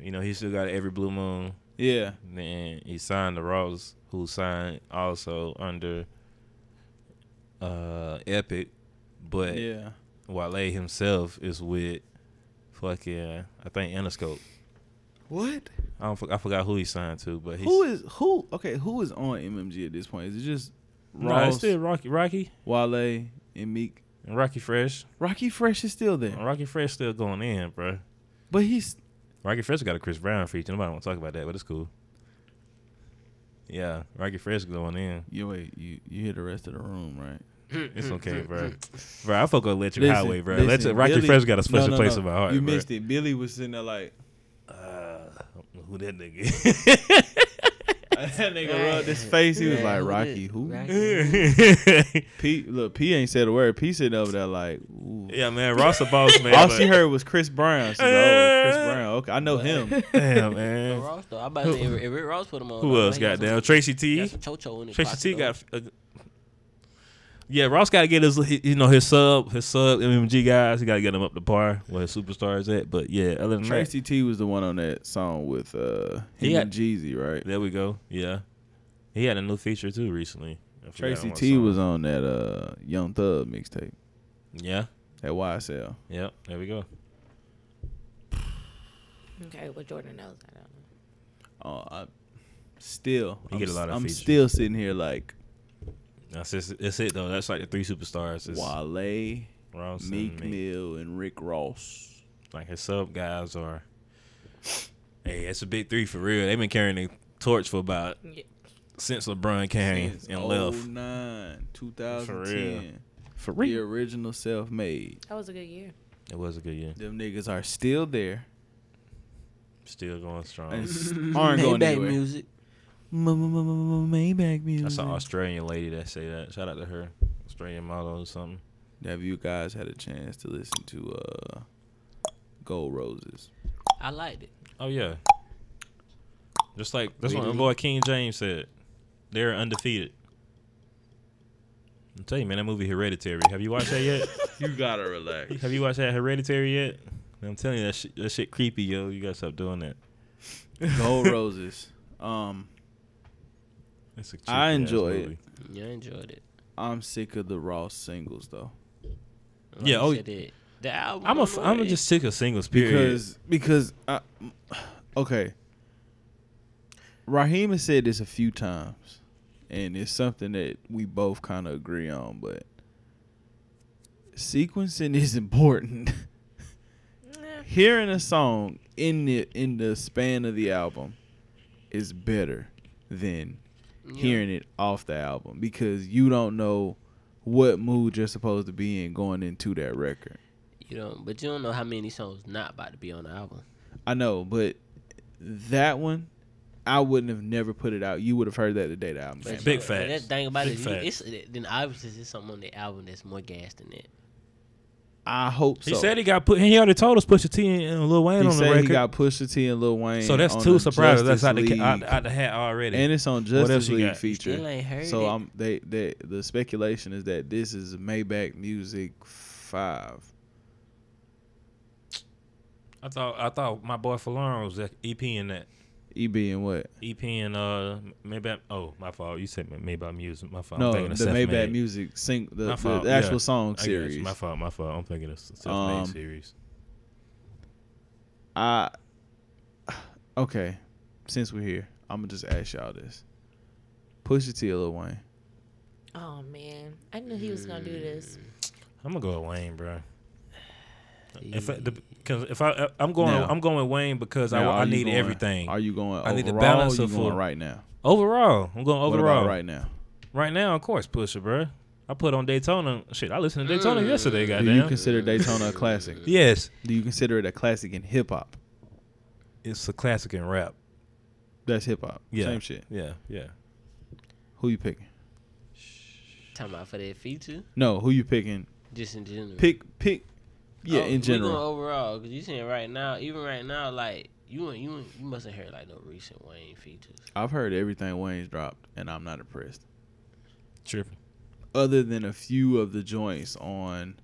Speaker 4: You know, he still got every blue moon.
Speaker 2: Yeah.
Speaker 4: And Then he signed the Ross, who signed also under uh Epic, but
Speaker 2: Yeah.
Speaker 4: Wale himself is with fucking I think Interscope.
Speaker 2: What?
Speaker 4: I don't for, I forgot who he signed to, but he's
Speaker 2: Who is who okay, who is on MMG at this point? Is it just
Speaker 4: Nah, it's
Speaker 2: Ross,
Speaker 4: still Rocky Rocky
Speaker 2: Wale, and Meek?
Speaker 4: and Rocky Fresh.
Speaker 2: Rocky Fresh is still there.
Speaker 4: Rocky Fresh still going in, bro.
Speaker 2: But he's
Speaker 4: Rocky Fresh got a Chris Brown feature. Nobody want to talk about that, but it's cool. Yeah, Rocky Fresh going in.
Speaker 2: you wait, you you hear the rest of the room, right?
Speaker 4: It's okay, bro. Bro, I fuck with Electric
Speaker 2: Listen,
Speaker 4: Highway, bro.
Speaker 2: listen,
Speaker 4: Electric, Rocky
Speaker 2: Billy-
Speaker 4: Fresh got a special
Speaker 2: No, no,
Speaker 4: place
Speaker 2: no.
Speaker 4: in my heart.
Speaker 2: You
Speaker 4: bruh.
Speaker 2: missed it. Billy was sitting there like
Speaker 4: Uh, who that nigga?
Speaker 2: that nigga rubbed his face. He was
Speaker 1: Yeah,
Speaker 2: like,
Speaker 1: who
Speaker 2: Rocky,
Speaker 1: did-
Speaker 2: who?
Speaker 1: Rocky.
Speaker 2: P, look, P ain't said a word. P sitting over there like, ooh.
Speaker 4: yeah, man, Ross a boss man.
Speaker 2: All
Speaker 4: but-
Speaker 2: she heard was Chris Brown. She's like, oh, Chris Brown. Okay, I know him.
Speaker 4: Damn,
Speaker 1: Rick
Speaker 4: man.
Speaker 1: Ross though. I about to say if, if Rick Ross put him on.
Speaker 4: Who
Speaker 1: I
Speaker 4: else?
Speaker 1: think he got some-
Speaker 4: Goddamn, Tracy
Speaker 1: he
Speaker 4: T.
Speaker 1: Got some Cho-Cho in his
Speaker 4: E? Tracy
Speaker 1: pocket,
Speaker 4: T
Speaker 1: though.
Speaker 4: got. Uh, yeah, Ross got to get his, he- you know, his sub, his sub MMG guys. He got to get them up to par where his superstars at. But yeah, other than that,
Speaker 2: Tracy T was the one on that song with uh, him
Speaker 4: He got-
Speaker 2: and Jeezy, right?
Speaker 4: there we go. Yeah, he had a new feature too recently. I forgot
Speaker 2: Tracy
Speaker 4: what
Speaker 2: T
Speaker 4: song.
Speaker 2: was on that uh, Young Thug mixtape
Speaker 4: Yeah,
Speaker 2: at YSL.
Speaker 4: yeah. There we go.
Speaker 3: Okay, well, Jordan knows. I don't know.
Speaker 2: Oh, I still,
Speaker 4: He
Speaker 2: I'm,
Speaker 4: get a lot of
Speaker 2: am
Speaker 4: features.
Speaker 2: still sitting here like
Speaker 4: That's just, that's it though. That's like the three superstars. It's
Speaker 2: Wale,
Speaker 4: Ross, and
Speaker 2: Meek
Speaker 4: Meek.
Speaker 2: Mill, and Rick Ross.
Speaker 4: like his sub guys are. Hey, it's a big three for real. They've been carrying the torch for about
Speaker 3: Yeah.
Speaker 4: since LeBron came
Speaker 2: Since
Speaker 4: and left.
Speaker 2: 09, 2010.
Speaker 4: For
Speaker 2: The original self made.
Speaker 3: That was a good year.
Speaker 4: It was a good year.
Speaker 2: Them niggas are still there
Speaker 4: Still going strong.
Speaker 2: and s- aren't going
Speaker 1: Maybach
Speaker 2: anywhere.
Speaker 1: music.
Speaker 2: Maybach music.
Speaker 4: I saw an Australian lady that say that. Shout out to her. Australian model or something.
Speaker 2: Have you guys had a chance to listen to uh, Gold Roses?
Speaker 1: I liked it.
Speaker 4: Oh yeah. Just like that's
Speaker 1: Really?
Speaker 4: what Lord King James said. They're undefeated. I tell you, man, that movie Hereditary. Have you watched that yet?
Speaker 2: You gotta relax.
Speaker 4: Have you watched that Hereditary yet? I'm telling you, that shit, that shit creepy, yo. You gotta stop doing that.
Speaker 2: Gold Roses. Um,
Speaker 4: It's a
Speaker 2: I
Speaker 4: cheeky-ass
Speaker 2: enjoy it.
Speaker 4: movie.
Speaker 1: Yeah, I enjoyed it.
Speaker 2: I'm sick of the Ross singles though,
Speaker 1: Like
Speaker 4: Yeah,
Speaker 1: you
Speaker 4: oh,
Speaker 1: said, it. The album.
Speaker 4: I'm a,
Speaker 1: I
Speaker 4: f-
Speaker 1: don't
Speaker 4: I'm
Speaker 1: know,
Speaker 4: a
Speaker 1: it-
Speaker 4: just sick of singles, period.
Speaker 2: because because I, okay. Raheem has said this a few times, and it's something that we both kind of agree on, but sequencing is important. Hearing a song in the in the span of the album is better than
Speaker 1: yeah.
Speaker 2: hearing it off the album because you don't know what mood you're supposed to be in going into that record.
Speaker 1: You don't, but you don't know how many songs not about to be on the album.
Speaker 2: I know, but That one, I wouldn't have never put it out. You would have heard that the day the album.
Speaker 1: But you
Speaker 2: came out.
Speaker 4: Big
Speaker 1: know,
Speaker 4: facts.
Speaker 1: and That's the thing about
Speaker 4: Big
Speaker 1: it. is
Speaker 4: facts.
Speaker 1: You, it's, then obviously there's something on the album that's more gas than that.
Speaker 2: I hope so.
Speaker 4: He said he got put. He already told us Pusha T and Lil Wayne
Speaker 2: He
Speaker 4: on
Speaker 2: said
Speaker 4: the
Speaker 2: he
Speaker 4: record.
Speaker 2: got Pusha T and Lil Wayne.
Speaker 4: So that's
Speaker 2: on
Speaker 4: two
Speaker 2: the
Speaker 4: surprises. That's
Speaker 2: Justice
Speaker 4: out the, ca- out,
Speaker 2: League.
Speaker 4: out the hat already.
Speaker 2: and it's on
Speaker 4: else
Speaker 2: Justice
Speaker 4: you
Speaker 2: League
Speaker 4: got?
Speaker 2: feature.
Speaker 1: Still ain't heard
Speaker 2: so
Speaker 1: it.
Speaker 2: I'm they they the speculation is that this is Maybach Music Five.
Speaker 4: I thought I thought my boy Falon was that EP in that
Speaker 2: EB and what?
Speaker 4: EP and uh Maybach. Oh, my fault. You said Maybach music. My fault.
Speaker 2: no,
Speaker 4: I'm
Speaker 2: the
Speaker 4: thinking of Seth
Speaker 2: Maybach
Speaker 4: Made.
Speaker 2: Music sing the,
Speaker 4: My
Speaker 2: the
Speaker 4: fault,
Speaker 2: actual
Speaker 4: yeah. I
Speaker 2: song
Speaker 4: got you.
Speaker 2: series.
Speaker 4: My fault. My fault. I'm thinking of Seth
Speaker 2: Um,
Speaker 4: Made series.
Speaker 2: I okay. Since we're here, I'm gonna just ask y'all this: Pusha T or Lil Wayne?
Speaker 3: Oh man, I knew he was gonna do this.
Speaker 4: I'm gonna go with Wayne, bro. If I,
Speaker 1: Yeah.
Speaker 4: the, cause if I uh, I'm going
Speaker 2: Now.
Speaker 4: I'm going with Wayne because
Speaker 2: Now,
Speaker 4: I, I
Speaker 2: are you
Speaker 4: need
Speaker 2: going-
Speaker 4: everything
Speaker 2: Are you going?
Speaker 4: I need the
Speaker 2: overall,
Speaker 4: balance
Speaker 2: or you
Speaker 4: of
Speaker 2: going
Speaker 4: full-
Speaker 2: right now.
Speaker 4: overall. I'm going
Speaker 2: What about
Speaker 4: overall
Speaker 2: right now.
Speaker 4: right now. Of course, Pusha, bro. I put on Daytona. Shit, I listened to Daytona yesterday.
Speaker 2: Do you
Speaker 4: Goddamn.
Speaker 2: consider Daytona a classic?
Speaker 4: yes,
Speaker 2: Do you consider it a classic in hip hop?
Speaker 4: it's a classic in rap.
Speaker 2: That's hip hop.
Speaker 4: Yeah.
Speaker 2: Same shit.
Speaker 4: Yeah, yeah.
Speaker 2: Who you picking?
Speaker 1: Talking about for that feature,
Speaker 2: No, who you picking?
Speaker 1: just in general.
Speaker 2: Pick, pick. Yeah,
Speaker 1: Oh,
Speaker 2: in
Speaker 1: we going
Speaker 2: general.
Speaker 1: overall, because you saying right now, even right now, like you ain't- you ain't- you mustn't heard like no recent Wayne features.
Speaker 2: I've heard everything Wayne's dropped, and I'm not impressed.
Speaker 4: Tripping.
Speaker 2: Other than a few of the joints on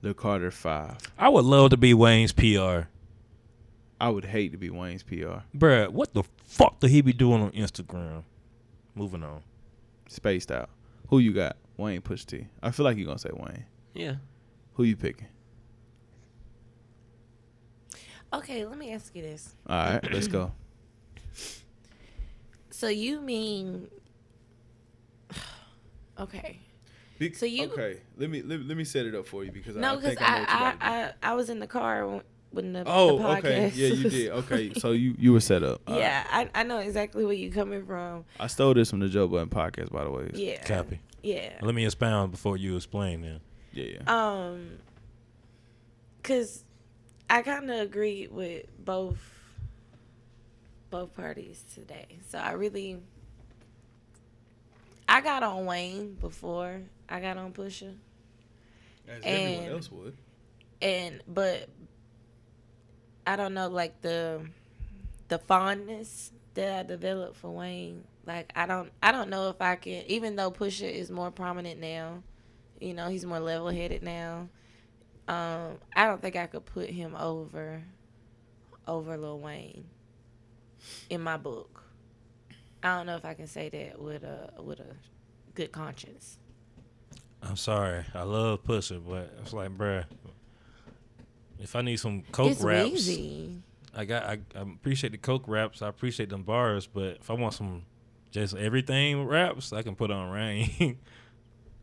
Speaker 2: the Carter Five,
Speaker 4: I would love to be Wayne's PR.
Speaker 2: I would hate to be Wayne's PR.
Speaker 4: Bruh, what the fuck did he be doing on Instagram? Moving on.
Speaker 2: Spaced out. Who you got? Wayne Push T. I feel like you're gonna say Wayne.
Speaker 1: Yeah,
Speaker 2: Who you picking? Mm.
Speaker 3: Okay, let me ask you this.
Speaker 2: All right, let's go.
Speaker 3: So you mean? Okay. So you-
Speaker 2: okay? Let me let, me set it up for you because
Speaker 3: No, because I I, I I was in the car when- when the,
Speaker 2: Oh,
Speaker 3: the podcast.
Speaker 2: okay. Yeah, you did. Okay, so you you were set up. All right.
Speaker 3: yeah, I, I know exactly where you're coming from.
Speaker 2: I stole this from the Joe Button podcast, by the way.
Speaker 3: Yeah.
Speaker 4: Copy.
Speaker 3: Yeah.
Speaker 4: Let me expound before you explain then.
Speaker 2: Yeah, yeah.
Speaker 3: Um, cause I kind of agree with both both parties today. So I really I got on Wayne before I got on Pusha,
Speaker 2: As
Speaker 3: everyone and- else
Speaker 2: would.
Speaker 3: and but I don't know like the the fondness that I developed for Wayne. Like I don't I don't know if I can even though Pusha is more prominent now, you know, he's more level headed now. Um, I don't think I could put him over over Lil Wayne in my book. I don't know if I can say that with a with a good conscience.
Speaker 4: I'm sorry. I love Pusha, but it's like, bruh, if I need some Coke
Speaker 3: it's
Speaker 4: wraps,
Speaker 3: Weezy.
Speaker 4: I got. I, I appreciate the Coke wraps. I appreciate them bars, but if I want some just everything wraps, I can put on Rain.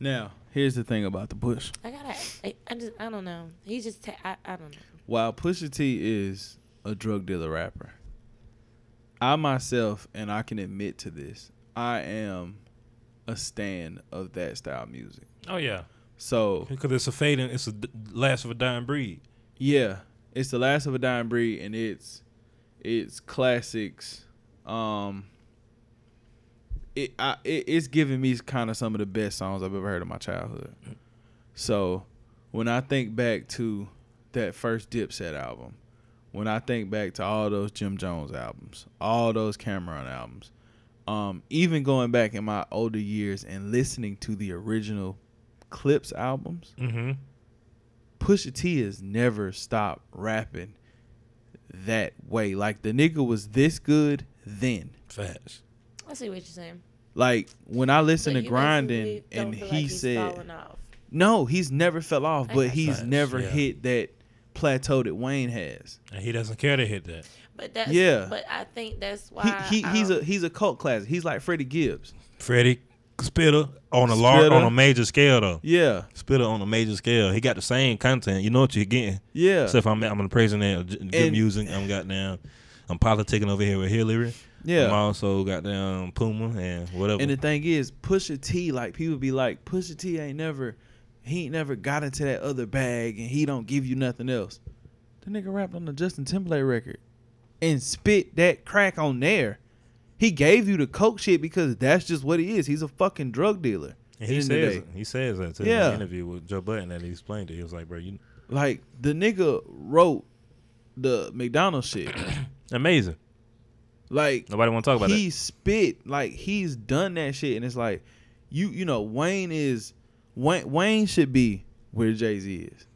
Speaker 2: Now, here's the thing about the Bush.
Speaker 3: I gotta. I, I just. I don't know. He just. Ta- I. I don't know.
Speaker 2: While Pusha T is a drug dealer rapper, I myself, and I can admit to this, I am a stan of that style music.
Speaker 4: oh yeah,
Speaker 2: So
Speaker 4: because it's a fading. It's a d- last of a dying breed.
Speaker 2: yeah, it's the last of a dying breed, and it's it's classics. Um, it, I, it it's giving me kind of some of the best songs I've ever heard in my childhood. So when I think back to that first Dipset album, when I think back to all those Jim Jones albums, all those Cameron albums, um, even going back in my older years and listening to the original Clips albums,
Speaker 4: Mm-hmm.
Speaker 2: Pusha T has never stopped rapping that way. Like the nigga was this good then.
Speaker 4: Facts.
Speaker 3: I see what you're saying.
Speaker 2: Like when I listen
Speaker 3: But
Speaker 2: to
Speaker 3: you
Speaker 2: grinding
Speaker 3: basically don't
Speaker 2: and
Speaker 3: feel
Speaker 2: he
Speaker 3: like he's
Speaker 2: said
Speaker 3: falling off.
Speaker 2: no, he's never fell off, but
Speaker 3: got
Speaker 2: he's
Speaker 4: Facts,
Speaker 2: never
Speaker 4: yeah.
Speaker 2: hit that plateau that Wayne has.
Speaker 4: And he doesn't care to hit that.
Speaker 3: But that's
Speaker 2: Yeah.
Speaker 3: But I think that's
Speaker 2: He,
Speaker 3: why
Speaker 2: he he's
Speaker 3: um,
Speaker 2: a he's a cult classic. He's like Freddie Gibbs.
Speaker 4: Freddie Spitter on a large,
Speaker 2: Spitter.
Speaker 4: on a major scale though.
Speaker 2: Yeah,
Speaker 4: Spitter on a major scale. He got the same content. You know what you're getting.
Speaker 2: yeah,
Speaker 4: So if I'm I'm praising that uh, good
Speaker 2: And-
Speaker 4: music, I'm goddamn. I'm politicking over here with Hillary.
Speaker 2: yeah.
Speaker 4: I'm also goddamn Puma and whatever.
Speaker 2: And the thing is, Pusha T, like people be like, Pusha T ain't never, he ain't never got into that other bag, and he don't give you nothing else. The nigga rapped on the Justin Timberlake record. and spit that crack on there. He gave you the coke shit because that's just what he is. He's a fucking drug dealer.
Speaker 4: And he
Speaker 2: End of the
Speaker 4: says
Speaker 2: day.
Speaker 4: he says that too in
Speaker 2: Yeah.
Speaker 4: the interview with Joe Button that he explained it. He was like, "Bro, you
Speaker 2: Like the nigga wrote the McDonald's shit.
Speaker 4: amazing.
Speaker 2: Like
Speaker 4: Nobody want to talk about
Speaker 2: he
Speaker 4: that."
Speaker 2: spit like he's done that shit, and it's like you you know Wayne is Wayne Wayne should be where Jay Z is.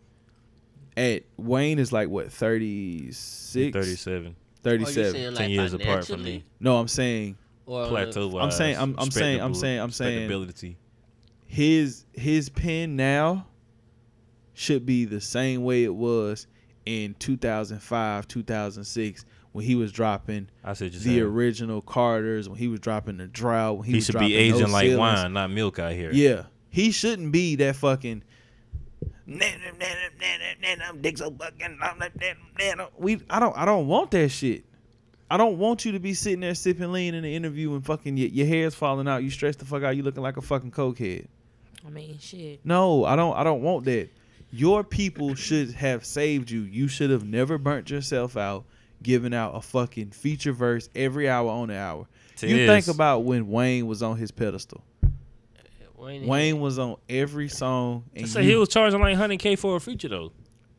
Speaker 2: At Wayne is like what 36?
Speaker 4: Thirty-seven.
Speaker 1: Are you
Speaker 2: 37.
Speaker 1: saying
Speaker 4: 10
Speaker 1: like
Speaker 4: years apart from
Speaker 1: financially
Speaker 4: me.
Speaker 2: No, I'm saying
Speaker 1: Or on a-
Speaker 4: Plateau.
Speaker 2: I'm saying- I'm- I'm saying- I'm saying- I'm saying-
Speaker 4: Ability.
Speaker 2: his his pen now should be the same way it was in 2005 2006 when he was dropping
Speaker 4: I said just
Speaker 2: the original carters when he was dropping the drought when he,
Speaker 4: He
Speaker 2: was
Speaker 4: should
Speaker 2: dropping
Speaker 4: be aging
Speaker 2: those
Speaker 4: like
Speaker 2: ceilings.
Speaker 4: wine, not milk out here.
Speaker 2: yeah he shouldn't be that fucking we i don't i don't want that shit i don't want you to be sitting there sipping lean in the interview and fucking your, your hair's falling out you stressed the fuck out you looking like a fucking cokehead
Speaker 3: I mean, shit.
Speaker 2: no, I don't. I don't want that. Your people should have saved you. You should have never burnt yourself out, giving out a fucking feature verse every hour on the hour.
Speaker 4: It
Speaker 2: you
Speaker 4: is.
Speaker 2: think about when Wayne was on his pedestal.
Speaker 1: Wayne,
Speaker 2: Wayne was on every song,
Speaker 4: I
Speaker 2: and
Speaker 4: said
Speaker 2: you-
Speaker 4: he was charging like hundred k for a feature though.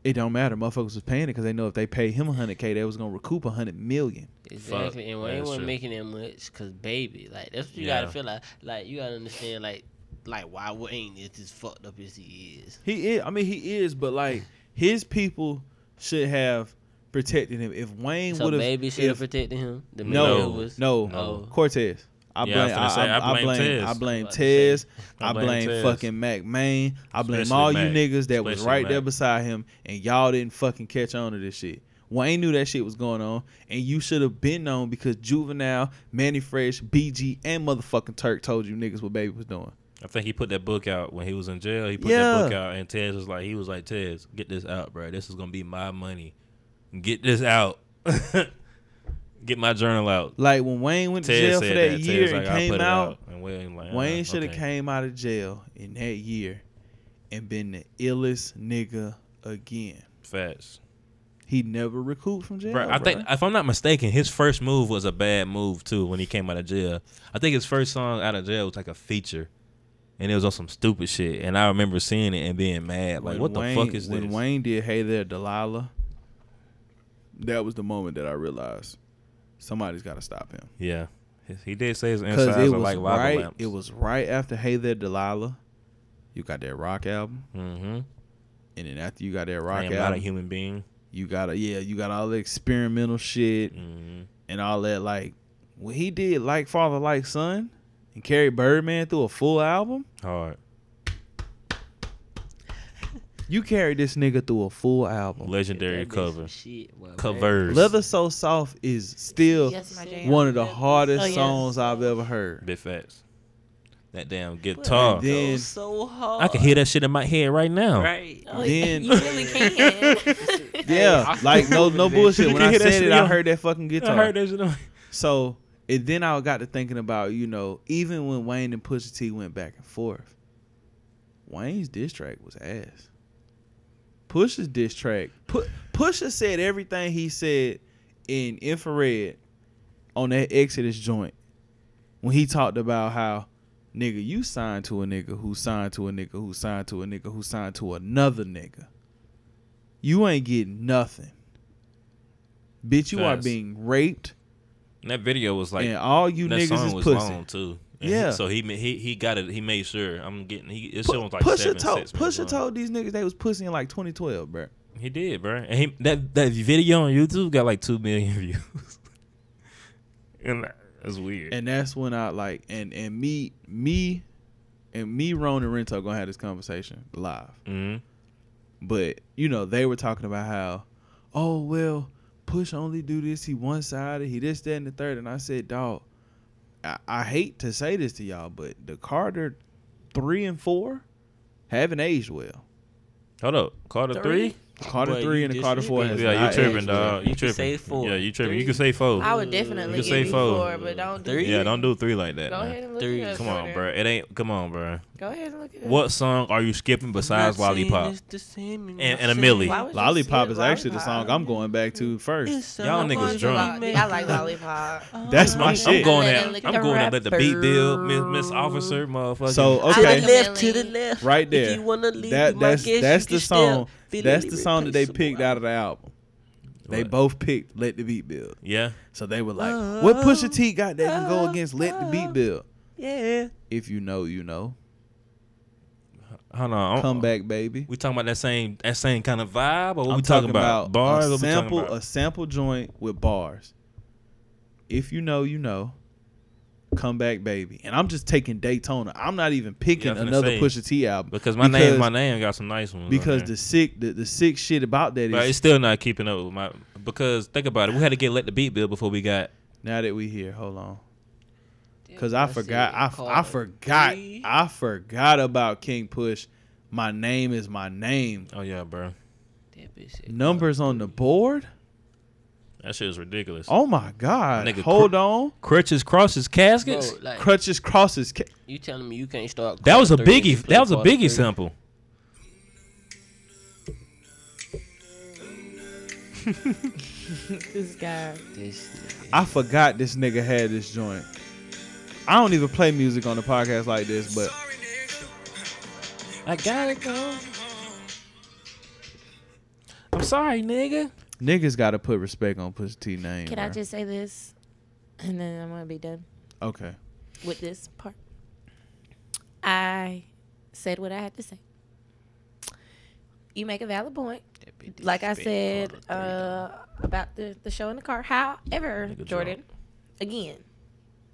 Speaker 2: it don't matter. Motherfuckers was paying it because they know if they paid him hundred k, they was gonna recoup hundred million.
Speaker 1: Exactly,
Speaker 4: Fuck,
Speaker 1: and
Speaker 4: yeah,
Speaker 1: Wayne
Speaker 4: that's
Speaker 1: wasn't
Speaker 4: true.
Speaker 1: making that much because baby, like that's what you
Speaker 4: Yeah.
Speaker 1: gotta feel like. Like you gotta understand, like, like why Wayne is as fucked up as he is.
Speaker 2: He is. I mean, he is, but like his people should have protected him. If Wayne
Speaker 1: So
Speaker 2: would have,
Speaker 1: baby should have protected him. The
Speaker 2: No,
Speaker 1: maneuvers.
Speaker 2: no,
Speaker 1: No.
Speaker 2: Cortez. I blame,
Speaker 4: Yeah, I was
Speaker 2: I,
Speaker 4: finna say,
Speaker 2: I-
Speaker 4: I
Speaker 2: I
Speaker 4: blame
Speaker 2: blame,
Speaker 4: Tez.
Speaker 2: I blame
Speaker 1: About to say.
Speaker 2: Tez.
Speaker 4: I
Speaker 2: I
Speaker 4: blame
Speaker 2: blame
Speaker 4: Tez.
Speaker 2: fucking Mac Main. I blame
Speaker 4: Especially
Speaker 2: all
Speaker 4: Mac.
Speaker 2: you niggas that was
Speaker 4: Especially
Speaker 2: right there
Speaker 4: Mac.
Speaker 2: beside him, and y'all didn't fucking catch on to this shit. Wayne knew that shit was going on, and you should have been known because Juvenile, Manny Fresh, BG, and motherfucking Turk told you niggas what Baby was doing.
Speaker 4: I think he put that book out when he was in jail. He put that
Speaker 2: Yeah.
Speaker 4: book out, and Tez was like, he was like, Tez, get this out, bro. This is gonna be my money. Get this out. get my journal out.
Speaker 2: Like when Wayne went to
Speaker 4: Tez
Speaker 2: jail
Speaker 4: said
Speaker 2: for that,
Speaker 4: that. Tez
Speaker 2: year
Speaker 4: like,
Speaker 2: and
Speaker 4: "I'll
Speaker 2: came
Speaker 4: put it
Speaker 2: out,
Speaker 4: And Wayne, like,
Speaker 2: Wayne
Speaker 4: uh,
Speaker 2: should have
Speaker 4: okay.
Speaker 2: came out of jail in that year and been the illest nigga again.
Speaker 4: Facts.
Speaker 2: He never recouped from jail.
Speaker 4: Bro, I think if I'm not mistaken, his first move was a bad move too when he came out of jail. I think his first song out of jail was like a feature, and it was on some stupid shit. And I remember seeing it and being mad, like,
Speaker 2: When
Speaker 4: what the
Speaker 2: Wayne-
Speaker 4: fuck is
Speaker 2: when
Speaker 4: this?
Speaker 2: Wayne did "Hey There, Delilah," that was the moment that I realized somebody's got to stop him
Speaker 4: yeah, His- he did say his
Speaker 2: because
Speaker 4: insides
Speaker 2: it
Speaker 4: are
Speaker 2: was
Speaker 4: like lava
Speaker 2: right.
Speaker 4: lamps.
Speaker 2: It was right after "Hey There, Delilah." You got that rock album,
Speaker 4: Mm-hmm.
Speaker 2: and then after you got that
Speaker 4: I
Speaker 2: rock
Speaker 4: am not a
Speaker 2: album,
Speaker 4: human being.
Speaker 2: you got a yeah, you got all the experimental shit
Speaker 4: Mm-hmm.
Speaker 2: and all that. Like when he did "Like Father, Like Son" and carried Birdman through a full album.
Speaker 4: Hard.
Speaker 2: You carried this nigga through a full album.
Speaker 4: Legendary
Speaker 1: That bitch
Speaker 4: cover.
Speaker 1: some Shit, boy, man.
Speaker 4: Covers.
Speaker 2: Leather So Soft is still
Speaker 3: Yes, my jam.
Speaker 2: one of the hardest
Speaker 3: Oh, yes.
Speaker 2: songs I've ever heard.
Speaker 4: Big facts. That damn guitar.
Speaker 2: then-
Speaker 1: Goes so hard.
Speaker 4: I can hear that shit in my head right now.
Speaker 1: Right.
Speaker 3: Oh,
Speaker 2: Then-
Speaker 3: you really can.
Speaker 2: Yeah, like no no bullshit.
Speaker 4: You
Speaker 2: When
Speaker 4: can
Speaker 2: I
Speaker 4: hear that
Speaker 2: said
Speaker 4: shit,
Speaker 2: it, I
Speaker 4: yo.
Speaker 2: heard that fucking
Speaker 4: I
Speaker 2: guitar.
Speaker 4: heard that shit.
Speaker 2: So and then I got to thinking about you know even when Wayne and Pusha T went back and forth, Wayne's diss track was ass. Pusha's diss track. Pu- Pusha said everything he said in infrared on that Exodus joint when he talked about how nigga you signed to a nigga who signed to a nigga who signed to a nigga who signed to another nigga. You ain't getting nothing. Bitch, you
Speaker 4: Facts.
Speaker 2: are being raped
Speaker 4: And that video was like
Speaker 2: and all you
Speaker 4: that
Speaker 2: niggas
Speaker 4: song
Speaker 2: is
Speaker 4: was
Speaker 2: pussy.
Speaker 4: long too. And
Speaker 2: Yeah.
Speaker 4: He, so he ma- he he got it. He made sure I'm getting. He it
Speaker 2: Pu-
Speaker 4: shit was like
Speaker 2: Pusha
Speaker 4: seven,
Speaker 2: told
Speaker 4: six minutes
Speaker 2: Pusha
Speaker 4: long.
Speaker 2: told these niggas they was pussy in like 2012, bruh.
Speaker 4: He did, bro. And he, that that video on YouTube got like two million views. and that's weird.
Speaker 2: And that's when I like and and me me and me Ron and Rento gonna have this conversation live.
Speaker 4: Mhm.
Speaker 2: But you know they were talking about how, oh well, Push only do this. He one sided. He this that and the third. And I said, dog, I, I hate to say this to y'all, but the Carter three and four haven't aged well.
Speaker 4: Hold up, Carter three.
Speaker 3: Three?
Speaker 2: Carter
Speaker 1: But
Speaker 2: three
Speaker 1: you
Speaker 2: and the Carter
Speaker 1: disrespect-
Speaker 2: four has
Speaker 4: Yeah,
Speaker 2: not
Speaker 4: you tripping,
Speaker 2: aged
Speaker 4: dog.
Speaker 2: well.
Speaker 4: You
Speaker 1: You can
Speaker 4: tripping.
Speaker 1: say four.
Speaker 4: Yeah, you tripping. You can say four.
Speaker 3: I would definitely
Speaker 4: You
Speaker 3: you
Speaker 4: can say
Speaker 3: give you
Speaker 4: four.
Speaker 3: four, but don't do
Speaker 1: Three?
Speaker 4: Yeah, don't do three like that.
Speaker 3: Go
Speaker 4: man.
Speaker 3: ahead and look
Speaker 1: Three.
Speaker 3: it up.
Speaker 4: Come on,
Speaker 3: Jordan.
Speaker 4: bro. It ain't. Come on, bro.
Speaker 3: Go ahead and look it up.
Speaker 4: What song are you skipping besides
Speaker 1: I'm not saying
Speaker 4: Lollipop?
Speaker 1: it's the same, I'm
Speaker 4: And-
Speaker 1: not
Speaker 4: and a
Speaker 1: saying
Speaker 4: Millie.
Speaker 1: why
Speaker 3: Why
Speaker 1: would-
Speaker 3: would you
Speaker 2: Lollipop
Speaker 3: skip
Speaker 2: is actually the
Speaker 3: Lollipop?
Speaker 2: song I'm going back to first.
Speaker 1: It's
Speaker 4: Y'all
Speaker 1: a
Speaker 4: niggas
Speaker 1: wonderful
Speaker 4: drunk.
Speaker 1: man.
Speaker 3: I like lollipop.
Speaker 2: That's my
Speaker 4: I'm, I'm
Speaker 2: shit.
Speaker 4: going
Speaker 3: Let
Speaker 4: at.
Speaker 3: it lick
Speaker 4: I'm
Speaker 3: the
Speaker 4: going at. Let the beat build, Miss
Speaker 3: rapper.
Speaker 4: Miss Officer, motherfucker.
Speaker 2: So
Speaker 3: I
Speaker 1: To the
Speaker 3: like
Speaker 2: okay,
Speaker 3: it.
Speaker 1: left, to the left.
Speaker 2: Right
Speaker 1: If
Speaker 2: there.
Speaker 1: you wanna leave,
Speaker 2: that
Speaker 1: my
Speaker 2: that's
Speaker 1: guess
Speaker 2: that's
Speaker 1: you can
Speaker 2: the song.
Speaker 1: still
Speaker 2: That's the
Speaker 1: feel
Speaker 2: song that they
Speaker 1: irreplaceable.
Speaker 2: picked out of the album. They
Speaker 4: What?
Speaker 2: both picked "Let the Beat Build,"
Speaker 4: yeah,
Speaker 2: so they were like, "What
Speaker 1: Uh,
Speaker 2: Pusha T got that can go against Let the Beat Build?"
Speaker 1: Yeah.
Speaker 2: If you know, you know.
Speaker 4: hold on. I'm-
Speaker 2: Come back, baby.
Speaker 4: We talking about that same that same kind of vibe, or what
Speaker 2: I'm
Speaker 4: we talking about, bars?
Speaker 2: a
Speaker 4: What we
Speaker 2: sample,
Speaker 4: talking about?
Speaker 2: a sample joint with bars. If you know, you know. Come back, baby. And I'm just taking Daytona. I'm not even picking
Speaker 4: Yeah, I was gonna
Speaker 2: another
Speaker 4: say,
Speaker 2: Pusha T album
Speaker 4: Because my name, my name got some nice ones. on
Speaker 2: because
Speaker 4: there.
Speaker 2: the sick, the, the sick shit about that is
Speaker 4: Oh, but it's still not keeping up with my. Because think about it, we had to get let the beat build before we got.
Speaker 2: now that we here. Hold on, because I
Speaker 1: I
Speaker 2: forgot.
Speaker 1: said
Speaker 2: I, f- I
Speaker 1: Carter
Speaker 2: forgot.
Speaker 1: three.
Speaker 2: I forgot about King Push. My name is my name.
Speaker 4: Oh yeah, bro,
Speaker 1: That bitch said
Speaker 2: Numbers on the board.
Speaker 4: that shit is ridiculous.
Speaker 2: Oh my god!
Speaker 4: Nigga,
Speaker 2: Hold
Speaker 4: cr-
Speaker 2: on.
Speaker 4: Crutches crosses
Speaker 1: Bro,
Speaker 4: caskets.
Speaker 1: like,
Speaker 2: Crutches crosses. Ca-
Speaker 1: you telling me you can't start?
Speaker 4: that was a
Speaker 1: Carter three and
Speaker 4: biggie.
Speaker 1: just play
Speaker 4: That was a
Speaker 1: Carter
Speaker 4: biggie
Speaker 1: three?
Speaker 4: sample.
Speaker 3: This guy.
Speaker 1: This nigga.
Speaker 2: I forgot this nigga had this joint. I don't even play music on the podcast like this, but
Speaker 4: I gotta go. I'm sorry, nigga.
Speaker 2: niggas gotta put respect on Pusha T name.
Speaker 3: Can I
Speaker 2: bruh.
Speaker 3: just say this, and then I'm gonna be done
Speaker 2: Okay.
Speaker 3: with this part? I said what I had to say. You make a valid point.
Speaker 1: That bitch
Speaker 3: like I
Speaker 1: disrespect
Speaker 3: said
Speaker 1: Carter three,
Speaker 3: uh,
Speaker 1: dog.
Speaker 3: about the, the show in the car. However,
Speaker 4: Nigga
Speaker 3: Jordan, again,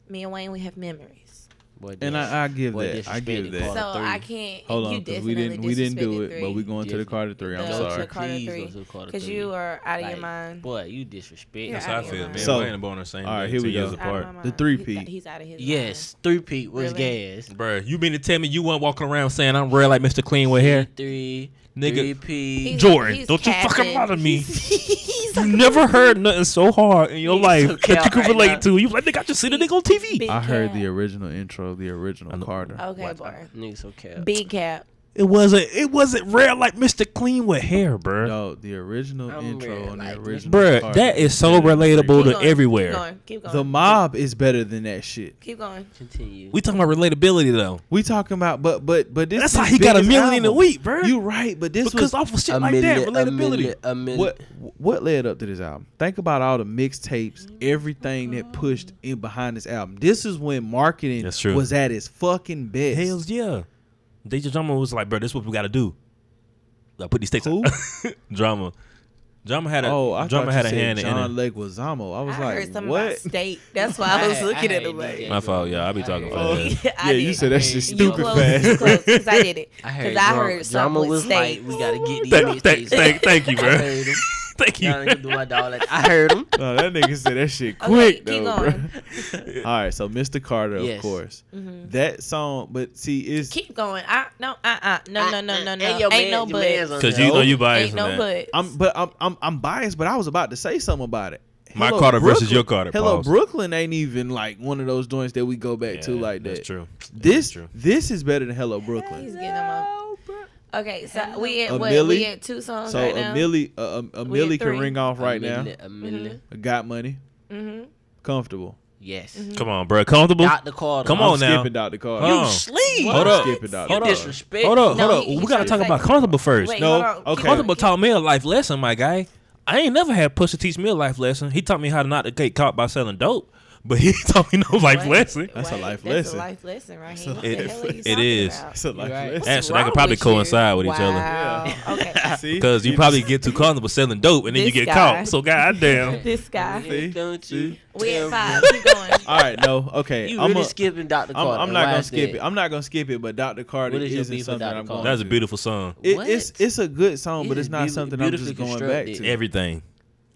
Speaker 3: me and Wayne, we have memories.
Speaker 1: Boy, dis-
Speaker 2: And I, I give
Speaker 1: boy,
Speaker 2: that. I give
Speaker 1: disrespected
Speaker 2: that.
Speaker 1: Carter.
Speaker 3: so
Speaker 1: three.
Speaker 3: I can't.
Speaker 2: Hold
Speaker 3: you
Speaker 2: on, because we didn't we didn't do it, but we going to
Speaker 1: Definitely.
Speaker 2: the Carter three. I'm
Speaker 3: No,
Speaker 1: Go to
Speaker 2: sorry.
Speaker 3: the Carter
Speaker 1: please
Speaker 3: three,
Speaker 1: go to Carter
Speaker 3: because
Speaker 1: three.
Speaker 3: you are out of
Speaker 1: Like,
Speaker 3: your mind.
Speaker 1: Boy, you disrespect.
Speaker 3: You're
Speaker 4: That's
Speaker 3: out
Speaker 4: how I
Speaker 3: of your
Speaker 4: feel. Man,
Speaker 3: mind.
Speaker 2: So-
Speaker 4: so, and born on the same
Speaker 2: all right,
Speaker 4: day,
Speaker 2: here
Speaker 4: two
Speaker 2: we go.
Speaker 3: Out
Speaker 4: years
Speaker 3: of my
Speaker 4: apart.
Speaker 3: mind.
Speaker 2: The
Speaker 3: He's-
Speaker 2: three-peat.
Speaker 3: He's out of his.
Speaker 1: Yes, three peat was
Speaker 3: Really?
Speaker 1: gas.
Speaker 4: Bruh, you mean to tell me you weren't walking around saying I'm red like Mr. Clean with hair?
Speaker 1: Three,
Speaker 4: Nigga.
Speaker 1: three
Speaker 3: mind.
Speaker 1: P.
Speaker 3: He's-
Speaker 4: Jordan,
Speaker 3: he's
Speaker 4: don't you fucking
Speaker 3: capping.
Speaker 4: lie to me.
Speaker 3: He's- he's
Speaker 4: You
Speaker 3: like-
Speaker 4: never heard nothing so hard in your
Speaker 1: He's
Speaker 4: life
Speaker 1: so
Speaker 4: that you
Speaker 1: cute
Speaker 4: could
Speaker 1: right
Speaker 4: relate
Speaker 1: now.
Speaker 4: to. You like, nigga, I just seen a nigga on TV.
Speaker 3: Big
Speaker 2: I heard the
Speaker 3: cap.
Speaker 2: original intro, the
Speaker 4: I
Speaker 2: original
Speaker 4: know.
Speaker 2: Carter.
Speaker 3: Okay,
Speaker 1: Watch
Speaker 3: boy.
Speaker 1: out. Niggas so cap.
Speaker 3: Big cap.
Speaker 4: It wasn't. It wasn't rare like Mr. Clean with hair, bruh.
Speaker 2: No, the original
Speaker 1: I'm
Speaker 2: intro
Speaker 1: real
Speaker 2: on
Speaker 1: like
Speaker 2: the
Speaker 1: this.
Speaker 2: original.
Speaker 4: Bruh,
Speaker 2: Carter
Speaker 4: that is so
Speaker 2: the original.
Speaker 4: relatable
Speaker 3: Keep
Speaker 4: to
Speaker 3: going, Keep
Speaker 4: everywhere.
Speaker 3: going. Keep going.
Speaker 2: The mob is better than that shit.
Speaker 3: Keep going.
Speaker 1: Continue.
Speaker 4: We talking about relatability though.
Speaker 2: We talking about, but but but this.
Speaker 4: That's
Speaker 2: is
Speaker 4: how he got a
Speaker 2: biggest
Speaker 4: million in a
Speaker 2: album.
Speaker 4: week, bruh.
Speaker 2: You right, but this
Speaker 4: because
Speaker 2: was
Speaker 4: awful shit
Speaker 1: a
Speaker 4: like
Speaker 1: minute,
Speaker 4: that,
Speaker 1: a
Speaker 4: relatability.
Speaker 1: minute, a minute.
Speaker 2: what what led up to this album. Think about all the mixtapes, everything that pushed in behind this album. This is when marketing
Speaker 4: That's true.
Speaker 2: was at its fucking best.
Speaker 4: Hells yeah. DJ Drama was like, bruh, this what we gotta do. I put these stakes.
Speaker 2: Who?
Speaker 4: out. drama. Drama had a
Speaker 2: oh, I
Speaker 4: drama
Speaker 2: thought
Speaker 4: had
Speaker 2: you
Speaker 4: a
Speaker 2: said
Speaker 4: hand in it.
Speaker 2: John Leguizamo. I was
Speaker 3: I
Speaker 2: like,
Speaker 3: heard something about
Speaker 2: what?
Speaker 3: state. That's why I was looking at him like.
Speaker 4: My fault, yeah, I be talking
Speaker 2: Oh,
Speaker 4: about that.
Speaker 3: I
Speaker 2: yeah, you
Speaker 3: did.
Speaker 2: said that shit
Speaker 3: You
Speaker 2: stupid
Speaker 3: close, you
Speaker 2: fast.
Speaker 3: close, because I did it.
Speaker 1: I heard,
Speaker 3: Because I
Speaker 1: drama-
Speaker 3: heard
Speaker 1: drama
Speaker 3: something with
Speaker 1: was like,
Speaker 3: state.
Speaker 1: we gotta get these
Speaker 4: Thank, thank,
Speaker 1: mixtapes.
Speaker 4: thank, thank you,
Speaker 1: I
Speaker 4: bro.
Speaker 1: heard 'em.
Speaker 4: Thank
Speaker 1: Y'all
Speaker 4: you.
Speaker 1: niggas do my dog like I heard him.
Speaker 2: no, that nigga said that shit
Speaker 3: Okay,
Speaker 2: quick
Speaker 3: keep
Speaker 2: though.
Speaker 3: going.
Speaker 2: bruh. All right, so Mr. Carter, of
Speaker 1: Yes.
Speaker 2: course.
Speaker 3: Mhm.
Speaker 2: That song, but see, it's
Speaker 3: Keep going. I no. Uh. Uh. No. No. No. No.
Speaker 1: And
Speaker 3: No.
Speaker 1: your
Speaker 3: Ain't
Speaker 1: man-
Speaker 3: no
Speaker 1: your
Speaker 3: but.
Speaker 1: man's on
Speaker 4: Because
Speaker 1: there.
Speaker 4: you know you biased
Speaker 3: Ain't
Speaker 4: in
Speaker 3: no
Speaker 4: that.
Speaker 3: but.
Speaker 2: I'm but I'm I'm I'm biased, but I was about to say something about it.
Speaker 4: My Carter versus your Carter,
Speaker 2: Hello,
Speaker 4: pause.
Speaker 2: Brooklyn ain't even like one of those joints that we go back
Speaker 4: Yeah,
Speaker 2: to like that.
Speaker 4: That's true.
Speaker 2: This
Speaker 4: That's true.
Speaker 2: this is better than Hello
Speaker 3: He's
Speaker 2: Brooklyn.
Speaker 3: getting them up. Okay, so we at
Speaker 2: A
Speaker 3: what?
Speaker 2: Millie?
Speaker 3: We at two songs
Speaker 2: So
Speaker 3: right
Speaker 2: a
Speaker 3: now.
Speaker 2: Millie a, a, a
Speaker 3: We at
Speaker 2: Millie can
Speaker 3: three.
Speaker 2: ring off right
Speaker 1: a
Speaker 2: now.
Speaker 1: Minute, a minute.
Speaker 3: Mm-hmm.
Speaker 2: Got money,
Speaker 3: hmm
Speaker 2: comfortable.
Speaker 1: Yes.
Speaker 3: Mm-hmm.
Speaker 4: Come on, bro. Comfortable.
Speaker 1: Dr. Carter.
Speaker 4: Come
Speaker 2: I'm
Speaker 4: on now.
Speaker 2: skipping Dr. Carter.
Speaker 4: Hold
Speaker 1: You
Speaker 4: on.
Speaker 1: sleep.
Speaker 4: Oh. Hold up.
Speaker 2: Skipping Dr.
Speaker 4: Hold
Speaker 2: Carter.
Speaker 4: up.
Speaker 1: Disrespect.
Speaker 4: Hold up.
Speaker 3: No,
Speaker 4: Hold up.
Speaker 3: he- he
Speaker 4: we gotta
Speaker 3: should
Speaker 4: talk
Speaker 3: say-
Speaker 4: about comfortable first.
Speaker 3: Wait,
Speaker 2: No,
Speaker 3: hold on.
Speaker 2: okay.
Speaker 3: Keep
Speaker 4: Comfortable
Speaker 3: going.
Speaker 4: taught me a life lesson, my guy. I ain't never had Pusha teach me a life lesson. He taught me how to not to get caught by selling dope, but he taught me no life
Speaker 3: Wait,
Speaker 4: lesson.
Speaker 2: That's a
Speaker 3: wait,
Speaker 2: life
Speaker 3: that's
Speaker 2: lesson.
Speaker 3: a life lesson right here.
Speaker 2: a
Speaker 3: What the
Speaker 4: life
Speaker 3: hell are you
Speaker 4: lesson.
Speaker 3: talking
Speaker 4: It is.
Speaker 3: about?
Speaker 2: It's a
Speaker 1: right.
Speaker 2: life lesson.
Speaker 4: Actually, that
Speaker 3: Wrong
Speaker 4: could probably
Speaker 3: with you.
Speaker 4: coincide with each other
Speaker 3: Wow. Okay.
Speaker 2: See,
Speaker 4: because you probably get too comfortable selling dope and then you
Speaker 3: This
Speaker 4: get
Speaker 3: guy.
Speaker 4: caught. So goddamn.
Speaker 3: This guy.
Speaker 2: See?
Speaker 1: Don't you?
Speaker 2: See?
Speaker 3: We
Speaker 1: tell me.
Speaker 3: at five. Keep going.
Speaker 2: All right, no, okay.
Speaker 1: You
Speaker 2: I'm,
Speaker 1: really
Speaker 2: a-
Speaker 1: skipping Dr.
Speaker 2: I'm,
Speaker 1: Carter.
Speaker 2: I'm not
Speaker 1: Why
Speaker 2: gonna
Speaker 1: is
Speaker 2: skip
Speaker 1: that?
Speaker 2: it. I'm not gonna skip it, but Dr. Carter
Speaker 1: What is your
Speaker 2: isn't
Speaker 1: beef with
Speaker 2: something
Speaker 1: Dr.
Speaker 2: I'm going.
Speaker 1: Carter?
Speaker 4: That's a
Speaker 2: to.
Speaker 4: beautiful song.
Speaker 2: It,
Speaker 1: What?
Speaker 2: it's it's a good song,
Speaker 1: It
Speaker 2: but
Speaker 1: is
Speaker 2: it's not
Speaker 1: beauti-
Speaker 2: something I'm
Speaker 1: beautifully
Speaker 2: just going back
Speaker 1: constructed.
Speaker 2: to.
Speaker 4: Everything.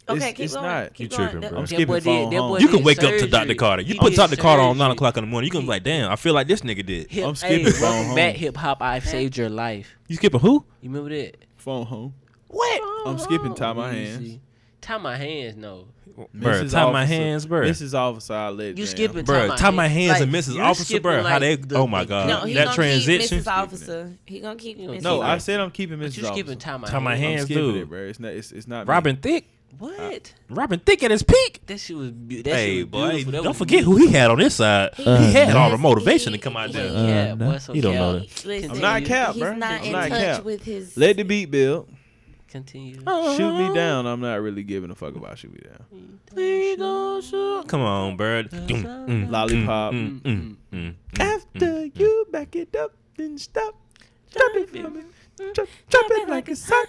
Speaker 3: Okay,
Speaker 2: It's-
Speaker 3: keep
Speaker 2: it's
Speaker 3: going.
Speaker 2: not.
Speaker 3: Keep going.
Speaker 4: You tripping,
Speaker 3: That-
Speaker 4: bro.
Speaker 2: I'm
Speaker 1: That
Speaker 2: skipping
Speaker 1: boy did-
Speaker 2: phone
Speaker 1: that
Speaker 2: home.
Speaker 1: boy
Speaker 4: You
Speaker 1: did
Speaker 4: can wake up to
Speaker 1: surgery.
Speaker 4: Dr. Carter. You
Speaker 1: He
Speaker 4: put
Speaker 1: did
Speaker 4: Dr. Carter on
Speaker 1: surgery.
Speaker 4: 9 o'clock in the morning. You gonna be like, damn, I feel like this nigga did.
Speaker 1: Hip,
Speaker 2: I'm skipping
Speaker 1: hey,
Speaker 2: phone
Speaker 1: welcome back,
Speaker 2: home.
Speaker 1: hip hop. I've saved your life.
Speaker 4: You skipping who?
Speaker 1: You remember that?
Speaker 2: Phone home.
Speaker 1: What?
Speaker 2: I'm skipping tie my hands.
Speaker 1: Easy. Tie my hands, no.
Speaker 4: Bro,
Speaker 2: Mrs.
Speaker 4: tie my
Speaker 2: Officer-
Speaker 4: hands, bro.
Speaker 2: Mrs. Officer, I let
Speaker 1: You
Speaker 2: down.
Speaker 1: skipping
Speaker 4: Bro,
Speaker 1: tie,
Speaker 4: tie my hands and
Speaker 1: Like,
Speaker 4: Mrs.
Speaker 1: you
Speaker 4: Officer, bro.
Speaker 1: skipping,
Speaker 4: How they?
Speaker 1: like, the-
Speaker 4: Oh my
Speaker 1: the-
Speaker 4: god,
Speaker 3: No, he
Speaker 4: that
Speaker 3: gonna
Speaker 4: transition.
Speaker 3: keep Mrs. Officer. He gonna keep Mrs.
Speaker 2: No, I
Speaker 3: Officer.
Speaker 2: said I'm keeping
Speaker 1: But
Speaker 2: Mrs.
Speaker 1: you skipping
Speaker 2: Officer.
Speaker 1: tie my
Speaker 4: Tie my
Speaker 1: hands.
Speaker 2: I'm
Speaker 4: hands,
Speaker 2: skipping
Speaker 4: dude.
Speaker 2: it, bro. It's not. It's, it's not. me.
Speaker 4: Robin Thick,
Speaker 1: What?
Speaker 4: Robin Thick at his peak.
Speaker 1: That shit was be- that
Speaker 4: hey,
Speaker 1: shit was
Speaker 4: boy,
Speaker 1: beautiful. That
Speaker 4: don't
Speaker 1: was
Speaker 4: forget who
Speaker 1: beautiful.
Speaker 4: he had on this side. he had all the
Speaker 3: he-
Speaker 4: motivation to come out
Speaker 3: he-
Speaker 4: there.
Speaker 3: he-
Speaker 1: Yeah,
Speaker 4: Uh,
Speaker 1: boy, so
Speaker 4: you don't know
Speaker 1: Kelly,
Speaker 4: that.
Speaker 3: Listen,
Speaker 2: I'm not
Speaker 1: continue-
Speaker 2: cap,
Speaker 3: He's
Speaker 2: bro.
Speaker 3: not
Speaker 2: I'm
Speaker 3: in
Speaker 2: not
Speaker 3: touch
Speaker 2: cap.
Speaker 3: with his.
Speaker 2: Let the beat build.
Speaker 1: Continue.
Speaker 2: Shoot
Speaker 1: Uh-huh.
Speaker 2: me down. I'm not really giving a fuck about shoot me down.
Speaker 4: We gon' shoot. Come on, bro.
Speaker 2: Lollipop.
Speaker 4: Mm, mm, mm, mm.
Speaker 2: After you back it up, then stop. Drop it for me. Drop, drop it like a sock.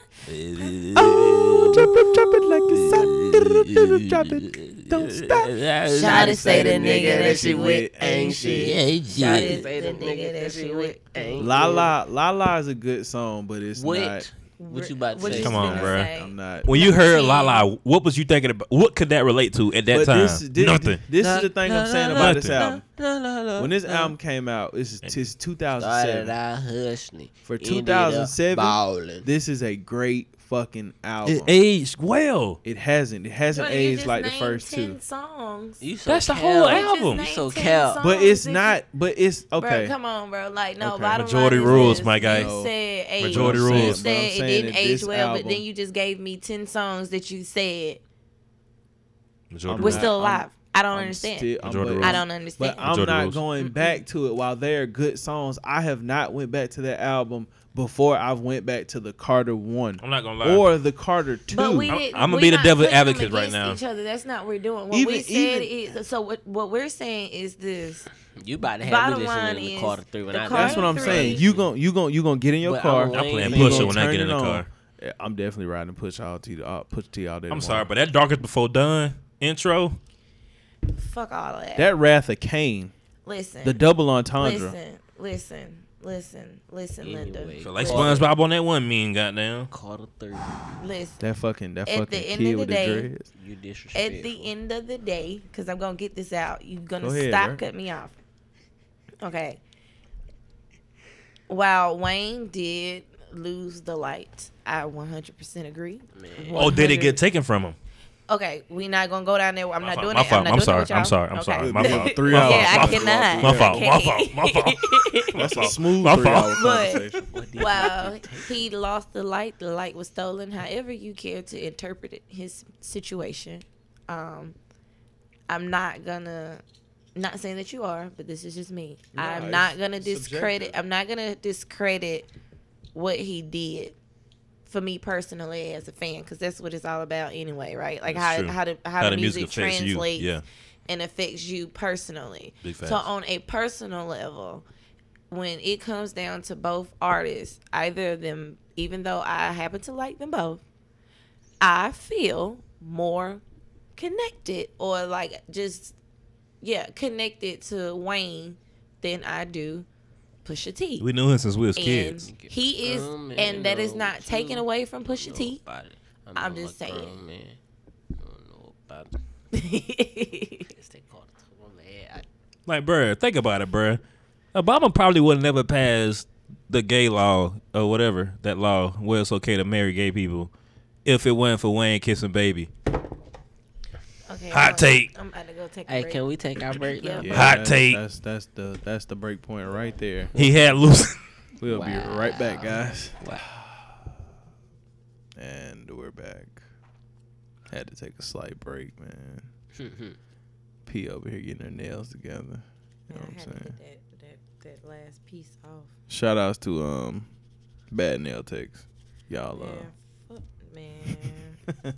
Speaker 2: Oh, drop it, drop it like a sock. Do-do-do-do, Drop it. Don't stop.
Speaker 3: Shawty say the nigga that she with ain't shit.
Speaker 1: yeah.
Speaker 3: Say the nigga that she with ain't.
Speaker 2: La La La La is a good song, but it's not.
Speaker 1: What? What you about to
Speaker 3: What
Speaker 1: say?
Speaker 3: you
Speaker 4: Come on,
Speaker 3: gonna
Speaker 4: bruh.
Speaker 3: say?
Speaker 2: I'm not.
Speaker 4: When you heard Lala, what was you thinking about? What could that relate to at that
Speaker 2: But
Speaker 4: time?
Speaker 2: this, this,
Speaker 4: Nothing.
Speaker 2: This is the thing I'm saying about this album.
Speaker 4: Nothing.
Speaker 2: When this album came out, this is it's
Speaker 1: started
Speaker 2: 2007.
Speaker 1: out hustling
Speaker 2: For
Speaker 1: ended up
Speaker 2: 2007,
Speaker 1: balling.
Speaker 2: This is a great fucking album.
Speaker 4: it aged well.
Speaker 2: It hasn't. It hasn't
Speaker 3: Jordan, you
Speaker 2: aged
Speaker 3: just
Speaker 2: like the
Speaker 3: named
Speaker 2: first
Speaker 3: 10
Speaker 2: two.
Speaker 3: songs.
Speaker 1: You so
Speaker 4: That's the
Speaker 1: cal.
Speaker 4: whole
Speaker 3: You just
Speaker 4: album.
Speaker 3: named
Speaker 1: You so
Speaker 3: 10
Speaker 1: cal.
Speaker 3: songs.
Speaker 2: But it's
Speaker 3: This-
Speaker 2: not. But it's okay.
Speaker 3: Bro, come on, bro. Like, no,
Speaker 2: Okay.
Speaker 3: bottom
Speaker 4: Majority
Speaker 3: line
Speaker 4: rules,
Speaker 3: is this.
Speaker 4: my guy.
Speaker 3: You said, hey,
Speaker 4: Majority
Speaker 3: you
Speaker 4: rules.
Speaker 3: said
Speaker 2: But I'm
Speaker 3: it
Speaker 2: saying
Speaker 3: didn't
Speaker 2: that
Speaker 3: age
Speaker 2: this
Speaker 3: well,
Speaker 2: album-
Speaker 3: but then you just gave me 10 songs that you said
Speaker 4: Majority
Speaker 2: I'm
Speaker 3: were
Speaker 2: not-
Speaker 4: rules.
Speaker 3: still alive. I don't
Speaker 2: I'm
Speaker 3: understand.
Speaker 2: still- I'm-
Speaker 4: Majority
Speaker 2: but-
Speaker 4: rules.
Speaker 3: I don't understand.
Speaker 2: But I'm
Speaker 4: Majority
Speaker 2: not
Speaker 4: rules.
Speaker 2: going back to it. While they are good songs, I have not went back to that album before I've went back to the Carter One
Speaker 4: I'm not gonna lie.
Speaker 2: or the Carter Two.
Speaker 3: but we
Speaker 4: I'm-
Speaker 3: didn't,
Speaker 4: I'ma
Speaker 3: we
Speaker 4: be the
Speaker 3: not
Speaker 4: devil
Speaker 3: putting them
Speaker 4: advocate right
Speaker 3: against
Speaker 4: now.
Speaker 3: Each other. That's not what we're doing. What
Speaker 2: Even-
Speaker 3: we said
Speaker 2: even-
Speaker 3: is so. What what we're saying is this.
Speaker 1: You about to have
Speaker 3: Bottom
Speaker 1: me
Speaker 3: line
Speaker 1: listening to
Speaker 3: is
Speaker 1: quarter three when
Speaker 3: the
Speaker 1: I
Speaker 3: Carter
Speaker 2: That's what I'm
Speaker 3: Three.
Speaker 2: saying. You gon' you gon' you gonna get in your
Speaker 1: But
Speaker 2: car.
Speaker 1: I'm
Speaker 4: I'm playing
Speaker 1: You
Speaker 4: Pusha
Speaker 2: gonna
Speaker 4: when I
Speaker 2: turn
Speaker 4: get in
Speaker 2: it
Speaker 4: the
Speaker 2: on.
Speaker 4: car.
Speaker 2: Yeah, I'm definitely riding push all to the uh, push T all day. tomorrow.
Speaker 4: I'm sorry, but that darkest before done intro.
Speaker 3: Fuck all of that.
Speaker 2: that Wrath of Cain,
Speaker 3: listen.
Speaker 2: the double entendre.
Speaker 3: listen. Listen. Listen. Listen,
Speaker 1: Anyway.
Speaker 3: Linda.
Speaker 4: So like
Speaker 1: Well-
Speaker 4: SpongeBob on that one mean goddamn.
Speaker 1: quarter three.
Speaker 3: Listen.
Speaker 2: That fucking that
Speaker 3: At the
Speaker 2: fucking
Speaker 3: end
Speaker 2: kid
Speaker 3: of the
Speaker 2: with the
Speaker 3: day-
Speaker 2: dreads.
Speaker 1: You disrespectful.
Speaker 3: At the end of the day, because I'm gonna get this out. You're gonna
Speaker 2: Go ahead,
Speaker 3: stop
Speaker 2: girl.
Speaker 3: cutting me off. Okay. While Wayne did lose the light, I 100% agree.
Speaker 1: Man.
Speaker 4: Oh, did it
Speaker 3: 100
Speaker 4: get taken from him?
Speaker 3: Okay, we're not gonna go down there. I'm
Speaker 4: My
Speaker 3: not
Speaker 4: fault,
Speaker 3: doing
Speaker 4: my
Speaker 3: it.
Speaker 4: fault,
Speaker 3: I'm not
Speaker 4: I'm
Speaker 3: doing
Speaker 4: sorry,
Speaker 3: it with y'all.
Speaker 4: I'm sorry, I'm
Speaker 3: Okay.
Speaker 4: sorry,
Speaker 2: my fault.
Speaker 4: Three
Speaker 3: yeah,
Speaker 4: hours,
Speaker 3: I
Speaker 4: my fault,
Speaker 3: cannot.
Speaker 4: my fault,
Speaker 3: I
Speaker 4: my
Speaker 3: can't.
Speaker 4: fault, my fault.
Speaker 2: That's a smooth
Speaker 4: My
Speaker 2: three
Speaker 4: fault.
Speaker 2: hour
Speaker 3: But-
Speaker 2: conversation.
Speaker 1: What did
Speaker 3: Well, he lost the light. The light was stolen. However, you care to interpret it, his situation. Um, I'm not gonna, not saying that you are, but this is just me.
Speaker 2: No,
Speaker 3: I'm
Speaker 2: it's
Speaker 3: not gonna discredit.
Speaker 2: subjective.
Speaker 3: I'm not gonna discredit what he did for me personally as a fan, because that's what it's all about anyway, right? Like
Speaker 4: That's
Speaker 3: how
Speaker 4: true.
Speaker 3: how the how, the music,
Speaker 4: affects you,
Speaker 3: translates
Speaker 4: Yeah,
Speaker 3: and affects you personally.
Speaker 4: Big facts.
Speaker 3: So on a personal level, when it comes down to both artists, either of them, even though I happen to like them both, I feel more connected or like just yeah, connected to Wayne than I do Pusha T.
Speaker 4: we knew him since we was kids.
Speaker 3: and he is,
Speaker 1: Um,
Speaker 3: and that is not
Speaker 1: no,
Speaker 3: taken
Speaker 1: too.
Speaker 3: away from Pusha
Speaker 1: Nobody.
Speaker 3: T.
Speaker 1: I'm,
Speaker 3: I'm
Speaker 1: not
Speaker 3: just
Speaker 1: a
Speaker 3: saying.
Speaker 1: grown Man. I don't know about this. They called it on the head.
Speaker 4: Like, bruh, think about it, bruh. Obama probably would have never passed the gay law or whatever that law where it's okay to marry gay people if it wasn't for Wayne kissing baby.
Speaker 3: Okay,
Speaker 4: Hot
Speaker 3: I'm-
Speaker 4: take.
Speaker 3: I'm about to go take a
Speaker 1: I, hey,
Speaker 3: break.
Speaker 1: can we take our break now?
Speaker 3: Yeah.
Speaker 2: Yeah,
Speaker 4: Hot
Speaker 2: that's-
Speaker 4: take.
Speaker 2: That's that's the that's the break point right there.
Speaker 4: He had loose.
Speaker 2: We'll be right back,
Speaker 1: Wow.
Speaker 2: guys.
Speaker 1: Wow.
Speaker 2: And we're back. Had to take a slight break, man.
Speaker 3: Hmm,
Speaker 2: P over here getting her nails together. You know what I'm saying?
Speaker 3: that last piece off.
Speaker 2: Shout outs to um Bad Nail Techs. Y'all uh, love.
Speaker 3: man.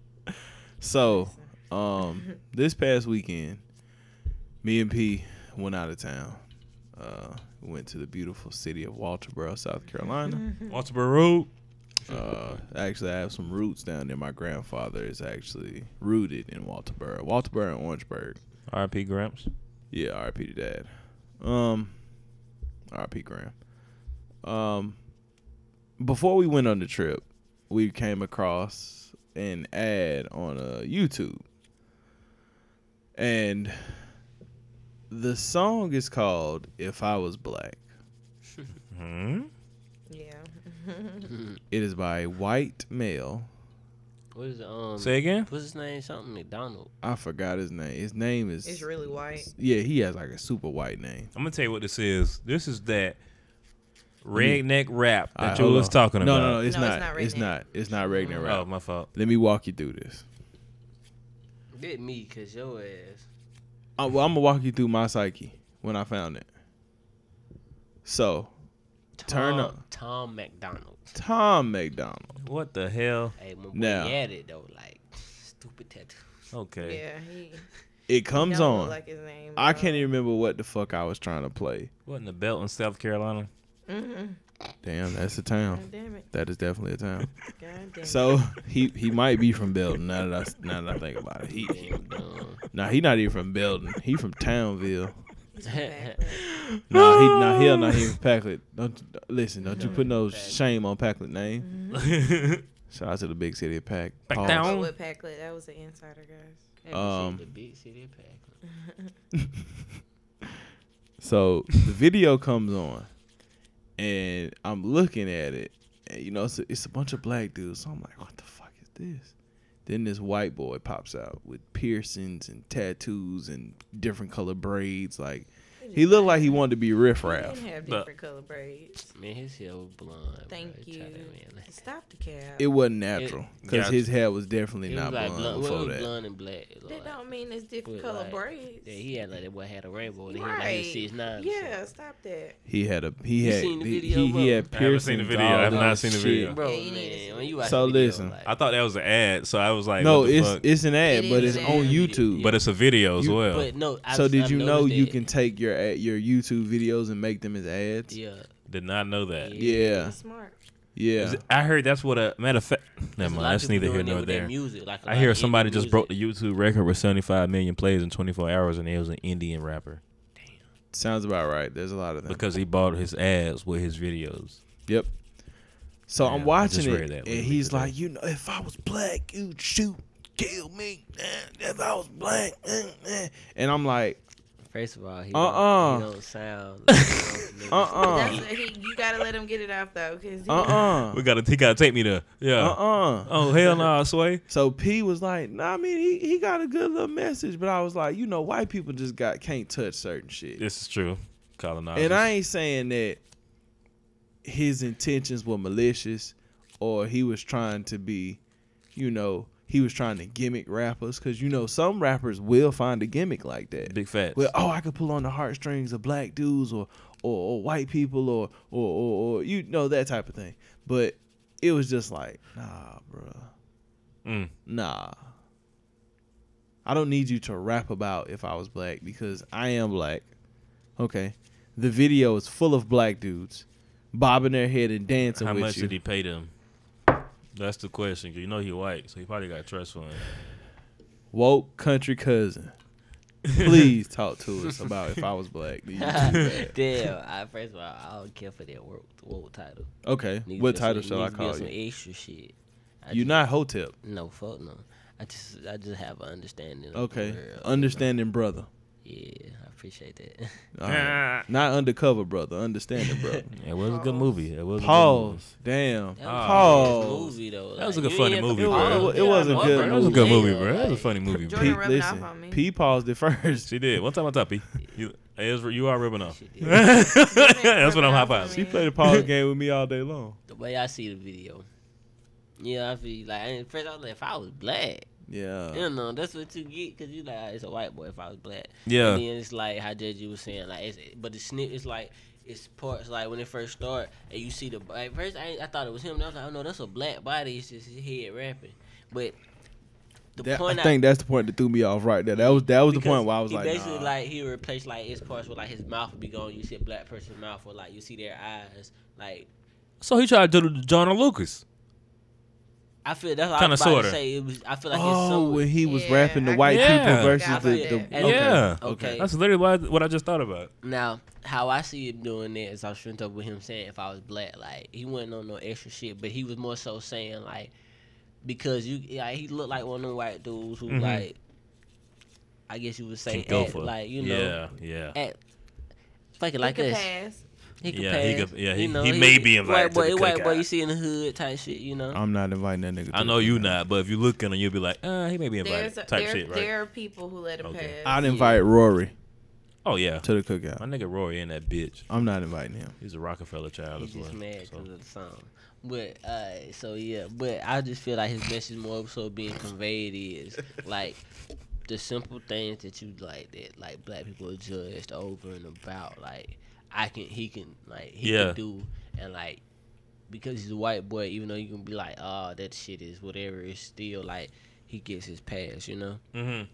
Speaker 2: So, um this past weekend, me and P went out of town. Uh went to the beautiful city of Walterboro, South Carolina.
Speaker 4: Walter Baruch.
Speaker 2: Uh, actually, I have some roots down there. My grandfather is actually rooted in Walterboro, Walterboro and Orangeburg.
Speaker 4: R.P. Gramps.
Speaker 2: Yeah, R.I.P. to Dad. Um, R.I.P. Graham. Um, before we went on the trip, we came across an ad on uh, YouTube, and the song is called "If I Was Black."
Speaker 4: Hmm?
Speaker 3: Yeah.
Speaker 2: It is by a white male.
Speaker 1: What is it, um?
Speaker 4: Say again.
Speaker 1: What's his name? Something McDonald.
Speaker 2: I forgot his name. His name is.
Speaker 3: It's really white.
Speaker 2: Yeah, he has like a super white name.
Speaker 4: I'm gonna tell you what this is. This is that redneck rap
Speaker 2: All right,
Speaker 4: that you
Speaker 2: hold
Speaker 4: was
Speaker 2: on.
Speaker 4: talking
Speaker 2: No,
Speaker 4: about.
Speaker 2: no, no, it's
Speaker 3: No, it's
Speaker 2: not.
Speaker 3: not
Speaker 2: It's
Speaker 3: Redneck.
Speaker 2: not. It's not Regnan Rap.
Speaker 4: Oh, my fault.
Speaker 2: Let me walk you through this.
Speaker 1: Get me, cause your ass.
Speaker 2: I, Uh, well, I'm gonna walk you through my psyche when I found it. So, Turn
Speaker 1: Tom-
Speaker 2: up.
Speaker 1: Tom McDonald.
Speaker 2: Tom McDonald.
Speaker 4: What the hell?
Speaker 1: Hey, my boy
Speaker 2: Now.
Speaker 1: he had it though, like stupid tattoo.
Speaker 4: Okay.
Speaker 3: Yeah, he
Speaker 2: It comes
Speaker 3: don't look
Speaker 2: on.
Speaker 3: Like his name,
Speaker 2: I can't even remember what the fuck I was trying to play.
Speaker 4: What in the belt in South Carolina?
Speaker 3: even.
Speaker 2: Damn, that's a town.
Speaker 3: God damn it!
Speaker 2: That is definitely a town.
Speaker 3: God damn
Speaker 2: So he he might be from Belton. Now that I now that I think about it, he, he
Speaker 1: Dumb.
Speaker 2: nah he not even from Belton. He from Townville.
Speaker 3: it!
Speaker 2: Nah he nah hell nah he from Packlet. Don't listen. Don't you put no shame on Packlet name.
Speaker 1: Mm-hmm.
Speaker 2: Shout out to the big city of Pack.
Speaker 4: Pack
Speaker 2: Pause.
Speaker 4: down.
Speaker 3: Oh, with Packlet, that was an insider, guys.
Speaker 2: Um,
Speaker 1: the big city of Packers.
Speaker 2: So the video comes on, and I'm looking at it, and you know it's a, it's a bunch of black dudes. So I'm like, what the fuck is this? Then this white boy pops out with piercings and tattoos and different color braids. Like he looked like he wanted to be riffraff.
Speaker 3: Didn't have
Speaker 4: But-
Speaker 3: different color braids.
Speaker 1: Man, his hair was blonde.
Speaker 3: Thank
Speaker 1: bro. He
Speaker 3: you.
Speaker 1: tried that man like-
Speaker 3: Stop the cab.
Speaker 2: It wasn't natural because
Speaker 4: Gotcha.
Speaker 2: his hair was definitely
Speaker 1: It was
Speaker 2: not
Speaker 1: like
Speaker 2: blonde
Speaker 1: blonde, well,
Speaker 2: before
Speaker 1: it was
Speaker 2: that.
Speaker 1: blonde and black. it
Speaker 3: that
Speaker 1: looked like.
Speaker 3: don't mean it's different
Speaker 1: With,
Speaker 3: color
Speaker 1: like,
Speaker 3: braids.
Speaker 1: Yeah, he had like that boy had a rainbow and he had like
Speaker 3: right.
Speaker 1: his six nine.
Speaker 3: yeah, stop that.
Speaker 2: He had a he
Speaker 1: You
Speaker 2: had
Speaker 1: seen the
Speaker 2: he,
Speaker 1: video,
Speaker 2: he, he
Speaker 1: bro?
Speaker 2: had
Speaker 4: I haven't
Speaker 2: piercings.
Speaker 4: seen the video.
Speaker 2: all
Speaker 4: I have
Speaker 2: that
Speaker 4: not seen the
Speaker 2: shit.
Speaker 4: video.
Speaker 1: bro,
Speaker 3: Yeah, you need to see
Speaker 1: man, when
Speaker 3: it.
Speaker 1: you watch
Speaker 2: So
Speaker 1: the video,
Speaker 2: listen.
Speaker 1: like,
Speaker 4: I thought that was an ad, so I was like,
Speaker 2: no,
Speaker 4: what the
Speaker 2: it's
Speaker 4: fuck?
Speaker 2: it's an ad,
Speaker 3: It
Speaker 2: but
Speaker 3: is
Speaker 2: it's
Speaker 3: an
Speaker 2: on
Speaker 3: ad.
Speaker 2: YouTube.
Speaker 4: but it's a video as
Speaker 2: You-
Speaker 4: well.
Speaker 1: but no. I've,
Speaker 2: so did
Speaker 1: I've
Speaker 2: you know
Speaker 1: noticed
Speaker 2: you
Speaker 1: that.
Speaker 2: can take your ad, your YouTube videos and make them as ads?
Speaker 1: Yeah,
Speaker 4: Did not know that.
Speaker 2: Yeah,
Speaker 3: He's smart.
Speaker 2: yeah.
Speaker 4: Is it- I heard that's what a matter of fact. Never
Speaker 1: There's a lot
Speaker 4: mind.
Speaker 1: of
Speaker 4: That's neither
Speaker 1: people
Speaker 4: here
Speaker 1: doing it
Speaker 4: nor
Speaker 1: with their
Speaker 4: there.
Speaker 1: Music, like a
Speaker 4: I
Speaker 1: lot
Speaker 4: hear
Speaker 1: of
Speaker 4: somebody
Speaker 1: indie
Speaker 4: just broke
Speaker 1: music.
Speaker 4: the YouTube record with 75 million plays in 24 hours, and it was an Indian rapper
Speaker 2: Sounds about right. There's a lot of them.
Speaker 4: because he bought his ads with his videos.
Speaker 2: Yep. So
Speaker 4: Yeah,
Speaker 2: I'm
Speaker 4: I just
Speaker 2: watching
Speaker 4: read
Speaker 2: it,
Speaker 4: that
Speaker 2: and
Speaker 4: literally
Speaker 2: he's
Speaker 4: today.
Speaker 2: like, you know, if I was black, you'd shoot, kill me. Eh, If I was black, eh, eh." and I'm like,
Speaker 1: First of all, he
Speaker 2: Uh-uh.
Speaker 1: don't, he don't sound. Like
Speaker 2: uh uh
Speaker 3: That's he, you gotta let him get it off though, cause he,
Speaker 2: uh uh,
Speaker 4: We gotta, he gotta take me to, yeah.
Speaker 2: uh uh.
Speaker 4: Oh hell no, I sway.
Speaker 2: So P was like, nah, I mean, he, he got a good little message, but I was like, you know, white people just got can't touch certain shit.
Speaker 4: This is true. Colonizers.
Speaker 2: And I ain't saying that his intentions were malicious or he was trying to be, you know, he was trying to gimmick rappers because, you know, some rappers will find a gimmick like that.
Speaker 4: big fat.
Speaker 2: Well, oh, I could pull on the heartstrings of black dudes or, or, or white people or, or, or, or, you know, that type of thing. But it was just like, nah, bruh.
Speaker 4: Mm.
Speaker 2: Nah. I don't need you to rap about if I was black because I am black. Okay. The video is full of black dudes bobbing their head and dancing
Speaker 4: How
Speaker 2: with
Speaker 4: much
Speaker 2: you.
Speaker 4: did he pay them? That's the question. 'cause you know he white, so he probably got trust fund.
Speaker 2: Woke country cousin. Please talk to us about if I was black. Do you-
Speaker 1: Damn, I, first of all, I don't care for that world, world title.
Speaker 2: Okay.
Speaker 1: Niggas
Speaker 2: what
Speaker 1: be
Speaker 2: title
Speaker 1: some-
Speaker 2: shall I
Speaker 1: niggas be
Speaker 2: call
Speaker 1: Some
Speaker 2: you?
Speaker 1: extra shit. I
Speaker 2: You're
Speaker 1: just-
Speaker 2: not Hotep.
Speaker 1: No, fuck no. I just, I just have an understanding. Of
Speaker 2: Okay.
Speaker 1: The world, you know?
Speaker 2: Understanding brother.
Speaker 1: Yeah, I appreciate that.
Speaker 2: All right. Not undercover brother. Understanding brother.
Speaker 4: It was a good movie. It was
Speaker 2: Pause. Damn.
Speaker 1: That was a good
Speaker 2: Pause.
Speaker 1: movie though.
Speaker 4: Oh. That was a
Speaker 1: Like,
Speaker 4: good
Speaker 1: you ain't
Speaker 4: funny
Speaker 1: have to
Speaker 4: movie,
Speaker 1: be
Speaker 2: It
Speaker 1: like,
Speaker 2: wa- Oh. it
Speaker 1: "Oh,
Speaker 2: was a
Speaker 1: yeah,
Speaker 2: good
Speaker 1: I'm
Speaker 2: movie.
Speaker 4: That was a good
Speaker 1: yeah,
Speaker 4: movie, bro. That was a
Speaker 1: like,
Speaker 4: funny movie.
Speaker 3: Jordan
Speaker 2: Pete,
Speaker 3: rubbing off
Speaker 2: listen.
Speaker 3: on me.
Speaker 2: P paused it first.
Speaker 4: She did. One time on top, he, you, it was- you are ripping off.
Speaker 1: She did.
Speaker 4: That's what I'm high five.
Speaker 2: She played a pause game with me all day long.
Speaker 1: The way I see the video. Yeah, I feel like and first I was like, if I was black,
Speaker 2: Yeah.
Speaker 1: you know, that's what you get because you like "Ah, it's a white boy. If I was black,
Speaker 4: Yeah.
Speaker 1: And then it's like how Judgy was saying, like, it's, but the snip is like it's parts like when it first start and you see the like, first I, I thought it was him. And I was like, oh no, that's a black body. It's just his head rapping. But the
Speaker 2: That,
Speaker 1: point
Speaker 2: I think that's the point that threw me off right there. That was that was the
Speaker 1: because
Speaker 2: point where I was
Speaker 1: he
Speaker 2: like,
Speaker 1: basically
Speaker 2: nah.
Speaker 1: like he replaced like his parts with like his mouth would be gone. You see a black person's mouth or like you see their eyes. Like
Speaker 4: So he tried to do the John Lucas.
Speaker 1: I feel that's what I
Speaker 4: Kinda
Speaker 1: was about
Speaker 4: sorta.
Speaker 1: to say. It was I feel like it's
Speaker 2: oh,
Speaker 1: somewhat
Speaker 2: when he was
Speaker 3: Yeah,
Speaker 2: rapping the
Speaker 3: I
Speaker 2: white
Speaker 4: forgot
Speaker 2: people
Speaker 3: about
Speaker 2: versus the, the
Speaker 3: that.
Speaker 2: okay.
Speaker 4: Yeah.
Speaker 1: Okay.
Speaker 4: That's literally what I, what I just thought about.
Speaker 1: Now, how I see him doing that is I'm straight up with him saying if I was black, like he wasn't on no extra shit, but he was more so saying like because you like he looked like one of them white dudes who
Speaker 4: Mhm.
Speaker 1: like I guess you would say
Speaker 4: Can go
Speaker 1: act
Speaker 4: for it.
Speaker 1: like you know
Speaker 4: Yeah, yeah.
Speaker 1: act fucking like
Speaker 3: He could
Speaker 1: us.
Speaker 3: pass.
Speaker 1: He could
Speaker 4: Yeah,
Speaker 1: pass.
Speaker 4: he could- yeah, he-
Speaker 1: you know,
Speaker 4: he may be invited
Speaker 1: White boy,
Speaker 4: to the
Speaker 1: white boy,
Speaker 4: cookout.
Speaker 1: you see in the hood type shit. You know.
Speaker 2: I'm not inviting that nigga.
Speaker 4: I
Speaker 2: to
Speaker 4: know
Speaker 2: the
Speaker 4: you
Speaker 2: cookout.
Speaker 4: not, but if you look at him, you'll be like, uh, he may be invited.
Speaker 3: There's a,
Speaker 4: type
Speaker 3: there,
Speaker 4: shit, right?
Speaker 3: there are people who let it
Speaker 4: Okay.
Speaker 3: pass.
Speaker 2: I'd invite Rory
Speaker 4: oh yeah,
Speaker 2: to the
Speaker 4: my
Speaker 2: cookout.
Speaker 4: nigga Rory in that bitch.
Speaker 2: I'm not inviting him.
Speaker 4: He's a Rockefeller child
Speaker 1: He's
Speaker 4: as
Speaker 1: just
Speaker 4: well.
Speaker 1: mad
Speaker 4: so.
Speaker 1: because of the song. But uh, so yeah, but I just feel like his message more so being conveyed is like the simple things that you like that like black people are judged over and about. Like I can, he can, like he
Speaker 4: Yeah.
Speaker 1: can do, and like because he's a white boy, even though you can be like, oh, that shit is whatever, it's still like he gets his pass, you know.
Speaker 4: Mhm.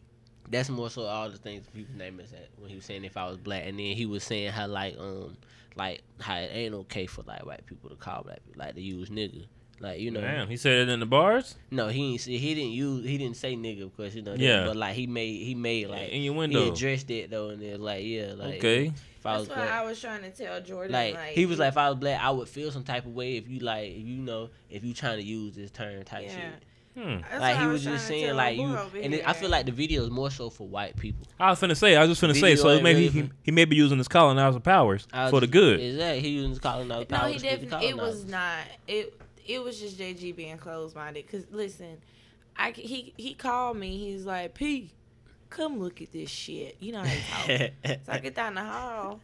Speaker 1: That's more so all the things people name is that when he was saying if I was black, and then he was saying how like um like how it ain't okay for like white people to call black people like to use nigga. Like you know,
Speaker 4: Damn, he said it in the bars.
Speaker 1: no, he ain't, say- he didn't use he didn't say nigga of course you know. that,
Speaker 4: Yeah.
Speaker 1: but like he made he made like
Speaker 4: in your
Speaker 1: He
Speaker 4: window.
Speaker 1: addressed it though, and then like yeah, like
Speaker 4: okay.
Speaker 1: If I was
Speaker 3: That's why
Speaker 1: black,
Speaker 3: I was trying to tell Jordan.
Speaker 1: like,
Speaker 3: Like,
Speaker 1: he was like, if I was black, I would feel some type of way if you like if you know if you trying to use this term type
Speaker 3: Yeah.
Speaker 1: shit.
Speaker 4: Hmm.
Speaker 3: That's
Speaker 1: like
Speaker 3: what
Speaker 1: he
Speaker 3: I
Speaker 1: was just
Speaker 3: trying to
Speaker 1: saying
Speaker 3: tell
Speaker 1: like you,
Speaker 3: Boy over
Speaker 1: and it, I
Speaker 3: here.
Speaker 1: feel like the video is more so for white people.
Speaker 4: I was finna say. I was just finna say.
Speaker 1: Video
Speaker 4: So
Speaker 1: ain't
Speaker 4: maybe
Speaker 1: really
Speaker 4: he,
Speaker 1: even-
Speaker 4: he may be using his colonizer powers
Speaker 1: I
Speaker 4: for the
Speaker 1: just-
Speaker 4: good.
Speaker 1: Exactly. He was calling out
Speaker 3: No,
Speaker 1: power.
Speaker 3: he
Speaker 1: to get the
Speaker 3: definitely. It
Speaker 1: colonizer.
Speaker 3: was not. It it was just JG being closed minded. Cause listen, I c- he he called me. He's like, P, come look at this shit. You know how he talks. so I get down the hall,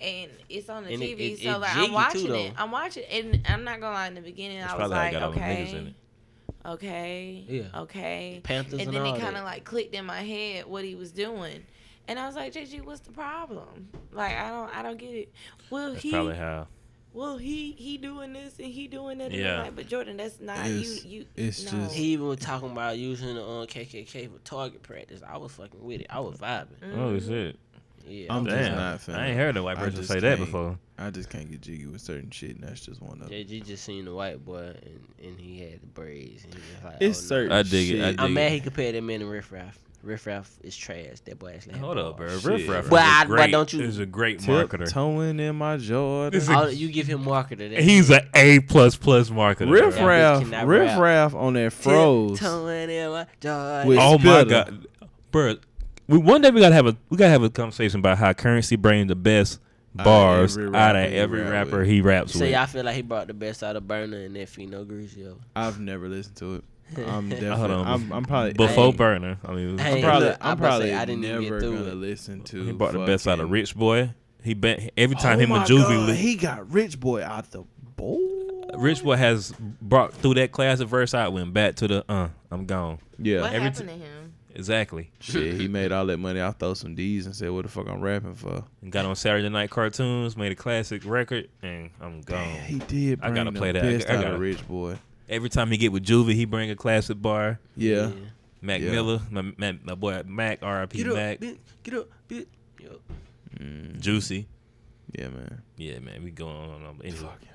Speaker 3: and it's on the
Speaker 1: And it-
Speaker 3: TV.
Speaker 1: it-
Speaker 3: so
Speaker 1: it
Speaker 3: like
Speaker 1: jiggy
Speaker 3: I'm
Speaker 1: too,
Speaker 3: watching
Speaker 1: though.
Speaker 3: it. I'm watching, and I'm not gonna lie. In the beginning,
Speaker 4: That's
Speaker 3: I was
Speaker 4: probably how he
Speaker 3: like,
Speaker 4: got all them niggas in
Speaker 3: okay,
Speaker 4: it.
Speaker 3: okay,
Speaker 1: Yeah.
Speaker 3: okay.
Speaker 1: Panthers and,
Speaker 3: and then
Speaker 1: all
Speaker 3: it kind
Speaker 1: that.
Speaker 3: of like clicked in my head what he was doing. And I was like, JG, what's the problem? Like, I don't, I don't get it. Well,
Speaker 4: That's
Speaker 3: he,
Speaker 4: probably how.
Speaker 3: well, he he doing this and he doing that. And
Speaker 4: Yeah.
Speaker 3: I'm like, but Jordan, that's not
Speaker 2: It's-
Speaker 3: you. You.
Speaker 2: it's
Speaker 3: no.
Speaker 2: just-
Speaker 1: He even was talking about using the um, KKK for target practice. I was fucking with it. I was vibing.
Speaker 3: Mm.
Speaker 4: Oh shit!
Speaker 1: Yeah.
Speaker 2: I'm just
Speaker 4: Damn,
Speaker 2: not finna.
Speaker 4: I ain't heard a white
Speaker 2: I
Speaker 4: person
Speaker 2: just
Speaker 4: say that
Speaker 2: can't.
Speaker 4: before.
Speaker 2: I just can't get jiggy with certain shit, and that's just one of. them.
Speaker 1: JG just seen the white boy and, and he had the braids. And he was like,
Speaker 2: It's
Speaker 1: oh, no.
Speaker 2: certain.
Speaker 4: I dig it, I
Speaker 2: shit.
Speaker 4: dig
Speaker 1: I'm
Speaker 4: it.
Speaker 1: mad he compared that man to Riff Raff. Riff Raff is trash. That boy actually. had
Speaker 4: Hold up, bro.
Speaker 1: balls.
Speaker 2: Shit.
Speaker 4: Riff Raff.
Speaker 1: Why-
Speaker 4: is a
Speaker 1: why
Speaker 4: great-
Speaker 1: don't you-
Speaker 4: Is a great marketer.
Speaker 2: Tiptoeing in my Jordan.
Speaker 4: This
Speaker 1: All- you give him marketer. That
Speaker 4: He's an A plus plus marketer.
Speaker 2: Riff
Speaker 4: bro.
Speaker 1: Raff
Speaker 2: Raff,
Speaker 1: cannot
Speaker 2: Riff
Speaker 1: rap.
Speaker 2: Raff on that froze.
Speaker 1: Tiptoeing in my Jordan.
Speaker 2: With-
Speaker 4: Oh my
Speaker 2: Spitter.
Speaker 4: god, bro. We one day we gotta have a we gotta have a conversation about how currency brings the best
Speaker 2: of
Speaker 4: bars
Speaker 2: Uh, every
Speaker 4: out
Speaker 2: rapper
Speaker 4: of
Speaker 2: he
Speaker 4: every
Speaker 2: rap
Speaker 4: rapper
Speaker 2: with.
Speaker 4: he raps
Speaker 1: So
Speaker 4: with.
Speaker 1: y'all feel like he brought the best out of Burner and that Fino Greasy. over.
Speaker 2: I've never listened to it. I'm
Speaker 4: Hold
Speaker 2: definitely.
Speaker 4: on.
Speaker 2: I'm, I'm probably.
Speaker 4: Before
Speaker 1: Hey.
Speaker 4: Burner, I mean,
Speaker 1: Hey,
Speaker 2: I'm probably.
Speaker 1: look, I'm
Speaker 2: I'm
Speaker 1: about to
Speaker 2: probably
Speaker 1: say, I didn't even get
Speaker 2: never
Speaker 1: through
Speaker 2: gonna
Speaker 1: it.
Speaker 2: listen to.
Speaker 4: he brought the best out of
Speaker 2: fucking-
Speaker 4: Rich Boy. He bet every time
Speaker 2: Oh
Speaker 4: him and
Speaker 2: my
Speaker 4: Juvie,
Speaker 2: God,
Speaker 4: li-
Speaker 2: He got Rich Boy out the bowl.
Speaker 4: Rich Boy has brought through that class of verse. I went back to the uh, I'm gone.
Speaker 2: Yeah.
Speaker 3: What
Speaker 4: every
Speaker 3: happened to him?
Speaker 4: Exactly.
Speaker 2: Shit, he made all that money. I throw some D's and said, "What the fuck I'm rapping for?"
Speaker 4: And got on Saturday Night Cartoons, made a classic record, and I'm gone.
Speaker 2: He did.
Speaker 4: I
Speaker 2: Bring
Speaker 4: gotta
Speaker 2: the
Speaker 4: play that. I
Speaker 2: Best
Speaker 4: gotta-
Speaker 2: out of Rich Boy.
Speaker 4: Every time he get with Juvie, he bring a classic bar.
Speaker 2: Yeah.
Speaker 4: Mac
Speaker 2: Yeah.
Speaker 4: Miller, my, my, my boy Mac, R.I.P.
Speaker 1: Get up,
Speaker 4: Mac,
Speaker 1: bitch. Get up, bitch. Yo.
Speaker 2: Mm,
Speaker 4: Juicy.
Speaker 2: yeah, man.
Speaker 4: Yeah, man, we going on. and on. But Anyway,
Speaker 2: Fucking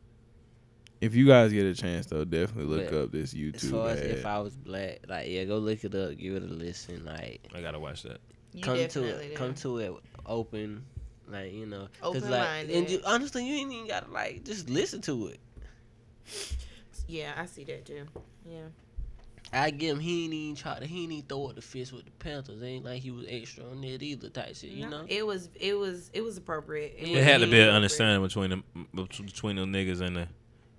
Speaker 2: A. If you guys get a chance, though, definitely look
Speaker 1: But
Speaker 2: up
Speaker 1: As
Speaker 2: this
Speaker 1: far
Speaker 2: YouTube
Speaker 1: as if
Speaker 2: ad.
Speaker 1: I was black, like yeah, go look it up, give it a listen, like
Speaker 4: I gotta watch that.
Speaker 3: You
Speaker 1: come to
Speaker 3: definitely
Speaker 1: it,
Speaker 3: did.
Speaker 1: come to it open, like you know, 'cause, like and
Speaker 3: Open-minded.
Speaker 1: you, honestly, you ain't even gotta like just listen to it.
Speaker 3: Yeah, I see that too. Yeah.
Speaker 1: I give him he ain't even try to he ain't even throw up the fist with the Panthers. Ain't like he was extra on it either type shit, you
Speaker 3: No,
Speaker 1: know.
Speaker 3: It was it was it was appropriate.
Speaker 1: It
Speaker 4: It
Speaker 3: was
Speaker 4: had to be an
Speaker 3: appropriate.
Speaker 4: understanding between them, between them niggas and the.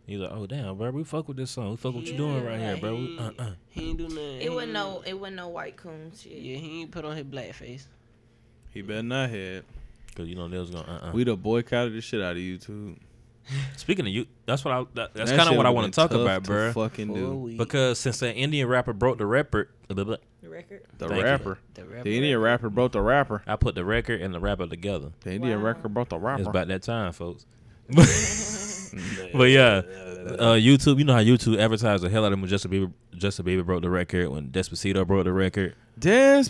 Speaker 4: He's like, oh damn, bro, we fuck with this song. We fuck with what you doing
Speaker 1: Yeah,
Speaker 4: right here,
Speaker 1: like,
Speaker 4: bro.
Speaker 1: He,
Speaker 4: We- Uh, uh.
Speaker 1: he ain't do nothing. He
Speaker 3: It wasn't
Speaker 1: ain't-
Speaker 3: no it wasn't no white coon shit.
Speaker 1: Yeah, he ain't put on his black face.
Speaker 2: He better not have.
Speaker 4: Cause you know they was going. Uh, uh.
Speaker 2: We done boycotted the shit out of YouTube.
Speaker 4: Speaking of you, that's what I. That, that's
Speaker 2: That
Speaker 4: kind of
Speaker 2: shit
Speaker 4: what I
Speaker 2: would've
Speaker 4: want
Speaker 2: been
Speaker 4: to talk
Speaker 2: tough
Speaker 4: about,
Speaker 2: to
Speaker 4: bro.
Speaker 2: Fucking
Speaker 1: Four
Speaker 2: do
Speaker 1: weeks.
Speaker 4: Because since that Indian rapper broke the record, blah, blah,
Speaker 3: The record.
Speaker 2: the
Speaker 4: Thank you.
Speaker 2: rapper.
Speaker 1: the rapper.
Speaker 2: The Indian rapper brought the rapper.
Speaker 4: I put the record and the rapper together.
Speaker 2: The Indian
Speaker 3: Wow.
Speaker 2: rapper brought the
Speaker 4: It's
Speaker 2: rapper.
Speaker 4: about that time, folks. but yeah, uh, YouTube. You know how YouTube advertised the hell out of him. when Justin Bieber. Justin Bieber broke the record when Despacito broke the record.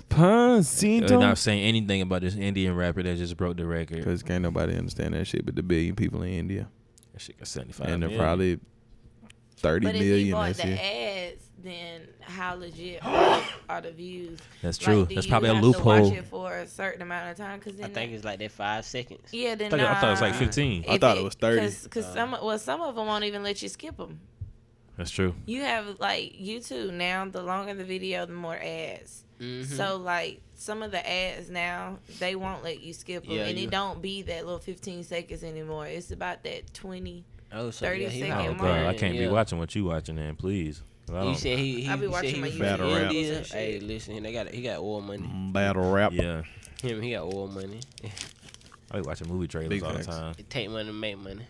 Speaker 4: They're not
Speaker 2: Despacito.
Speaker 4: saying anything about this Indian rapper that just broke the record.
Speaker 2: Because can't nobody understand that shit but the billion people in India.
Speaker 4: That shit got seventy five.
Speaker 2: and they're probably thirty
Speaker 3: But if
Speaker 2: million
Speaker 3: he bought
Speaker 2: this
Speaker 3: the
Speaker 2: year.
Speaker 3: ads, then how legit are, are the views?
Speaker 4: That's
Speaker 3: Like,
Speaker 4: true.
Speaker 3: do
Speaker 4: That's
Speaker 3: you
Speaker 4: probably a
Speaker 3: have to
Speaker 4: loophole.
Speaker 3: Watch it for a certain amount of time, 'cause
Speaker 1: I
Speaker 3: then
Speaker 1: think
Speaker 3: it-
Speaker 1: it's like that five seconds.
Speaker 3: yeah, then uh,
Speaker 4: I thought, I thought it was like
Speaker 3: nah.
Speaker 4: fifteen.
Speaker 2: I thought it was Uh. 30.
Speaker 3: Because some well, some of them won't even let you skip them.
Speaker 4: That's true.
Speaker 3: You have like YouTube now. The longer the video, the more ads.
Speaker 4: Mm-hmm.
Speaker 1: Mm-hmm.
Speaker 3: So like some of the ads now, they won't let you skip them,
Speaker 1: Yeah,
Speaker 3: and
Speaker 1: you-
Speaker 3: it don't be that little 15 seconds anymore. It's about that 20.
Speaker 1: Oh, so
Speaker 3: 30
Speaker 1: yeah, he
Speaker 3: second
Speaker 1: might
Speaker 4: Oh
Speaker 1: have
Speaker 3: mark.
Speaker 4: god, I
Speaker 1: burned,
Speaker 4: can't
Speaker 1: yeah.
Speaker 4: be watching what you watching, then please. I
Speaker 1: You
Speaker 4: don't-
Speaker 1: said he. he
Speaker 3: I be
Speaker 1: you
Speaker 3: watching
Speaker 1: said
Speaker 3: my
Speaker 1: he
Speaker 2: YouTube
Speaker 1: from
Speaker 2: videos
Speaker 1: India.
Speaker 3: and shit.
Speaker 1: Hey, listen, they got he got oil money.
Speaker 2: Mm, Battle rap.
Speaker 4: yeah,
Speaker 1: Him, he got oil money.
Speaker 4: I be watching movie trailers
Speaker 2: Big
Speaker 4: all
Speaker 2: facts.
Speaker 4: the time.
Speaker 1: It take money to make money.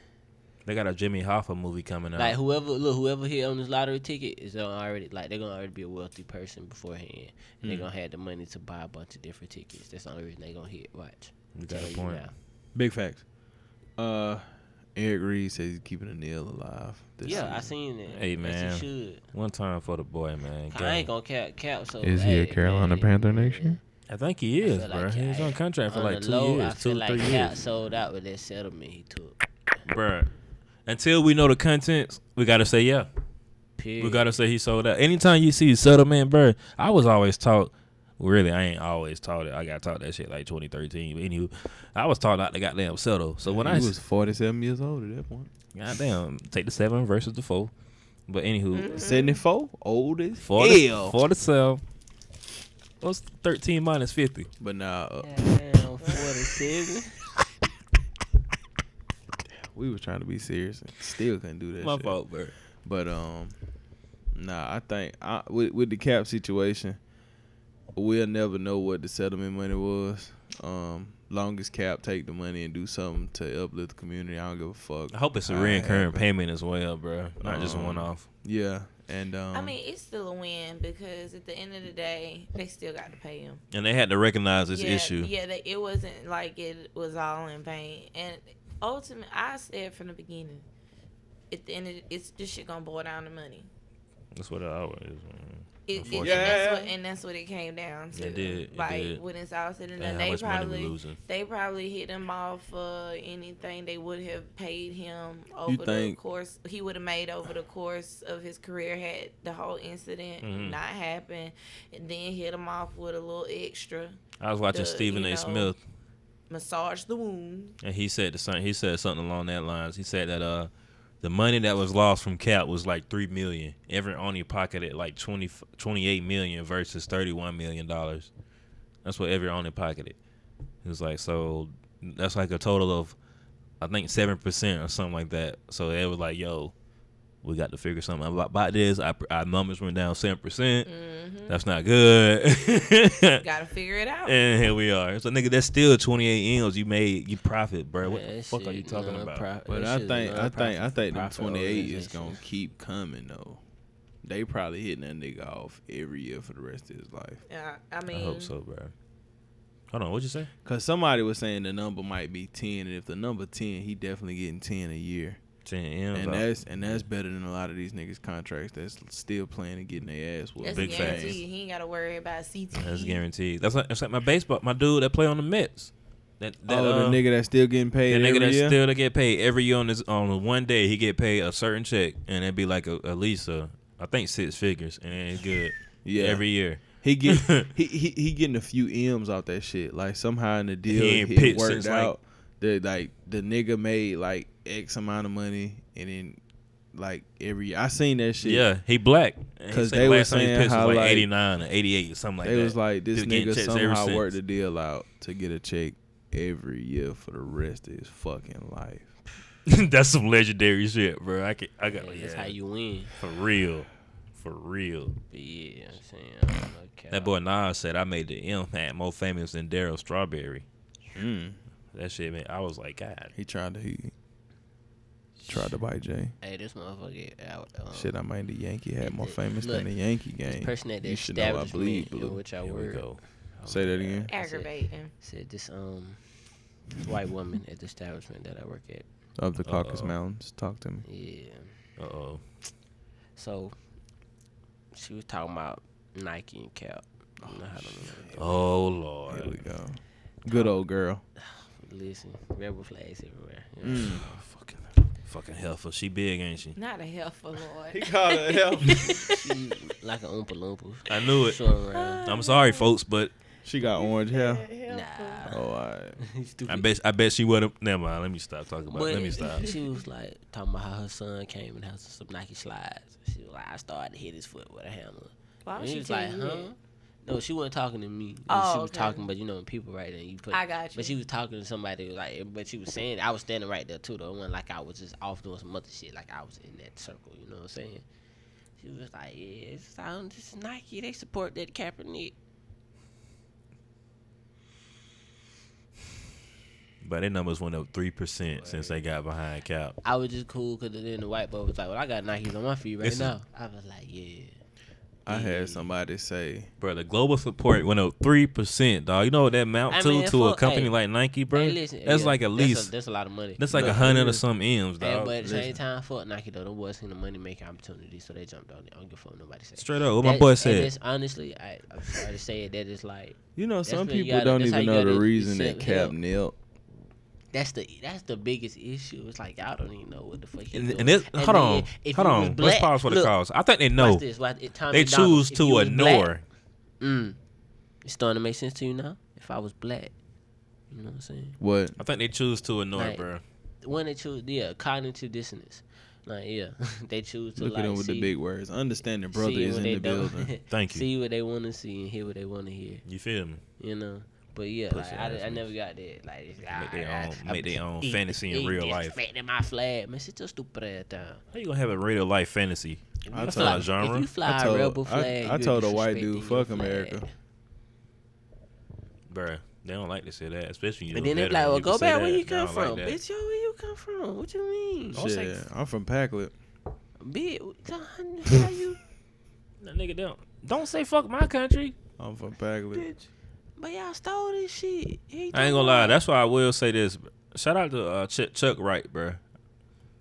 Speaker 4: They got a Jimmy Hoffa movie coming out.
Speaker 1: Like whoever look, whoever hit on this lottery ticket is gonna already like they're gonna already be a wealthy person beforehand. And
Speaker 4: Hmm.
Speaker 1: They're gonna have the money to buy a bunch of different tickets. That's the only reason they gonna hit. Watch.
Speaker 4: you got
Speaker 1: Tell
Speaker 4: a
Speaker 1: you
Speaker 4: point.
Speaker 1: now.
Speaker 2: Big facts. Uh, Eric Reed says he's keeping a nail alive. This
Speaker 1: Yeah, I seen
Speaker 2: season.
Speaker 1: it.
Speaker 4: Hey,
Speaker 1: Yes,
Speaker 4: man.
Speaker 1: you should.
Speaker 4: One time for the boy, man.
Speaker 1: I
Speaker 4: Gang.
Speaker 1: ain't gonna cap cap. So
Speaker 2: Is he a
Speaker 1: bad,
Speaker 2: Carolina
Speaker 1: man.
Speaker 2: Panther next year?
Speaker 4: I think he is,
Speaker 1: feel
Speaker 4: bro.
Speaker 1: like
Speaker 4: He's
Speaker 1: I-
Speaker 4: on contract for
Speaker 1: On
Speaker 4: like
Speaker 1: the
Speaker 4: two
Speaker 1: low, I
Speaker 4: years,
Speaker 1: feel
Speaker 4: two
Speaker 1: like
Speaker 4: three
Speaker 1: Cap
Speaker 4: years,
Speaker 1: sold out with that settlement he took.
Speaker 4: bro. Until we know the contents, we gotta say yeah.
Speaker 1: Period.
Speaker 4: We gotta say he sold out. Anytime you see settlement, bro, I was always taught. Really, I ain't always taught it. I got taught that shit like 2013. But anywho, I was taught not to goddamn settle. So when
Speaker 2: he
Speaker 4: I s-
Speaker 2: was 47 years old at that point.
Speaker 4: goddamn take the seven versus the four, but
Speaker 3: Mm.
Speaker 4: anywho,
Speaker 2: 74, old as
Speaker 4: for the,
Speaker 2: hell.
Speaker 4: for the sell, what's 13 minus 50?
Speaker 2: but nah, uh,
Speaker 1: Damn, 47.
Speaker 2: we were trying to be serious. and Still couldn't do that.
Speaker 4: My
Speaker 2: shit.
Speaker 4: fault, bro.
Speaker 2: But um, nah, I think I, with with the cap situation, we'll never know what the settlement money was. Um, longest cap take the money and do something to uplift the community. I don't give a fuck.
Speaker 4: I hope it's a
Speaker 2: All right,
Speaker 4: reoccurring
Speaker 2: but-
Speaker 4: payment as well, bro. Not just
Speaker 2: Um,
Speaker 4: one off.
Speaker 2: Yeah, and um,
Speaker 3: I mean, it's still a win because at the end of the day, they still got to pay him.
Speaker 4: And they had to recognize this
Speaker 3: yeah,
Speaker 4: issue.
Speaker 3: Yeah, they, it wasn't like it was all in vain. And ultimately, I said from the beginning, at the end, of, it's this shit gonna boil down to money.
Speaker 4: That's what I always.
Speaker 3: It, it, and,
Speaker 4: Unfortunately.
Speaker 3: that's what, and that's what it came down to.
Speaker 4: It did, it
Speaker 3: like
Speaker 4: did.
Speaker 3: when it's all said and done,
Speaker 4: And how
Speaker 3: they
Speaker 4: much money we
Speaker 3: probably
Speaker 4: losing?
Speaker 3: they probably hit him off for anything they would have paid him over the
Speaker 2: think-
Speaker 3: course. He would have made over the course of his career had the whole incident
Speaker 4: Mhm.
Speaker 3: not happened, and then hit him off with a little extra
Speaker 4: I was watching
Speaker 3: the,
Speaker 4: Stephen
Speaker 3: you
Speaker 4: A.
Speaker 3: know,
Speaker 4: Smith,
Speaker 3: massage the wound.
Speaker 4: and he said the same. He said something along that lines. He said that uh, the money that was lost from Cap was like three million. Every owner pocketed like 20, 28 million versus thirty-one million dollars. That's what every owner pocketed. He was like, so that's like a total of, I think seven percent or something like that. So they was like, yo. We got to figure something out about- about this. Our, our numbers went down seven percent. That's not good.
Speaker 3: Mm-hmm. Got to figure it out.
Speaker 4: And here we are. So nigga, that's still 28 M's you made. You profit, bro. What
Speaker 1: Yeah,
Speaker 4: the
Speaker 1: that
Speaker 4: fuck are
Speaker 1: shit
Speaker 4: you talking about?
Speaker 1: non-profit.
Speaker 2: but
Speaker 1: That
Speaker 2: I
Speaker 1: shit's
Speaker 2: think I think I
Speaker 1: non-profit-
Speaker 2: think them
Speaker 1: profit
Speaker 2: 28 is
Speaker 1: organization.
Speaker 2: gonna keep coming though. They probably hitting that nigga off every year for the rest of his life.
Speaker 3: Yeah, I
Speaker 4: I
Speaker 3: mean,
Speaker 4: hope so, bro. Hold on, what'd you say?
Speaker 2: Cause somebody was saying the number might be 10, and if the number 10, he definitely getting 10 a year.
Speaker 4: 10 M's.
Speaker 2: And
Speaker 4: off.
Speaker 2: that's and that's better than a lot of these niggas contracts that's still playing and getting their ass whooped.
Speaker 3: That's
Speaker 4: Big
Speaker 3: a
Speaker 4: facts.
Speaker 3: guarantee. He ain't got to worry about E. CT.
Speaker 4: That's guaranteed. That's like, that's like my baseball, my dude that play on the Mets. That, that
Speaker 2: oh,
Speaker 4: uh,
Speaker 2: the nigga that's still getting
Speaker 4: the
Speaker 2: paid.
Speaker 4: nigga
Speaker 2: every
Speaker 4: that
Speaker 2: year?
Speaker 4: still to get paid every year on this on one day, he get paid a certain check, and it'd be like a, a Lisa, I think six figures, and it's good.
Speaker 2: yeah.
Speaker 4: every year.
Speaker 2: he get he, he he getting a few M's off that shit. Like somehow in the deal
Speaker 4: He ain't
Speaker 2: it
Speaker 4: pitched
Speaker 2: worked
Speaker 4: since, like-
Speaker 2: out that like the nigga made like X amount of money and then like every year. I seen that shit.
Speaker 4: Yeah, he black. And he
Speaker 2: 'Cause
Speaker 4: said
Speaker 2: they
Speaker 4: last
Speaker 2: were
Speaker 4: time he
Speaker 2: saying
Speaker 4: pitched
Speaker 2: how,
Speaker 4: was like
Speaker 2: like-
Speaker 4: 89 or 88 or something like
Speaker 2: They
Speaker 4: that.
Speaker 2: was like this
Speaker 4: He was getting
Speaker 2: nigga
Speaker 4: checks ever
Speaker 2: somehow worked the
Speaker 4: since.
Speaker 2: deal out to get a check every year for the rest of his fucking life.
Speaker 4: That's some legendary shit, bro. I can, I got
Speaker 1: Yeah,
Speaker 4: yeah,
Speaker 1: That's how you win.
Speaker 4: for real, for real.
Speaker 1: But yeah, I'm saying. I don't know, cap.
Speaker 4: That boy Nas said I made the impact more famous than Daryl Strawberry.
Speaker 2: Mm.
Speaker 4: That shit, man. I was like, God,
Speaker 2: He tried to he tried to bite Jay.
Speaker 1: Hey, this motherfucker out. Um,
Speaker 2: Shit, I made the Yankee hat more famous
Speaker 1: Look,
Speaker 2: than the Yankee
Speaker 1: this
Speaker 2: game.
Speaker 1: person at the
Speaker 2: you should know I bleed
Speaker 1: establishment in
Speaker 2: blue.
Speaker 1: which I
Speaker 4: here we
Speaker 1: work
Speaker 4: go.
Speaker 2: Say that again.
Speaker 3: Aggravating.
Speaker 1: said this um white woman at the establishment that I work at.
Speaker 2: Up the Caucasus
Speaker 4: Uh-oh.
Speaker 2: Mountains. Talk to me.
Speaker 1: Yeah.
Speaker 4: Uh oh.
Speaker 1: So she was talking about Nike and Cap. I don't know how to
Speaker 4: Oh
Speaker 2: Here we
Speaker 4: lord.
Speaker 2: go. Good old girl.
Speaker 1: listen. Rebel flags everywhere. you know.
Speaker 2: Mm.
Speaker 4: Oh, fucking, fucking heifer. She big, ain't she?
Speaker 3: Not a helpful lord.
Speaker 2: called her help.
Speaker 1: She
Speaker 2: Mm.
Speaker 1: like an oompa loompa.
Speaker 4: I knew it.
Speaker 1: Short around.
Speaker 4: I'm sorry, folks, but
Speaker 2: She got orange hair.
Speaker 1: Nah.
Speaker 2: Oh, all right.
Speaker 1: Stupid.
Speaker 4: I bet, I bet she would have. Never mind. Let me stop talking about.
Speaker 1: But
Speaker 4: it. Let me stop.
Speaker 1: She was like talking about how her son came and had some Nike slides. She was like, I started to hit his foot with a hammer.
Speaker 3: Why
Speaker 1: And he
Speaker 3: would Oh, she
Speaker 1: was
Speaker 3: tell
Speaker 1: like,
Speaker 3: you
Speaker 1: huh?
Speaker 3: that?
Speaker 1: No, she wasn't talking to me.
Speaker 3: Oh,
Speaker 1: she was
Speaker 3: okay.
Speaker 1: talking, but you know, people right there. You put,
Speaker 3: I got you.
Speaker 1: But she was talking to somebody. Like, but she was saying, I was standing right there too. Though, it wasn't like I was just off doing some other shit. Like I was in that circle. You know what I'm saying? She was like, "Yeah, it's sound just Nike. They support that Kaepernick."
Speaker 4: But their numbers went up three percent since they got behind Cap.
Speaker 1: I was just cool because then the white boy was like, "Well, I got Nikes on my feet right
Speaker 4: Listen.
Speaker 1: now." I was like, "Yeah."
Speaker 2: I
Speaker 4: Mm.
Speaker 2: had somebody say,
Speaker 4: Bro, the global support went up three percent, dog. You know what that amount
Speaker 1: I
Speaker 4: to
Speaker 1: mean,
Speaker 4: to a
Speaker 1: fuck,
Speaker 4: company
Speaker 1: hey.
Speaker 4: like Nike, bro?
Speaker 1: Hey, listen,
Speaker 4: that's
Speaker 1: yeah,
Speaker 4: like at
Speaker 1: that's a-
Speaker 4: least
Speaker 1: that's a lot of money.
Speaker 4: that's like
Speaker 2: Nah,
Speaker 4: a
Speaker 2: for
Speaker 4: hundred
Speaker 2: real.
Speaker 4: or some m's,
Speaker 1: Hey,
Speaker 4: dog.
Speaker 1: but at the same
Speaker 4: Listen.
Speaker 1: time, fuck Nike though. The boys seen the money making opportunity, so they jumped on it. I don't give a fuck what nobody said.
Speaker 4: Straight up, what my
Speaker 1: That-
Speaker 4: boy
Speaker 1: and
Speaker 4: said.
Speaker 1: it's honestly, I, I'm sorry to say it, that it's like
Speaker 2: you know,
Speaker 1: That's
Speaker 2: some
Speaker 1: what you
Speaker 2: people
Speaker 1: gotta-
Speaker 2: don't
Speaker 1: that's how
Speaker 2: even
Speaker 1: you
Speaker 2: know
Speaker 1: gotta
Speaker 2: the reason
Speaker 1: accept
Speaker 2: that Cap
Speaker 1: help.
Speaker 2: knelt.
Speaker 1: that's the that's the biggest issue. It's like y'all don't even know what the fuck. he
Speaker 4: And,
Speaker 1: doing.
Speaker 4: and this,
Speaker 1: And
Speaker 4: hold
Speaker 1: then
Speaker 4: on,
Speaker 1: if
Speaker 4: hold
Speaker 1: you
Speaker 4: on.
Speaker 1: was
Speaker 4: Let's
Speaker 1: black-
Speaker 4: pause for the
Speaker 1: look,
Speaker 4: cause. I think they know.
Speaker 1: Watch this. Watch, if Tommy
Speaker 4: They
Speaker 1: Donald-
Speaker 4: choose
Speaker 1: if you
Speaker 4: to
Speaker 1: was black-
Speaker 4: ignore.
Speaker 1: mm, it's starting to make sense to you now. If I was black, you know what I'm saying.
Speaker 2: What?
Speaker 4: I think they choose to ignore,
Speaker 1: Like,
Speaker 4: bro.
Speaker 1: When they choose, yeah, cognitive dissonance. Like yeah, they choose to
Speaker 2: Look
Speaker 1: like
Speaker 2: at him with the
Speaker 1: see-
Speaker 2: big words. Understanding brother
Speaker 1: see what
Speaker 2: is in
Speaker 1: they
Speaker 2: the
Speaker 1: don't-
Speaker 2: building.
Speaker 4: Thank you.
Speaker 1: see what they want to see and hear what they want to hear.
Speaker 4: You feel me?
Speaker 1: You know. But yeah,
Speaker 4: Pussy
Speaker 1: like, I,
Speaker 4: ass
Speaker 1: I
Speaker 4: niggas.
Speaker 1: never got that. Like, it's,
Speaker 4: Make their
Speaker 1: "Ah,
Speaker 4: own-
Speaker 1: I-
Speaker 4: make their own
Speaker 1: he-
Speaker 4: fantasy in
Speaker 1: he
Speaker 4: real life."
Speaker 1: disrespecting my flag, man. Sit your stupid ass down.
Speaker 4: How you gonna have a radio life fantasy?
Speaker 1: If you
Speaker 2: I told-
Speaker 1: fly-
Speaker 4: That's not a
Speaker 1: If
Speaker 4: genre.
Speaker 1: you fly
Speaker 2: I
Speaker 1: a
Speaker 2: told-
Speaker 1: rebel
Speaker 2: I-
Speaker 1: flag,
Speaker 2: I
Speaker 1: you're
Speaker 2: told a white
Speaker 1: disrespecting
Speaker 2: dude, "Fuck
Speaker 1: your flag."
Speaker 2: America."
Speaker 4: Bruh, they don't like to say that, especially when
Speaker 1: But
Speaker 4: you're
Speaker 1: then they
Speaker 4: a
Speaker 1: be like,
Speaker 4: veteran.
Speaker 1: "Well,
Speaker 4: can
Speaker 1: go
Speaker 4: say
Speaker 1: back where
Speaker 4: that.
Speaker 1: you
Speaker 4: They
Speaker 1: come
Speaker 4: don't
Speaker 1: from,
Speaker 4: like that. Oh.
Speaker 1: bitch. Yo, where you come from? What you mean,
Speaker 4: Don't say-
Speaker 2: Shit, I'm from Packlet.
Speaker 1: bitch? How you,
Speaker 4: That nigga don't. Don't say fuck my country.
Speaker 2: I'm from Packlet.
Speaker 1: bitch? But y'all stole this shit. Here you
Speaker 4: I ain't
Speaker 1: talking
Speaker 4: gonna lie.
Speaker 1: about-
Speaker 4: That's why I will say this. Shout out to uh, Chuck, Chuck Wright, bruh.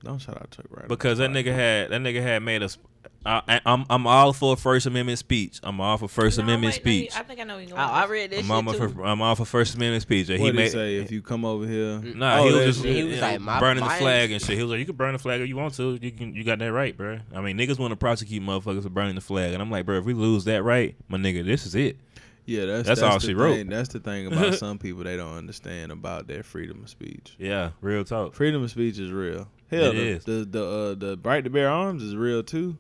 Speaker 2: Don't shout out Chuck Right.
Speaker 4: because that nigga had that nigga had made us. I, I, I'm I'm all for First Amendment speech. I'm all for First
Speaker 3: No,
Speaker 4: Amendment
Speaker 3: wait, no, you-
Speaker 4: speech.
Speaker 3: I think I know. You
Speaker 1: Oh, I read this
Speaker 4: I'm all
Speaker 1: shit too.
Speaker 4: for I'm all for First Amendment speech. And
Speaker 2: What
Speaker 4: he
Speaker 2: did he
Speaker 4: made
Speaker 2: say? If you come over here,
Speaker 4: nah.
Speaker 2: Oh,
Speaker 4: he was
Speaker 2: that
Speaker 4: just
Speaker 2: shit.
Speaker 1: He was
Speaker 4: yeah,
Speaker 1: like, my-
Speaker 4: burning the
Speaker 1: my-
Speaker 4: flag and shit. He was like, you can burn the flag if you want to. You can you got that right, bro. I mean, niggas want to prosecute motherfuckers for burning the flag, and I'm like, bro, if we lose that right, my nigga, this is it.
Speaker 2: Yeah, that's
Speaker 4: That's
Speaker 2: that's,
Speaker 4: all
Speaker 2: the
Speaker 4: she
Speaker 2: thing.
Speaker 4: wrote.
Speaker 2: That's the thing about some people they don't understand about their freedom of speech.
Speaker 4: Yeah, real talk.
Speaker 2: Freedom of speech is real. Hell,
Speaker 4: It
Speaker 2: the,
Speaker 4: is.
Speaker 2: the the uh, the right to bear arms is real too.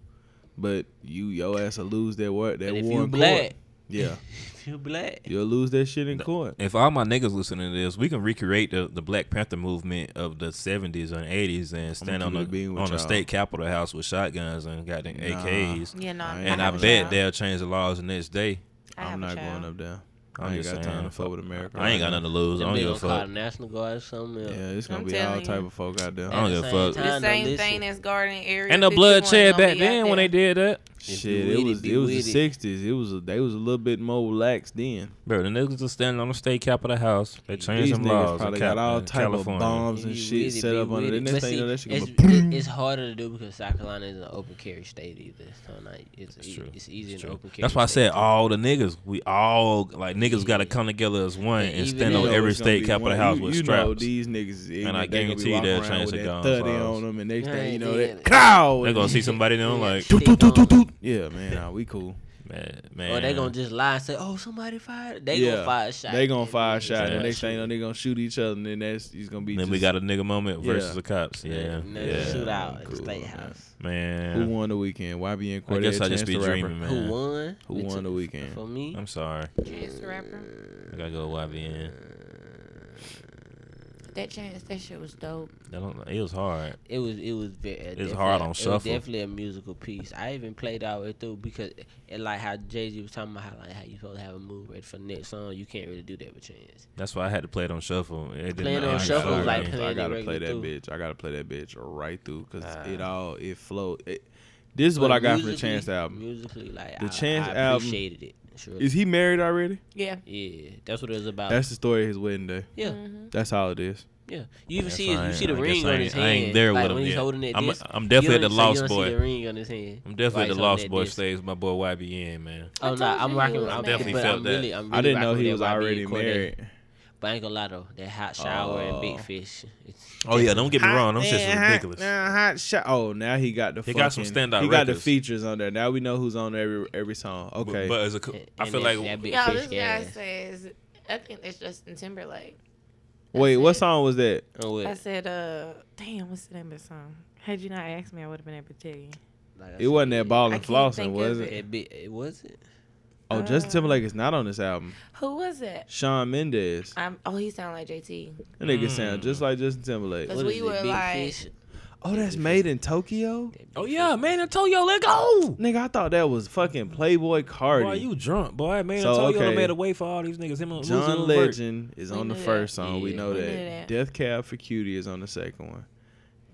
Speaker 2: But you your ass will lose that war that
Speaker 1: But if you
Speaker 2: war in court.
Speaker 1: black,
Speaker 2: Yeah,
Speaker 1: if you black,
Speaker 2: you'll lose that shit in court.
Speaker 4: If all my niggas listening to this, we can recreate the, the Black Panther movement of the '70s and '80s and stand
Speaker 2: keep
Speaker 4: on the
Speaker 2: it being with
Speaker 4: on the
Speaker 2: y'all.
Speaker 4: state capitol house with shotguns and goddamn AKs.
Speaker 3: Yeah, no.
Speaker 2: I ain't
Speaker 4: And I
Speaker 2: gonna
Speaker 4: bet
Speaker 3: that
Speaker 4: they'll change the laws the next day.
Speaker 2: I'm not going up there.
Speaker 4: I'm
Speaker 2: I ain't
Speaker 4: just
Speaker 2: got
Speaker 4: saying.
Speaker 2: time to fuck with America.
Speaker 4: I ain't got nothing to lose. I
Speaker 1: then
Speaker 4: don't
Speaker 1: they
Speaker 4: give a
Speaker 1: gonna call the
Speaker 4: fuck.
Speaker 1: National Guard or something. else.
Speaker 2: Yeah, it's gonna
Speaker 3: I'm
Speaker 2: be all
Speaker 3: telling
Speaker 2: type
Speaker 3: you.
Speaker 2: of folk out there.
Speaker 4: I don't
Speaker 1: At
Speaker 4: give
Speaker 1: the
Speaker 4: a
Speaker 1: same
Speaker 4: fuck.
Speaker 1: time,
Speaker 3: The
Speaker 1: though,
Speaker 3: same
Speaker 1: listen.
Speaker 3: thing that's guarding area.
Speaker 4: And the
Speaker 3: 51
Speaker 4: bloodshed
Speaker 3: don't
Speaker 4: back
Speaker 3: be out
Speaker 4: then when they
Speaker 3: there.
Speaker 4: did that,
Speaker 1: you
Speaker 2: Shit,
Speaker 1: with
Speaker 2: it
Speaker 1: it,
Speaker 2: was
Speaker 1: be
Speaker 2: it was the
Speaker 1: with it.
Speaker 2: sixties. It was they was a little bit more lax then.
Speaker 4: bro, the niggas was standing on the state capitol house. They changed
Speaker 2: These
Speaker 4: some
Speaker 2: niggas
Speaker 4: laws.
Speaker 2: probably
Speaker 4: in Cap-
Speaker 2: got all
Speaker 4: in
Speaker 2: type of
Speaker 4: California.
Speaker 2: bombs and
Speaker 1: If you
Speaker 2: shit
Speaker 1: with it,
Speaker 2: set
Speaker 1: be
Speaker 2: up
Speaker 1: with
Speaker 2: under the
Speaker 1: it.
Speaker 2: next
Speaker 1: But
Speaker 2: thing you know,
Speaker 1: see,
Speaker 2: that shit gonna
Speaker 1: it's,
Speaker 2: be
Speaker 1: it- it's harder to do because South Carolina is an open carry state either. So like, it's
Speaker 4: That's
Speaker 1: e-
Speaker 4: true.
Speaker 1: it's easier
Speaker 4: That's
Speaker 1: in
Speaker 4: true.
Speaker 1: open carry.
Speaker 4: That's why I
Speaker 1: state.
Speaker 4: said all the niggas. We all like niggas got to come together as one
Speaker 1: And
Speaker 4: and
Speaker 1: even
Speaker 4: stand
Speaker 1: though
Speaker 4: on
Speaker 1: it's
Speaker 4: every
Speaker 2: it's gonna
Speaker 4: state
Speaker 2: be
Speaker 4: capitol
Speaker 2: one-
Speaker 4: house
Speaker 2: you,
Speaker 4: with
Speaker 2: you Know
Speaker 4: straps.
Speaker 2: these niggas, is ignorant.
Speaker 4: And I
Speaker 2: They gonna
Speaker 4: guarantee
Speaker 2: be
Speaker 4: you
Speaker 2: walking
Speaker 4: they'll
Speaker 2: around
Speaker 4: change
Speaker 2: with
Speaker 4: the
Speaker 2: that
Speaker 4: guns
Speaker 2: thirty
Speaker 4: laws.
Speaker 2: on them, and next
Speaker 1: Yeah,
Speaker 2: thing you
Speaker 1: they
Speaker 2: know,
Speaker 1: did
Speaker 2: that
Speaker 1: it.
Speaker 2: cow.
Speaker 4: They gonna see somebody now like,
Speaker 1: stick
Speaker 2: doot, doot, doot,
Speaker 1: on 'em.
Speaker 2: doot. Yeah, man, nah, we cool.
Speaker 4: man,
Speaker 1: Or
Speaker 4: man.
Speaker 1: they gonna just lie and say, "Oh, somebody fired." They
Speaker 2: yeah,
Speaker 1: gonna fire a shot.
Speaker 2: They gonna fire a shot.
Speaker 4: Yeah.
Speaker 2: The next thing you know, they gonna shoot each other, and then that's he's gonna be.
Speaker 4: Then
Speaker 2: just,
Speaker 4: we got a nigga moment
Speaker 2: Yeah.
Speaker 4: versus the cops. Yeah,
Speaker 1: And then
Speaker 4: yeah,
Speaker 1: shoot out at the
Speaker 2: Cool,
Speaker 1: state
Speaker 2: man.
Speaker 1: house.
Speaker 2: who
Speaker 4: man.
Speaker 2: won the weekend? YBN
Speaker 4: I
Speaker 2: Cordae.
Speaker 4: guess I
Speaker 2: Chance
Speaker 4: just be
Speaker 2: the Rapper.
Speaker 4: dreaming,
Speaker 1: Who
Speaker 4: man.
Speaker 1: won?
Speaker 2: Who
Speaker 1: They
Speaker 2: won
Speaker 1: took-
Speaker 2: the weekend?
Speaker 1: For me,
Speaker 4: I'm sorry.
Speaker 3: Chance the rapper.
Speaker 4: I gotta go YBN.
Speaker 3: That chance, that shit was dope.
Speaker 4: I don't know. It was hard.
Speaker 1: it was it was very it's
Speaker 4: hard on
Speaker 1: it was
Speaker 4: shuffle.
Speaker 1: definitely a musical piece. I even played all the way through because it like how Jay Z was talking about how like how you supposed to have a move ready for the next song. You can't really do that with Chance.
Speaker 4: That's why I had to play it on shuffle. It didn't-
Speaker 1: Playing
Speaker 4: I
Speaker 1: on
Speaker 4: ain't
Speaker 1: shuffle
Speaker 4: sorry.
Speaker 1: was like
Speaker 2: I
Speaker 1: playing it
Speaker 2: gotta play
Speaker 1: regular
Speaker 2: that
Speaker 1: through.
Speaker 2: bitch. I gotta play that bitch right through because
Speaker 1: Ah.
Speaker 2: it all it flowed. It, this is what I got from the
Speaker 1: Musically-
Speaker 2: Chance album.
Speaker 1: Musically, like
Speaker 2: The
Speaker 1: I,
Speaker 2: Chance
Speaker 1: I
Speaker 2: album-
Speaker 1: appreciated it. Sure.
Speaker 2: Is he married already?
Speaker 3: Yeah.
Speaker 1: yeah, that's what it was
Speaker 3: Oh.
Speaker 1: about.
Speaker 2: That's the story of his wedding day.
Speaker 1: yeah,
Speaker 3: Mm-hmm. Hmm?
Speaker 2: That's all it is.
Speaker 1: yeah. You even
Speaker 4: Guess
Speaker 1: see
Speaker 4: I
Speaker 1: his, you see
Speaker 4: ain't-
Speaker 1: the
Speaker 4: I guess
Speaker 1: ring
Speaker 4: I
Speaker 1: on
Speaker 4: ain't-
Speaker 1: his
Speaker 4: I
Speaker 1: hand.
Speaker 4: ain't there
Speaker 1: like
Speaker 4: with
Speaker 1: when
Speaker 4: him
Speaker 1: he's
Speaker 4: yet.
Speaker 1: holding that
Speaker 4: I'm-
Speaker 1: disc.
Speaker 4: I'm
Speaker 1: you
Speaker 4: definitely
Speaker 1: don't-
Speaker 4: the
Speaker 1: so you
Speaker 4: lost
Speaker 1: don't see
Speaker 4: boy.
Speaker 1: the ring on his hand.
Speaker 4: I'm
Speaker 1: Why
Speaker 4: definitely
Speaker 1: he's
Speaker 4: the
Speaker 1: holding
Speaker 4: Lost
Speaker 1: that
Speaker 4: Boy
Speaker 1: disc.
Speaker 4: stage. My boy YBN, man.
Speaker 1: Oh no,
Speaker 3: told
Speaker 1: I'm
Speaker 3: you
Speaker 1: rocking.
Speaker 3: he was
Speaker 1: I'm
Speaker 3: mad.
Speaker 4: Definitely
Speaker 1: but
Speaker 4: felt
Speaker 1: I'm
Speaker 4: that.
Speaker 1: Really, I'm really
Speaker 2: I didn't know
Speaker 1: rocking with
Speaker 2: he was
Speaker 1: that YB
Speaker 2: already
Speaker 1: Cordae.
Speaker 2: married.
Speaker 1: But I ain't gonna lie though, that hot shower and big
Speaker 2: Oh.
Speaker 1: fish. It's
Speaker 4: Oh yeah, don't get me
Speaker 2: Hot
Speaker 4: wrong. Them shits
Speaker 2: man,
Speaker 4: was
Speaker 2: hot-
Speaker 4: ridiculous.
Speaker 2: nah, hot shot. Oh, now he got the.
Speaker 4: He got some
Speaker 2: fucking-
Speaker 4: standout
Speaker 2: He got the
Speaker 4: records.
Speaker 2: features on there. Now we know who's on every every song.
Speaker 4: But-
Speaker 2: Okay,
Speaker 4: But as a, co-
Speaker 1: and
Speaker 4: I feel
Speaker 1: that-
Speaker 4: like
Speaker 1: that big
Speaker 3: Y'all,
Speaker 1: fish
Speaker 3: this guy
Speaker 1: gas.
Speaker 3: says, I think that's Justin Timberlake.
Speaker 2: wait, what
Speaker 3: said-
Speaker 2: song was that?
Speaker 1: Oh, wait.
Speaker 3: I said, uh, damn, what's the name of the song? Had you not asked me, I would have been able to tell you.
Speaker 1: Like I
Speaker 2: It wasn't
Speaker 1: said,
Speaker 2: that ball
Speaker 3: I
Speaker 2: and
Speaker 3: can't
Speaker 2: flossing,
Speaker 3: think
Speaker 2: was
Speaker 3: of
Speaker 2: it?
Speaker 1: That big, it was it.
Speaker 2: Oh, Justin Timberlake is not on this album.
Speaker 3: Who was it?
Speaker 2: Sean Mendez.
Speaker 3: I'm, oh, he sound like JT.
Speaker 2: That
Speaker 4: Mm.
Speaker 2: nigga sound just like Justin Timberlake.
Speaker 3: Cause we
Speaker 1: is it,
Speaker 3: were
Speaker 1: Big
Speaker 3: like,
Speaker 1: Fish?
Speaker 2: Oh, that's made in Tokyo.
Speaker 4: Oh yeah, man, I told you let go.
Speaker 2: Nigga, I thought that was fucking Playboy Cardi.
Speaker 4: Boy, you drunk, boy. Man,
Speaker 2: So,
Speaker 4: I told you
Speaker 2: okay.
Speaker 4: I made a way for all these niggas. Him and Lil
Speaker 2: John
Speaker 4: Uzi work.
Speaker 2: Legend is on the
Speaker 3: knew
Speaker 2: first song. we
Speaker 1: Yeah,
Speaker 2: know
Speaker 3: we
Speaker 2: that.
Speaker 3: knew that.
Speaker 2: Death Cab for Cutie is on the second one.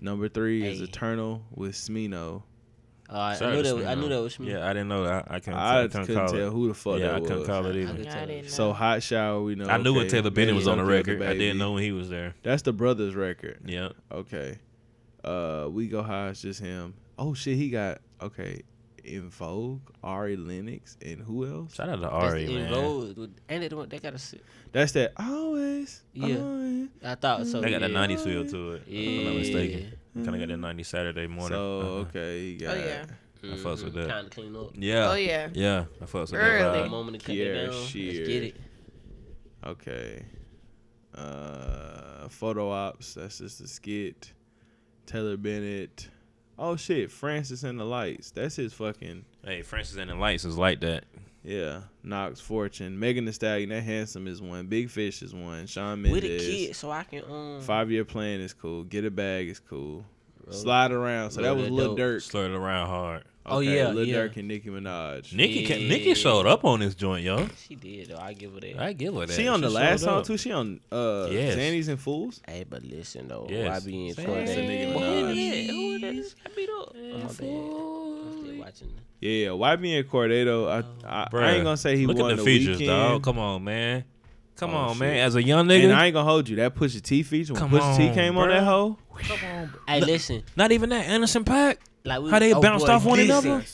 Speaker 2: Number three is
Speaker 1: Hey.
Speaker 2: Eternal with Smino.
Speaker 1: Uh, I
Speaker 4: Sorry,
Speaker 1: knew that.
Speaker 4: that's
Speaker 1: Was,
Speaker 4: me,
Speaker 1: I knew
Speaker 4: though.
Speaker 1: that was me.
Speaker 4: Yeah, I didn't know. that. I, I couldn't, I
Speaker 2: I
Speaker 4: couldn't,
Speaker 2: couldn't
Speaker 4: call
Speaker 2: tell
Speaker 4: it.
Speaker 2: who the fuck
Speaker 4: yeah, I
Speaker 2: that
Speaker 4: couldn't
Speaker 2: was.
Speaker 4: call it
Speaker 1: I
Speaker 4: either.
Speaker 1: could
Speaker 3: No, I
Speaker 1: tell
Speaker 3: didn't
Speaker 1: you.
Speaker 3: know.
Speaker 2: So Hot Shower, we know.
Speaker 4: I knew when
Speaker 2: okay,
Speaker 4: Taylor Bennett was on the
Speaker 2: Migos killed
Speaker 4: record. I
Speaker 2: baby.
Speaker 4: didn't know when he was there.
Speaker 2: That's the brothers record.
Speaker 4: Yeah.
Speaker 2: Okay. Uh, we go high. It's just him. Oh shit, he got okay. In Vogue, Ari Lennox, and who else?
Speaker 4: Shout out to
Speaker 1: That's
Speaker 4: Ari,
Speaker 1: the
Speaker 4: man.
Speaker 1: Enrolled with- And they don't- they got a. si-
Speaker 2: That's that. Always.
Speaker 1: Yeah.
Speaker 2: always.
Speaker 1: I thought so.
Speaker 4: They got
Speaker 1: yeah.
Speaker 4: that 90s feel to it. If I'm not mistaken. Kind of got that 90s Saturday morning.
Speaker 2: So
Speaker 4: Uh-huh.
Speaker 2: okay, he got
Speaker 3: oh yeah,
Speaker 4: I fucks with that.
Speaker 1: Kind of Mm-hmm. clean up.
Speaker 4: Yeah.
Speaker 3: oh yeah.
Speaker 4: Yeah. I fucks with
Speaker 3: Early.
Speaker 4: that.
Speaker 1: A
Speaker 4: vibe.
Speaker 1: moment to cut it
Speaker 2: Pierre
Speaker 1: down. Let's
Speaker 2: Shear.
Speaker 1: get it.
Speaker 2: okay. Uh, photo ops. That's just a skit. Taylor Bennett. Oh shit, Francis and the Lights. That's his fucking
Speaker 4: Hey, Francis and the Lights is like that.
Speaker 2: yeah. Knox Fortune, Megan Thee Stallion. That handsome is one. Big Fish is one. Sean Mendes.
Speaker 1: With a kid, so I can um.
Speaker 2: Five year plan is cool. Get a bag is cool.
Speaker 1: roll-
Speaker 2: Slide around. So that
Speaker 1: Roll
Speaker 2: was
Speaker 1: that
Speaker 2: Lil
Speaker 1: dope.
Speaker 2: Durk.
Speaker 4: Slurred around hard.
Speaker 1: Oh,
Speaker 2: Okay,
Speaker 1: yeah,
Speaker 2: Lil
Speaker 1: yeah.
Speaker 2: Durk and Nicki Minaj.
Speaker 4: Nikki ca-
Speaker 1: Yeah.
Speaker 4: Nikki showed up on this joint, yo.
Speaker 1: She did though. I give her that.
Speaker 4: I give her that.
Speaker 2: She on the last
Speaker 4: showed
Speaker 2: song
Speaker 4: up.
Speaker 2: too. She on uh
Speaker 4: Yes.
Speaker 2: Xannies and Fools.
Speaker 1: Hey, but listen though,
Speaker 2: Oh,
Speaker 4: Yes.
Speaker 1: why be in
Speaker 4: Say
Speaker 1: front of
Speaker 2: it.
Speaker 1: that
Speaker 2: Nigga,
Speaker 1: nigga? Well, Who
Speaker 4: please.
Speaker 1: is that? Who is that? Got beat up. Oh, my bad. I'm still watching.
Speaker 2: Yeah, why me and Cordato? I, I, I
Speaker 4: Bruh,
Speaker 2: ain't gonna say he
Speaker 4: Look
Speaker 2: won
Speaker 4: at the features,
Speaker 2: weekend.
Speaker 4: dog. Come on, man. Come
Speaker 2: Oh,
Speaker 4: on, man.
Speaker 2: shit.
Speaker 4: As a
Speaker 2: and
Speaker 4: young nigga,
Speaker 2: I ain't gonna hold you. That Pusha T feature when
Speaker 4: Come
Speaker 2: Pusha T
Speaker 4: on,
Speaker 2: came on
Speaker 4: bruh.
Speaker 2: that hoe.
Speaker 1: Hey, listen.
Speaker 4: not even that Anderson Pack.
Speaker 1: Like we,
Speaker 4: How they
Speaker 1: oh,
Speaker 4: bounced
Speaker 1: boy,
Speaker 4: off one
Speaker 1: listen.
Speaker 4: another?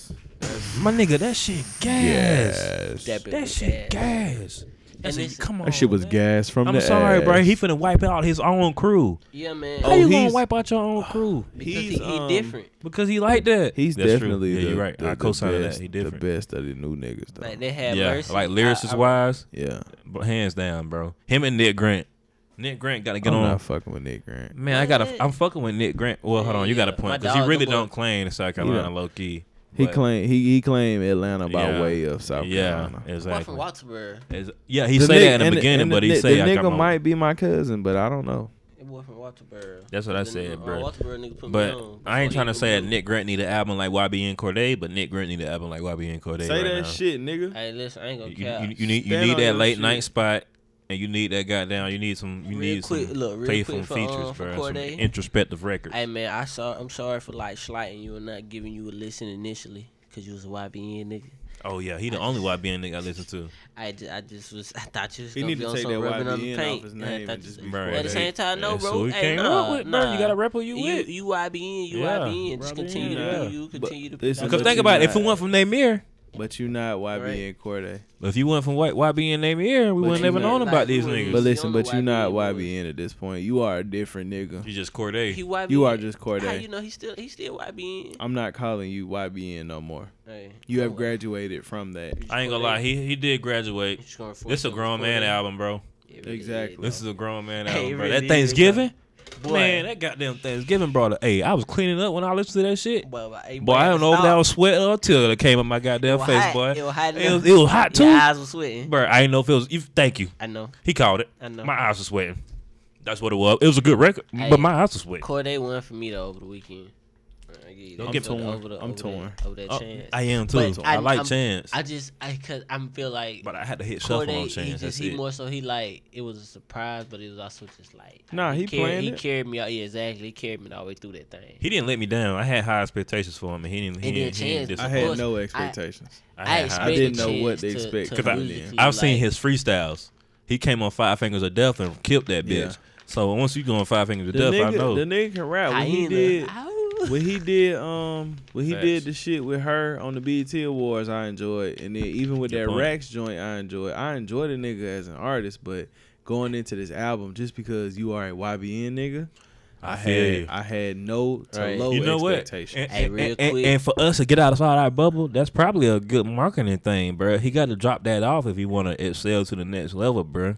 Speaker 4: My nigga, that shit gas.
Speaker 1: That, bit
Speaker 4: That
Speaker 1: was
Speaker 4: shit
Speaker 1: bad.
Speaker 4: gas. That's
Speaker 1: And
Speaker 4: a-
Speaker 1: listen-
Speaker 4: come on.
Speaker 2: That shit was
Speaker 4: man.
Speaker 2: gas from
Speaker 4: I'm
Speaker 2: the
Speaker 4: sorry,
Speaker 2: ass.
Speaker 4: bro. He finna wipe out his own crew.
Speaker 1: Yeah, man.
Speaker 4: How
Speaker 2: Oh,
Speaker 4: you gonna
Speaker 2: he's-
Speaker 4: wipe out your own crew?
Speaker 1: because
Speaker 2: he's,
Speaker 1: he, he
Speaker 2: um,
Speaker 1: different.
Speaker 4: Because he like that.
Speaker 2: He's
Speaker 4: That's true.
Speaker 2: definitely
Speaker 4: Yeah,
Speaker 2: the,
Speaker 4: you're right.
Speaker 2: The,
Speaker 4: I
Speaker 2: the
Speaker 4: co-sign
Speaker 2: best-
Speaker 4: that. He different.
Speaker 2: The best of the new niggas though.
Speaker 1: Like they had
Speaker 4: yeah,
Speaker 1: mercy.
Speaker 4: like
Speaker 1: I,
Speaker 4: lyricist
Speaker 1: I,
Speaker 4: wise,
Speaker 2: yeah,
Speaker 4: b- hands down, bro. Him and Nick Grant. Nick Grant got to get
Speaker 2: I'm
Speaker 4: on.
Speaker 2: not fucking with Nick Grant.
Speaker 4: Man, I gotta. I'm fucking with Nick Grant. Well, hold on, you got a
Speaker 1: Yeah,
Speaker 4: point
Speaker 1: my
Speaker 4: because he
Speaker 1: dog,
Speaker 4: really
Speaker 1: the boy.
Speaker 4: don't claim to South Carolina
Speaker 2: don't.
Speaker 4: low key.
Speaker 2: He
Speaker 4: but-
Speaker 2: claim he he claimed Atlanta by
Speaker 4: Yeah.
Speaker 2: way of South
Speaker 4: Yeah,
Speaker 2: Carolina.
Speaker 1: Why from
Speaker 4: exactly.
Speaker 1: Walterboro?
Speaker 4: Is- Yeah, he
Speaker 2: The
Speaker 4: say
Speaker 2: nigga-
Speaker 4: that in
Speaker 2: and
Speaker 4: the beginning,
Speaker 2: and
Speaker 4: but he
Speaker 2: the,
Speaker 4: say
Speaker 2: the
Speaker 4: I
Speaker 2: nigga
Speaker 4: come
Speaker 2: might be my cousin, but I don't know.
Speaker 1: It was from Walterboro.
Speaker 4: That's what I
Speaker 1: The
Speaker 4: said,
Speaker 1: nigga-
Speaker 4: bro.
Speaker 1: uh, Walterboro nigga put me
Speaker 4: But
Speaker 1: on.
Speaker 4: I ain't
Speaker 1: Before
Speaker 4: trying
Speaker 1: he
Speaker 4: to say that
Speaker 1: blew.
Speaker 4: Nick Grant need an album like YBN Corday, but Nick Grant need an album like YBN Corday.
Speaker 2: Say
Speaker 4: right
Speaker 2: that
Speaker 4: now.
Speaker 2: shit, nigga.
Speaker 1: Hey, listen, I ain't gonna
Speaker 4: You,
Speaker 1: cap.
Speaker 4: you- you need you
Speaker 2: Stand
Speaker 4: need
Speaker 2: on
Speaker 4: that
Speaker 2: your
Speaker 4: late
Speaker 2: shit.
Speaker 4: night spot, and you need that goddamn. You need some. You
Speaker 1: Real
Speaker 4: need
Speaker 1: quick,
Speaker 4: some
Speaker 1: look, real
Speaker 4: faithful
Speaker 1: quick for,
Speaker 4: features,
Speaker 1: um, for
Speaker 4: bro. Some
Speaker 1: Corday.
Speaker 4: introspective records.
Speaker 1: Hey man, I saw. I'm sorry for like slighting you and not giving you a listen initially, cause you was a YBN nigga.
Speaker 4: oh yeah, he the only YBN nigga I listen to.
Speaker 1: I just, I just was. I thought you was
Speaker 2: He
Speaker 1: gonna
Speaker 2: need
Speaker 1: be
Speaker 2: to
Speaker 1: on
Speaker 2: take
Speaker 1: some
Speaker 2: that
Speaker 1: rubbing on the
Speaker 2: YBN
Speaker 1: paint.
Speaker 2: off his
Speaker 1: and I
Speaker 2: name
Speaker 1: thought
Speaker 2: and
Speaker 1: you
Speaker 2: just
Speaker 1: was-
Speaker 2: be
Speaker 4: Bro,
Speaker 1: At
Speaker 4: that-
Speaker 1: the same time, no,
Speaker 4: that's
Speaker 1: bro.
Speaker 4: who he
Speaker 1: hey,
Speaker 4: came
Speaker 1: nah,
Speaker 4: up with,
Speaker 1: nah.
Speaker 4: bro. You gotta rep who you,
Speaker 1: You,
Speaker 4: with.
Speaker 1: you YBN, you
Speaker 4: Yeah,
Speaker 1: YBN. Just
Speaker 4: YBN,
Speaker 1: continue
Speaker 4: yeah.
Speaker 1: to do you.
Speaker 2: But
Speaker 1: Continue to.
Speaker 2: listen,
Speaker 4: Because
Speaker 2: But
Speaker 4: think
Speaker 2: you
Speaker 4: about it. If
Speaker 2: not-
Speaker 4: it went from Namir,
Speaker 2: But you not YB
Speaker 1: Right.
Speaker 2: and Corday.
Speaker 4: if you went from White YBN Namir, we
Speaker 2: But
Speaker 4: wouldn't
Speaker 2: you
Speaker 4: ever
Speaker 2: not-
Speaker 4: known about
Speaker 1: like,
Speaker 4: these
Speaker 1: you ain't-
Speaker 2: But
Speaker 4: niggas.
Speaker 2: listen,
Speaker 1: only
Speaker 2: but you not
Speaker 1: YBN
Speaker 2: YBN at this point. You are a different nigga.
Speaker 4: You just Corday.
Speaker 1: he YBN.
Speaker 2: You are just Corday.
Speaker 1: How you know he still he still YBN?
Speaker 2: I'm not calling you YBN no more.
Speaker 1: Hey,
Speaker 2: You have
Speaker 1: what?
Speaker 2: graduated from that.
Speaker 4: I ain't gonna lie, he he did graduate.
Speaker 1: You just gonna force
Speaker 4: This a
Speaker 1: him to
Speaker 4: grown man
Speaker 1: Corday?
Speaker 4: album, bro.
Speaker 1: It really
Speaker 2: Exactly.
Speaker 1: is,
Speaker 4: This
Speaker 1: though.
Speaker 4: is a grown man
Speaker 1: Hey,
Speaker 4: album,
Speaker 1: it
Speaker 4: bro.
Speaker 1: really
Speaker 4: That
Speaker 1: is,
Speaker 4: Thanksgiving,
Speaker 1: Boy.
Speaker 4: man, that goddamn Thanksgiving, bro. Hey, I was cleaning up when I listened to that shit.
Speaker 1: But, but, hey,
Speaker 4: Boy, I don't know if
Speaker 1: stop.
Speaker 4: that was sweat or tear that came up my
Speaker 1: It
Speaker 4: goddamn
Speaker 1: was
Speaker 4: face,
Speaker 1: hot.
Speaker 4: boy.
Speaker 1: It was hot.
Speaker 4: It was,
Speaker 1: enough.
Speaker 4: it was hot too,
Speaker 1: Your eyes was sweating.
Speaker 4: bro. I didn't know if it was. You, thank you.
Speaker 1: I know.
Speaker 4: He called it.
Speaker 1: I know.
Speaker 4: My eyes were sweating. That's what it was. It was a good record,
Speaker 1: Hey.
Speaker 4: but my eyes were sweating.
Speaker 1: Corday won for me though over the weekend. I give you that.
Speaker 4: I'm torn.
Speaker 2: I'm torn.
Speaker 1: That, over that
Speaker 4: Uh,
Speaker 1: chance.
Speaker 4: I am too.
Speaker 1: But
Speaker 4: I, like
Speaker 1: I'm-
Speaker 4: Chance,
Speaker 1: I just I cause I'm feel like
Speaker 4: but I had to hit shuffle
Speaker 1: Corday.
Speaker 4: on
Speaker 1: He
Speaker 4: Chance.
Speaker 1: just
Speaker 4: That's
Speaker 1: he
Speaker 4: it.
Speaker 1: more so he like it was a surprise, but it was also just like
Speaker 2: Nah, he
Speaker 1: carried,
Speaker 2: playing
Speaker 1: he
Speaker 2: it.
Speaker 1: carried me out. Yeah, exactly. He carried me all the way through that thing.
Speaker 4: He didn't let me down. I had high expectations for him, and he didn't. He
Speaker 1: And then
Speaker 4: didn't, he didn't
Speaker 1: Chance-
Speaker 2: I
Speaker 4: disappoint.
Speaker 2: had
Speaker 1: course,
Speaker 2: no
Speaker 1: I-
Speaker 2: expectations.
Speaker 4: I had high
Speaker 2: I didn't know
Speaker 1: expected
Speaker 2: what
Speaker 1: Chance
Speaker 2: to expect
Speaker 1: to
Speaker 4: Cause I-
Speaker 1: musically,
Speaker 4: I've seen
Speaker 1: like-
Speaker 4: his freestyles. He came on Five Fingers of Death and killed that bitch.
Speaker 2: Yeah.
Speaker 4: So once you go on Five Fingers of
Speaker 2: The
Speaker 4: Death,
Speaker 2: nigga,
Speaker 4: I know.
Speaker 2: the nigga can rap. When he
Speaker 1: Hyena.
Speaker 2: did,
Speaker 1: Ow.
Speaker 2: when he did, um, when he did
Speaker 4: Facts.
Speaker 2: the shit with her on the BET Awards, I enjoyed. And then even with
Speaker 4: Good
Speaker 2: that
Speaker 4: point.
Speaker 2: Rax joint, I enjoyed. I enjoy the nigga as an artist, but going into this album, just because you are a YBN nigga,
Speaker 4: I
Speaker 2: had
Speaker 4: feel you.
Speaker 2: I had no to
Speaker 1: Right.
Speaker 2: low
Speaker 4: you know what? And,
Speaker 2: expectations.
Speaker 1: Hey,
Speaker 4: and-
Speaker 1: real
Speaker 4: and-
Speaker 1: quick.
Speaker 4: and for us to get outside our bubble, that's probably a good marketing thing, bro. He got to drop that off if he want to excel to the next level, bro.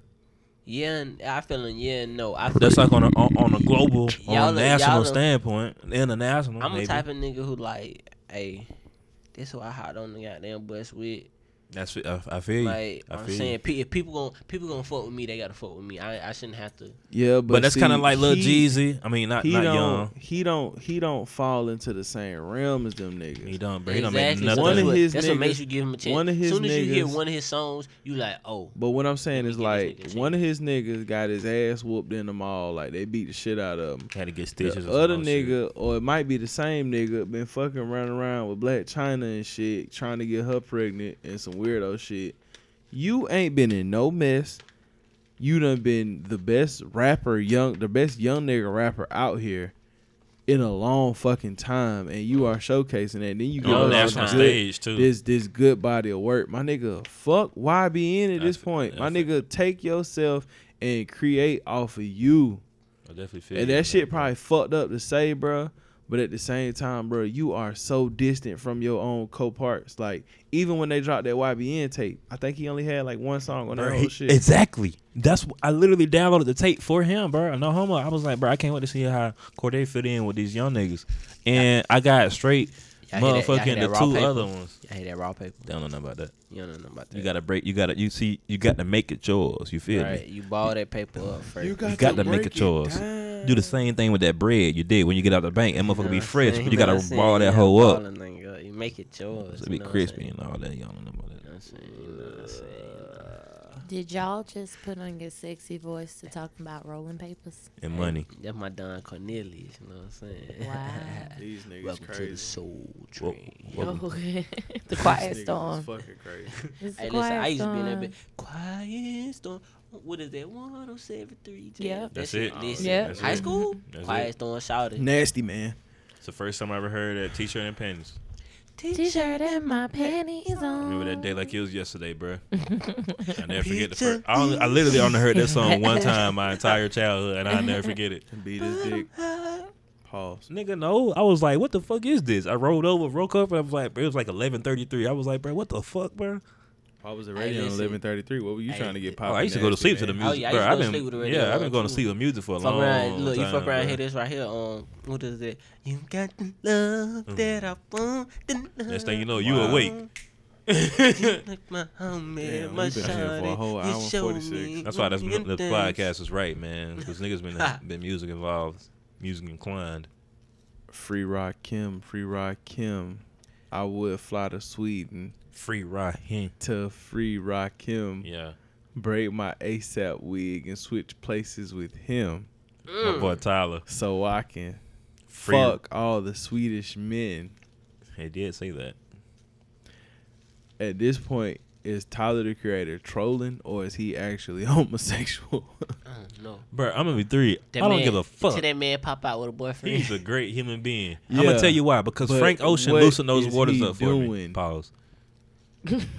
Speaker 1: Yeah, and I feeling yeah and no. I
Speaker 4: That's like on a on, on a global,
Speaker 1: Y'all
Speaker 4: on a
Speaker 1: are-
Speaker 4: national
Speaker 1: y'all are-
Speaker 4: standpoint, international.
Speaker 1: I'm
Speaker 4: maybe.
Speaker 1: the type of nigga who like, hey, this who I hopped on the goddamn bus with.
Speaker 5: That's I, I feel you.
Speaker 1: Like
Speaker 5: I
Speaker 1: I'm
Speaker 5: feel
Speaker 1: saying,
Speaker 5: you.
Speaker 1: pe- if people gonna people gonna fuck with me, they gotta fuck with me. I I shouldn't have to.
Speaker 2: Yeah, but,
Speaker 5: But, that's kind of
Speaker 2: see,
Speaker 5: like Lil
Speaker 2: he-
Speaker 5: Jeezy. I mean, not
Speaker 2: He
Speaker 5: not
Speaker 2: don't.
Speaker 5: young.
Speaker 2: He don't. He don't fall into the same realm as them niggas.
Speaker 5: He don't. But he don't make
Speaker 1: Exactly.
Speaker 5: nothing.
Speaker 1: So
Speaker 2: One
Speaker 1: that's
Speaker 2: of
Speaker 1: what,
Speaker 2: his
Speaker 1: that's what makes
Speaker 2: niggas-
Speaker 1: you give him a chance.
Speaker 2: one of
Speaker 1: as
Speaker 2: his
Speaker 1: soon as you hear
Speaker 2: niggas-
Speaker 1: one of his songs, you like, oh,
Speaker 2: But what I'm saying is
Speaker 1: give this nigga a
Speaker 2: like
Speaker 1: chance.
Speaker 2: one of his niggas got his ass whooped in the mall. Like they beat the shit out of him.
Speaker 5: Had to get
Speaker 2: The
Speaker 5: stitches. or some
Speaker 2: other
Speaker 5: bullshit.
Speaker 2: nigga, or it might be the same nigga, been fucking running around with Black China and shit, trying to get her pregnant and some weirdo shit. You ain't been in no mess. You done been the best rapper, young, the best young nigga rapper out here in a long fucking time, and you are showcasing that. Then you get
Speaker 5: on
Speaker 2: us
Speaker 5: national
Speaker 2: this good-
Speaker 5: stage too.
Speaker 2: this this good body of work. My nigga, fuck why be in at this
Speaker 5: That's-
Speaker 2: point. My
Speaker 5: that's-
Speaker 2: nigga, take yourself and create off of you.
Speaker 5: I definitely feel
Speaker 2: And
Speaker 5: you on
Speaker 2: that shit
Speaker 5: bro.
Speaker 2: probably fucked up to say, bruh. But at the same time, bruh, you are so distant from your own co-parts. Like even when they dropped that YBN tape, I think he only had like one song on that
Speaker 5: Bro,
Speaker 2: whole
Speaker 5: he-
Speaker 2: shit.
Speaker 5: Exactly. That's wh- I literally downloaded the tape for him, bro. No homo. I was like, bro, I can't wait to see how Corday fit in with these young niggas. And I got straight
Speaker 1: Y'all hear that- y'all hear
Speaker 5: motherfucking
Speaker 1: that
Speaker 5: the
Speaker 1: raw
Speaker 5: two
Speaker 1: paper?
Speaker 5: other ones.
Speaker 1: I hate that raw paper.
Speaker 5: They don't know nothing about that.
Speaker 1: You don't know nothing about that.
Speaker 5: You gotta break. You gotta. You see. You got to make it yours. You feel
Speaker 1: right.
Speaker 5: me?
Speaker 1: You ball that paper up first.
Speaker 2: You
Speaker 5: You got to make it yours. Do the same thing with that bread you did when you get out the bank. That motherfucker be fresh, but you gotta ball that hoe up.
Speaker 1: You make it yours.
Speaker 5: So it be
Speaker 1: you know what I'm
Speaker 5: crispy
Speaker 1: saying?
Speaker 5: and all that. Y'all don't know about that.
Speaker 1: I'm saying, you know what I'm saying?
Speaker 3: Did y'all just put on your sexy voice to talk about rolling papers?
Speaker 5: And money.
Speaker 1: That's my Don Cornelius. You know what I'm saying?
Speaker 3: Wow.
Speaker 2: These niggas
Speaker 1: Welcome to the
Speaker 2: crazy.
Speaker 1: Soul
Speaker 5: Well,
Speaker 1: Train.
Speaker 5: well,
Speaker 4: the quiet storm.
Speaker 2: fucking crazy.
Speaker 3: It's
Speaker 1: Hey, listen, I used to be in that bit. Quiet storm. What is that? 1073.
Speaker 4: Yeah.
Speaker 5: That's it.
Speaker 1: Listen,
Speaker 4: Yeah.
Speaker 5: That's
Speaker 1: High
Speaker 5: it.
Speaker 1: school?
Speaker 5: That's
Speaker 1: Quiet
Speaker 5: it.
Speaker 1: storm shouted.
Speaker 2: Nasty man.
Speaker 5: It's the first time I ever heard that t-shirt and pants.
Speaker 3: T-shirt and my panties on.
Speaker 5: Remember that day like it was yesterday, bruh. I never forget the first. I, only, I literally only heard that song one time my entire childhood, and I never forget it.
Speaker 2: Beat his dick. Pause.
Speaker 5: Nigga, no, I was like, "What the fuck is this?" I rolled over, woke up, and I was like, "It was like 11:33." I was like, "Bro, what the fuck, bro?"
Speaker 2: I was
Speaker 1: Hey,
Speaker 2: already on
Speaker 1: listen.
Speaker 2: eleven thirty three. What were you
Speaker 1: Hey,
Speaker 2: trying to get
Speaker 5: Oh,
Speaker 2: popped?
Speaker 5: I used to go to sleep to the music.
Speaker 1: Oh, yeah, I
Speaker 5: bro.
Speaker 1: used to go
Speaker 5: I've
Speaker 1: to
Speaker 5: been,
Speaker 1: sleep with the radio
Speaker 5: yeah, I've
Speaker 1: on,
Speaker 5: been going to
Speaker 1: too.
Speaker 5: sleep with music for a
Speaker 1: Fuck
Speaker 5: long
Speaker 1: around,
Speaker 5: time.
Speaker 1: look, you fuck around,
Speaker 5: bruh.
Speaker 1: hear this right here. Um, what is it? You got the love that I want. The love
Speaker 5: Mm. Next thing you know, you
Speaker 2: Wow.
Speaker 5: awake.
Speaker 1: You like my homie,
Speaker 2: Damn,
Speaker 1: my
Speaker 2: we been here for a
Speaker 1: shawty.
Speaker 2: whole
Speaker 1: You
Speaker 2: hour and
Speaker 1: show
Speaker 2: 46.
Speaker 1: me
Speaker 5: That's why that's,
Speaker 1: them
Speaker 5: the
Speaker 1: things.
Speaker 5: podcast is right, man. Because niggas been been music involved, music inclined.
Speaker 2: Free Rock Kim, Free Rock Kim. I would fly to Sweden
Speaker 5: Free Raheem.
Speaker 2: to Free Rock Kim.
Speaker 5: Yeah,
Speaker 2: Braid my ASAP wig and switch places with him
Speaker 5: my
Speaker 1: Mm.
Speaker 5: boy Tyler.
Speaker 2: so I can
Speaker 5: Free.
Speaker 2: fuck all the Swedish men.
Speaker 5: He did say that.
Speaker 2: At this point, is Tyler the Creator trolling or is he actually homosexual?
Speaker 1: Uh, no.
Speaker 5: Bro, I'm gonna be three.
Speaker 1: That
Speaker 5: I don't
Speaker 1: man-
Speaker 5: give a
Speaker 1: See
Speaker 5: fuck.
Speaker 1: that man pop out with a boyfriend.
Speaker 5: He's a great human being. I'm
Speaker 2: Yeah.
Speaker 5: gonna tell you why. Because
Speaker 2: But
Speaker 5: Frank Ocean
Speaker 2: what
Speaker 5: loosened those
Speaker 2: is
Speaker 5: waters
Speaker 2: he
Speaker 5: up for me.
Speaker 2: doing?
Speaker 5: Pause.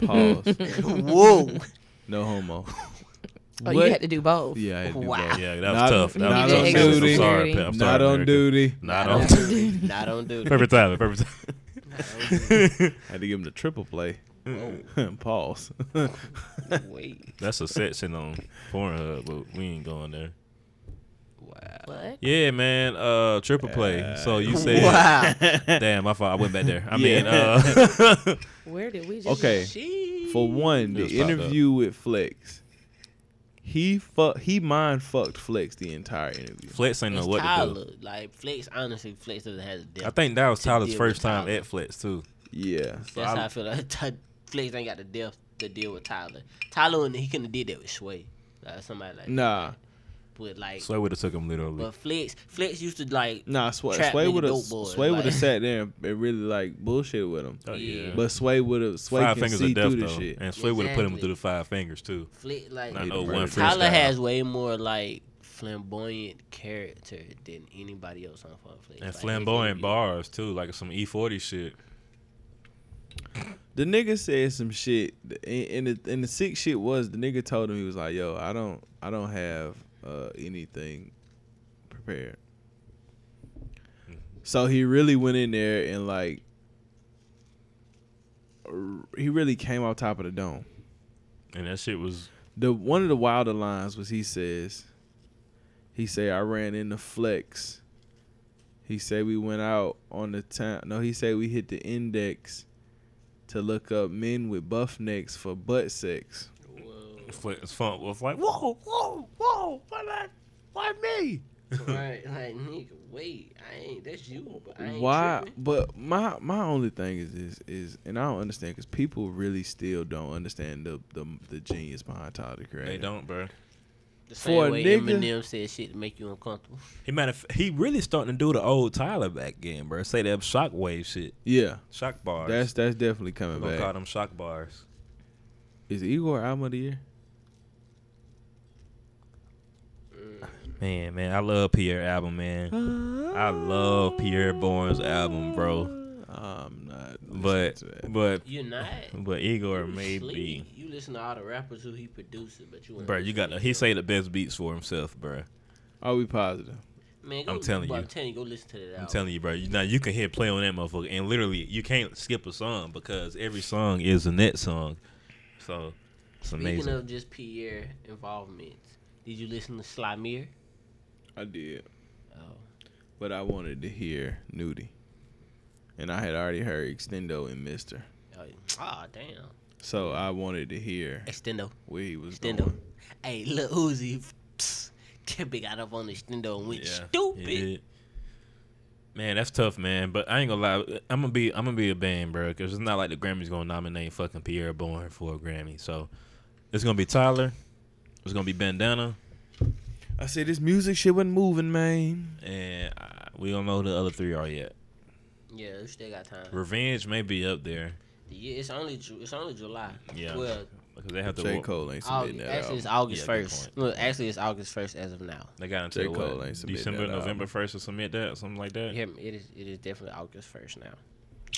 Speaker 2: Pause.
Speaker 1: Whoa.
Speaker 2: No homo.
Speaker 4: Oh, you had to do both.
Speaker 2: yeah, I had to do
Speaker 1: Wow.
Speaker 2: both.
Speaker 5: Yeah, that was
Speaker 2: Not-
Speaker 5: tough. That
Speaker 2: not
Speaker 5: was tough.
Speaker 4: on
Speaker 5: Texas.
Speaker 4: duty.
Speaker 5: I'm sorry. Pe- I'm sorry,
Speaker 2: Not on
Speaker 5: America.
Speaker 2: duty.
Speaker 5: Not
Speaker 1: Not
Speaker 5: on.
Speaker 1: on duty. Not on duty.
Speaker 5: Perfect timing. Perfect timing.
Speaker 2: I had to give him the triple play. Pause.
Speaker 1: Wait.
Speaker 5: That's a section on Pornhub, but we ain't going there.
Speaker 1: Wow.
Speaker 3: What?
Speaker 5: Yeah, man. Uh, triple play. So you said,
Speaker 1: Wow.
Speaker 5: "Damn, my fault. I went back there." I mean,
Speaker 2: Yeah.
Speaker 5: uh,
Speaker 3: Where did we just?
Speaker 2: okay. For one,
Speaker 5: Just
Speaker 2: the
Speaker 5: popped
Speaker 2: interview with Flex. He fuck he mind fucked Flex the entire interview.
Speaker 5: Flex ain't know
Speaker 1: It's
Speaker 5: what to do.
Speaker 1: Tyler. Like Flex, honestly, Flex doesn't have a depth.
Speaker 5: I think that was
Speaker 1: to
Speaker 5: Tyler's
Speaker 1: deal
Speaker 5: first
Speaker 1: with
Speaker 5: time
Speaker 1: Tyler.
Speaker 5: at Flex too.
Speaker 2: Yeah.
Speaker 5: So
Speaker 1: That's
Speaker 5: I-
Speaker 1: how I feel. Like Ty- Flex ain't got the depth to deal with Tyler. Tyler, and he couldn't have did that with Sway. Like somebody like
Speaker 2: Nah.
Speaker 1: But like,
Speaker 5: So I would have took him literally.
Speaker 1: but Flex, Flex used to like.
Speaker 2: Nah, Sway,
Speaker 1: Trap
Speaker 2: Sway
Speaker 1: nigga
Speaker 2: would have
Speaker 1: dope boy,
Speaker 2: Sway would
Speaker 1: like-
Speaker 2: have sat there and and really like bullshit with him.
Speaker 5: Oh yeah.
Speaker 2: But Sway would have Sway
Speaker 5: five
Speaker 2: can
Speaker 5: fingers of
Speaker 2: see
Speaker 5: death
Speaker 2: through the
Speaker 5: though,
Speaker 2: shit.
Speaker 5: and Slay would have put him
Speaker 1: Exactly.
Speaker 5: through the five fingers too.
Speaker 1: Flex like.
Speaker 5: Not
Speaker 4: oh
Speaker 2: He
Speaker 5: no
Speaker 2: the
Speaker 5: one
Speaker 2: first.
Speaker 5: freestyle.
Speaker 1: Tyler has way more like flamboyant character than anybody else on Fun Flex.
Speaker 5: and
Speaker 1: Like, his
Speaker 5: flamboyant
Speaker 1: interview-
Speaker 5: bars too, like some E forty shit.
Speaker 2: The nigga said some shit, th- and, and the and the sick shit was the nigga told him he was like, "Yo, I don't, I don't have uh, anything prepared." So he really went in there and like, r- he really came off top of the dome.
Speaker 5: And that shit was
Speaker 2: The one of the wilder lines was he says, he say I ran into flex. He said we went out on the town. No, he said we hit the index. to look up men with buff necks for butt sex.
Speaker 5: It's like- It's fun. It's like whoa, whoa, whoa. Why not? Why me?
Speaker 1: right, like nigga, wait, I ain't. That's you. But I ain't
Speaker 2: Why?
Speaker 1: tripping.
Speaker 2: But my my only thing is is is, and I don't understand because people really still don't understand the the, the genius behind Tyler the Creator.
Speaker 5: They don't, bro.
Speaker 1: The same
Speaker 2: For a
Speaker 1: way
Speaker 2: nigga-
Speaker 1: Eminem said shit to make you uncomfortable.
Speaker 5: He matter. of f- He really starting to do the old Tyler back again, bro. Say that shockwave shit,
Speaker 2: Yeah,
Speaker 5: shock bars.
Speaker 2: that's that's definitely
Speaker 5: I'm
Speaker 2: coming
Speaker 5: gonna call
Speaker 2: back.
Speaker 5: them shock bars.
Speaker 2: Is Igor album of the year?
Speaker 5: Man, man, I love Pierre album, man. I love Pierre Bourne's album, bro.
Speaker 2: I'm not. listening
Speaker 5: But
Speaker 2: to that.
Speaker 5: but
Speaker 1: You're not.
Speaker 5: but Igor
Speaker 1: You
Speaker 5: maybe,
Speaker 1: sleep. You listen to all the rappers who he produces, but you. ain't
Speaker 5: bro. You got to
Speaker 1: listening
Speaker 5: he
Speaker 1: to
Speaker 5: say the best beats for himself, bro.
Speaker 2: are we positive?
Speaker 1: them. Man, go,
Speaker 5: I'm telling
Speaker 1: bro,
Speaker 5: you.
Speaker 1: I'm telling you, go listen to that.
Speaker 5: I'm telling you, bro. You, now you can hit play on that motherfucker, and literally you can't skip a song because every song is a net song. So it's
Speaker 1: Speaking
Speaker 5: amazing.
Speaker 1: of just Pierre involvement, did you listen to Slamir?
Speaker 2: I did,
Speaker 1: Oh,
Speaker 2: but I wanted to hear Nudie, and I had already heard Extendo and Mister,
Speaker 1: oh, ah, damn,
Speaker 2: so I wanted to hear
Speaker 1: Extendo.
Speaker 2: where he was
Speaker 1: Stendo.
Speaker 2: going.
Speaker 1: Hey, Lil Uzi, psst, Kippy got up on the Stendo and went stupid.
Speaker 5: He did. Man, that's tough, man. But I ain't gonna lie, I'm gonna be I'm gonna be a band, bro. Cause it's not like the Grammys gonna nominate fucking Pierre Bourne for a Grammy. So it's gonna be Tyler, it's gonna be Bandana,
Speaker 2: I said this music shit wasn't moving, man.
Speaker 5: and I, we don't know who the other three are yet.
Speaker 1: Yeah, we still got time.
Speaker 5: Revenge may be up there.
Speaker 1: The year- it's only Ju- it's only July.
Speaker 5: Yeah.
Speaker 1: Well,
Speaker 5: Because they have to.
Speaker 2: J
Speaker 5: wa-
Speaker 2: Cole ain't
Speaker 1: August,
Speaker 2: submitting that
Speaker 1: Oh, actually,
Speaker 2: album.
Speaker 1: it's August
Speaker 5: Yeah, good
Speaker 1: first.
Speaker 5: point.
Speaker 1: Look, actually, it's August first as of now.
Speaker 5: They got
Speaker 2: J.
Speaker 5: until
Speaker 2: Cole
Speaker 5: what,
Speaker 2: ain't submitting
Speaker 5: December,
Speaker 2: that album.
Speaker 5: November first to submit that, something like that.
Speaker 1: Yeah, it is. It is definitely August first now.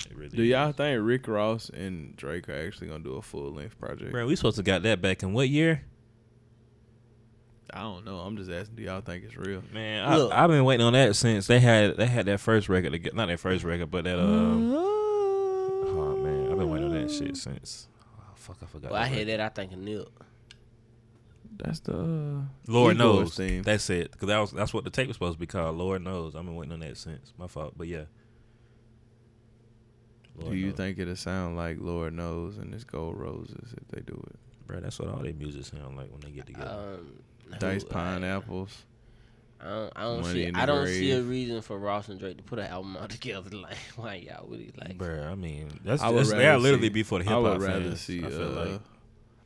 Speaker 5: It really
Speaker 2: Do y'all
Speaker 5: is.
Speaker 2: think Rick Ross and Drake are actually gonna do a full length project?
Speaker 5: Bro, we supposed to got that back in what year?
Speaker 2: I don't know. I'm just asking. Do y'all think it's real?
Speaker 5: Man, I,
Speaker 1: Look.
Speaker 5: I've been waiting on that since they had they had that first record. To get, not their first record, but that um. Oh man, I've been waiting on that shit since. Oh, fuck, I forgot.
Speaker 1: Well, I
Speaker 5: that
Speaker 1: hear that.
Speaker 5: record.
Speaker 1: I think of Nip.
Speaker 2: That's the uh,
Speaker 5: Lord
Speaker 2: Igor's
Speaker 5: knows.
Speaker 2: theme.
Speaker 5: That's it. Cause that was that's what the tape was supposed to be called. Lord knows. I've been waiting on that since. My fault, but yeah.
Speaker 2: do you think it'll sound like Lord knows and it's Gold Roses if they do it?
Speaker 5: bro? That's what all their music sound like when they get together.
Speaker 1: Um,
Speaker 2: Dice
Speaker 1: who-
Speaker 2: pineapples.
Speaker 1: I don't, I don't
Speaker 2: Money
Speaker 1: see.
Speaker 2: in the
Speaker 1: I don't see a
Speaker 2: Grave.
Speaker 1: reason for Ross and Drake to put an album out together. Like, why y'all really Oh, like?
Speaker 5: bro, I mean, that's,
Speaker 2: I would
Speaker 5: that's
Speaker 2: rather
Speaker 5: that literally
Speaker 2: see-
Speaker 5: be for the hip
Speaker 2: I
Speaker 5: hop
Speaker 2: would
Speaker 5: fans.
Speaker 2: rather see.
Speaker 5: I feel
Speaker 2: uh,
Speaker 5: like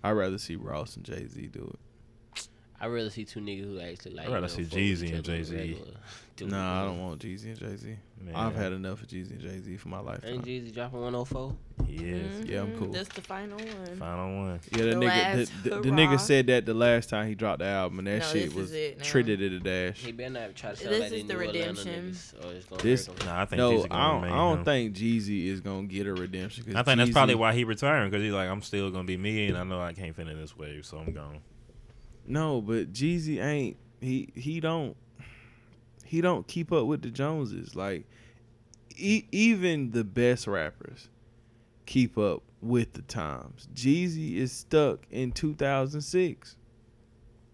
Speaker 2: I'd rather see Ross and Jay Z do it.
Speaker 1: I really see two niggas who actually like.
Speaker 5: I'd rather
Speaker 1: you know,
Speaker 5: see
Speaker 1: fuck with
Speaker 5: Jeezy
Speaker 1: each
Speaker 5: and
Speaker 1: other on a
Speaker 5: Jay-Z.
Speaker 1: regular- do
Speaker 2: No,
Speaker 1: it.
Speaker 2: I don't want Jeezy and Jay Z. I've had enough of Jeezy and Jay Z for my lifetime.
Speaker 1: Ain't Jeezy dropping 104? Mm-hmm.
Speaker 5: yes.
Speaker 2: Yeah, I'm
Speaker 3: Mhm,
Speaker 2: cool.
Speaker 3: That's the final one.
Speaker 5: Final one.
Speaker 2: Yeah, that
Speaker 3: The
Speaker 2: nigga,
Speaker 3: last
Speaker 2: the, the, the
Speaker 3: hurrah.
Speaker 2: nigga said that the last time he dropped the album, and that
Speaker 3: No,
Speaker 2: shit
Speaker 3: this
Speaker 2: was
Speaker 3: is it now.
Speaker 2: treated at a dash.
Speaker 1: He better not try to sell
Speaker 3: This
Speaker 1: like
Speaker 3: is
Speaker 1: they
Speaker 3: the
Speaker 1: New Orlando
Speaker 3: redemption.
Speaker 1: niggas, or it's gonna
Speaker 2: This-
Speaker 1: hurt 'em.
Speaker 5: Nah, I think
Speaker 2: No,
Speaker 5: Jeezy gonna
Speaker 2: I don't,
Speaker 5: remain
Speaker 2: I don't
Speaker 5: him.
Speaker 2: think Jeezy is gonna get a redemption. 'cause
Speaker 5: I think that's
Speaker 2: Jeezy-
Speaker 5: probably why he retiring because he's like, I'm still gonna be me, and I know I can't fit in this wave, so I'm gone.
Speaker 2: No, but Jeezy ain't he he don't he don't keep up with the Joneses. Like e- even the best rappers keep up with the times. Jeezy is stuck in 2006.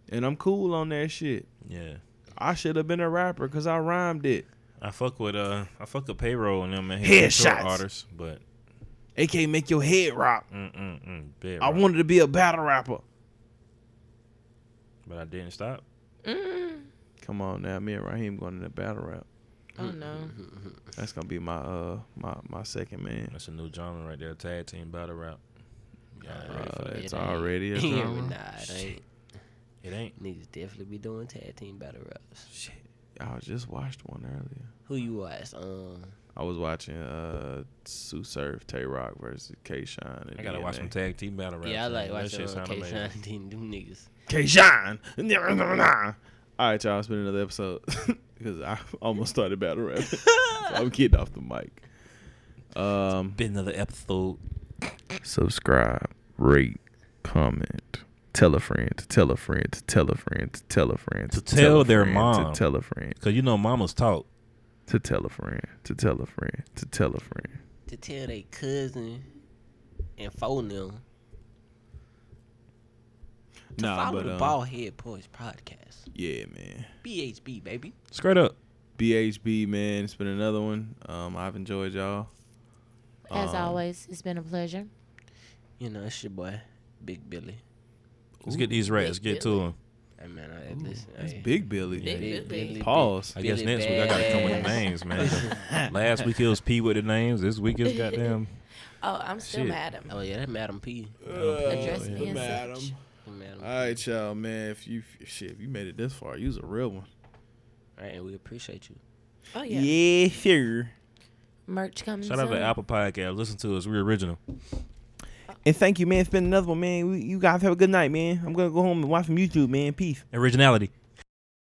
Speaker 2: And I'm cool on that shit.
Speaker 5: Yeah,
Speaker 2: I should have been a rapper cuz I rhymed it.
Speaker 5: I fuck with uh, I fuck with payroll and them and
Speaker 2: Headshots.
Speaker 5: short artists, but
Speaker 2: It can't make your head rock.
Speaker 5: mm mm mm, bad
Speaker 2: I
Speaker 1: Oh.
Speaker 5: rock.
Speaker 2: wanted to be a battle rapper.
Speaker 5: but I didn't stop.
Speaker 3: Mm.
Speaker 2: Come on now, me and Raheem going into battle rap.
Speaker 3: Oh no.
Speaker 2: That's gonna be my uh my my second man.
Speaker 5: That's a new genre right there, tag team battle rap. Yeah,
Speaker 1: Nah,
Speaker 5: ready for
Speaker 2: Uh,
Speaker 5: that.
Speaker 2: it's
Speaker 1: ain't.
Speaker 2: already a
Speaker 1: Yeah,
Speaker 2: drama.
Speaker 1: nah, it ain't.
Speaker 5: it ain't.
Speaker 1: Niggas definitely be doing tag team battle raps.
Speaker 2: Shit. I just watched one earlier.
Speaker 1: Who you watch? Um,
Speaker 2: I was watching uh Sue Surf, Tay Rock versus K Shine.
Speaker 5: I gotta watch some tag team battle rap.
Speaker 1: yeah, I like watching uh, K Shine and them niggas.
Speaker 2: K Shine. All right, y'all. It's been another episode because I almost started battle rapping. so I'm getting off the mic. Um,
Speaker 5: Been another episode.
Speaker 2: subscribe, rate, comment, tell a friend, to tell a friend, to tell a friend, to tell a friend,
Speaker 5: To tell
Speaker 2: a
Speaker 5: their
Speaker 2: friend,
Speaker 5: mom.
Speaker 2: to tell a friend,
Speaker 5: Cause you know mamas talk.
Speaker 2: to tell a friend, to tell a friend, to tell a friend.
Speaker 1: To tell they cousin and phone them to follow
Speaker 5: um,
Speaker 2: uh,
Speaker 1: the Ballhead Boys podcast.
Speaker 2: yeah, man.
Speaker 1: BHB baby.
Speaker 5: Straight up.
Speaker 2: BHB, man. It's been another one. Um, I've enjoyed y'all.
Speaker 6: As
Speaker 2: Um,
Speaker 6: always, it's been a pleasure.
Speaker 1: You know, it's your boy, Big Billy.
Speaker 4: Let's get these rats. Get to them.
Speaker 1: Hey man, I listen.
Speaker 2: That's
Speaker 1: hey,
Speaker 2: Big Billy.
Speaker 1: Big Billy. Big-
Speaker 2: Pause.
Speaker 4: I guess
Speaker 1: Billy
Speaker 4: next week I gotta come with the
Speaker 1: Bass.
Speaker 4: names, man. Last week it was P with the names. This week it's goddamn.
Speaker 3: Oh, I'm still
Speaker 4: Shit.
Speaker 3: mad at him.
Speaker 1: Oh yeah, that Madam P.
Speaker 3: Address me as
Speaker 2: madam.
Speaker 3: such.
Speaker 1: Madam.
Speaker 2: All right, y'all, man. If you if- shit, if you made it this far, you was a real one.
Speaker 1: All right, and we appreciate you.
Speaker 3: Oh yeah.
Speaker 2: sure.
Speaker 6: Merch coming
Speaker 4: Shout
Speaker 6: soon.
Speaker 4: out to Apple Podcast. Listen to us. We're original.
Speaker 2: And thank you, man. It's been another one, man. You guys have a good night, man. I'm gonna go home and watch some YouTube, man. Peace.
Speaker 4: Originality.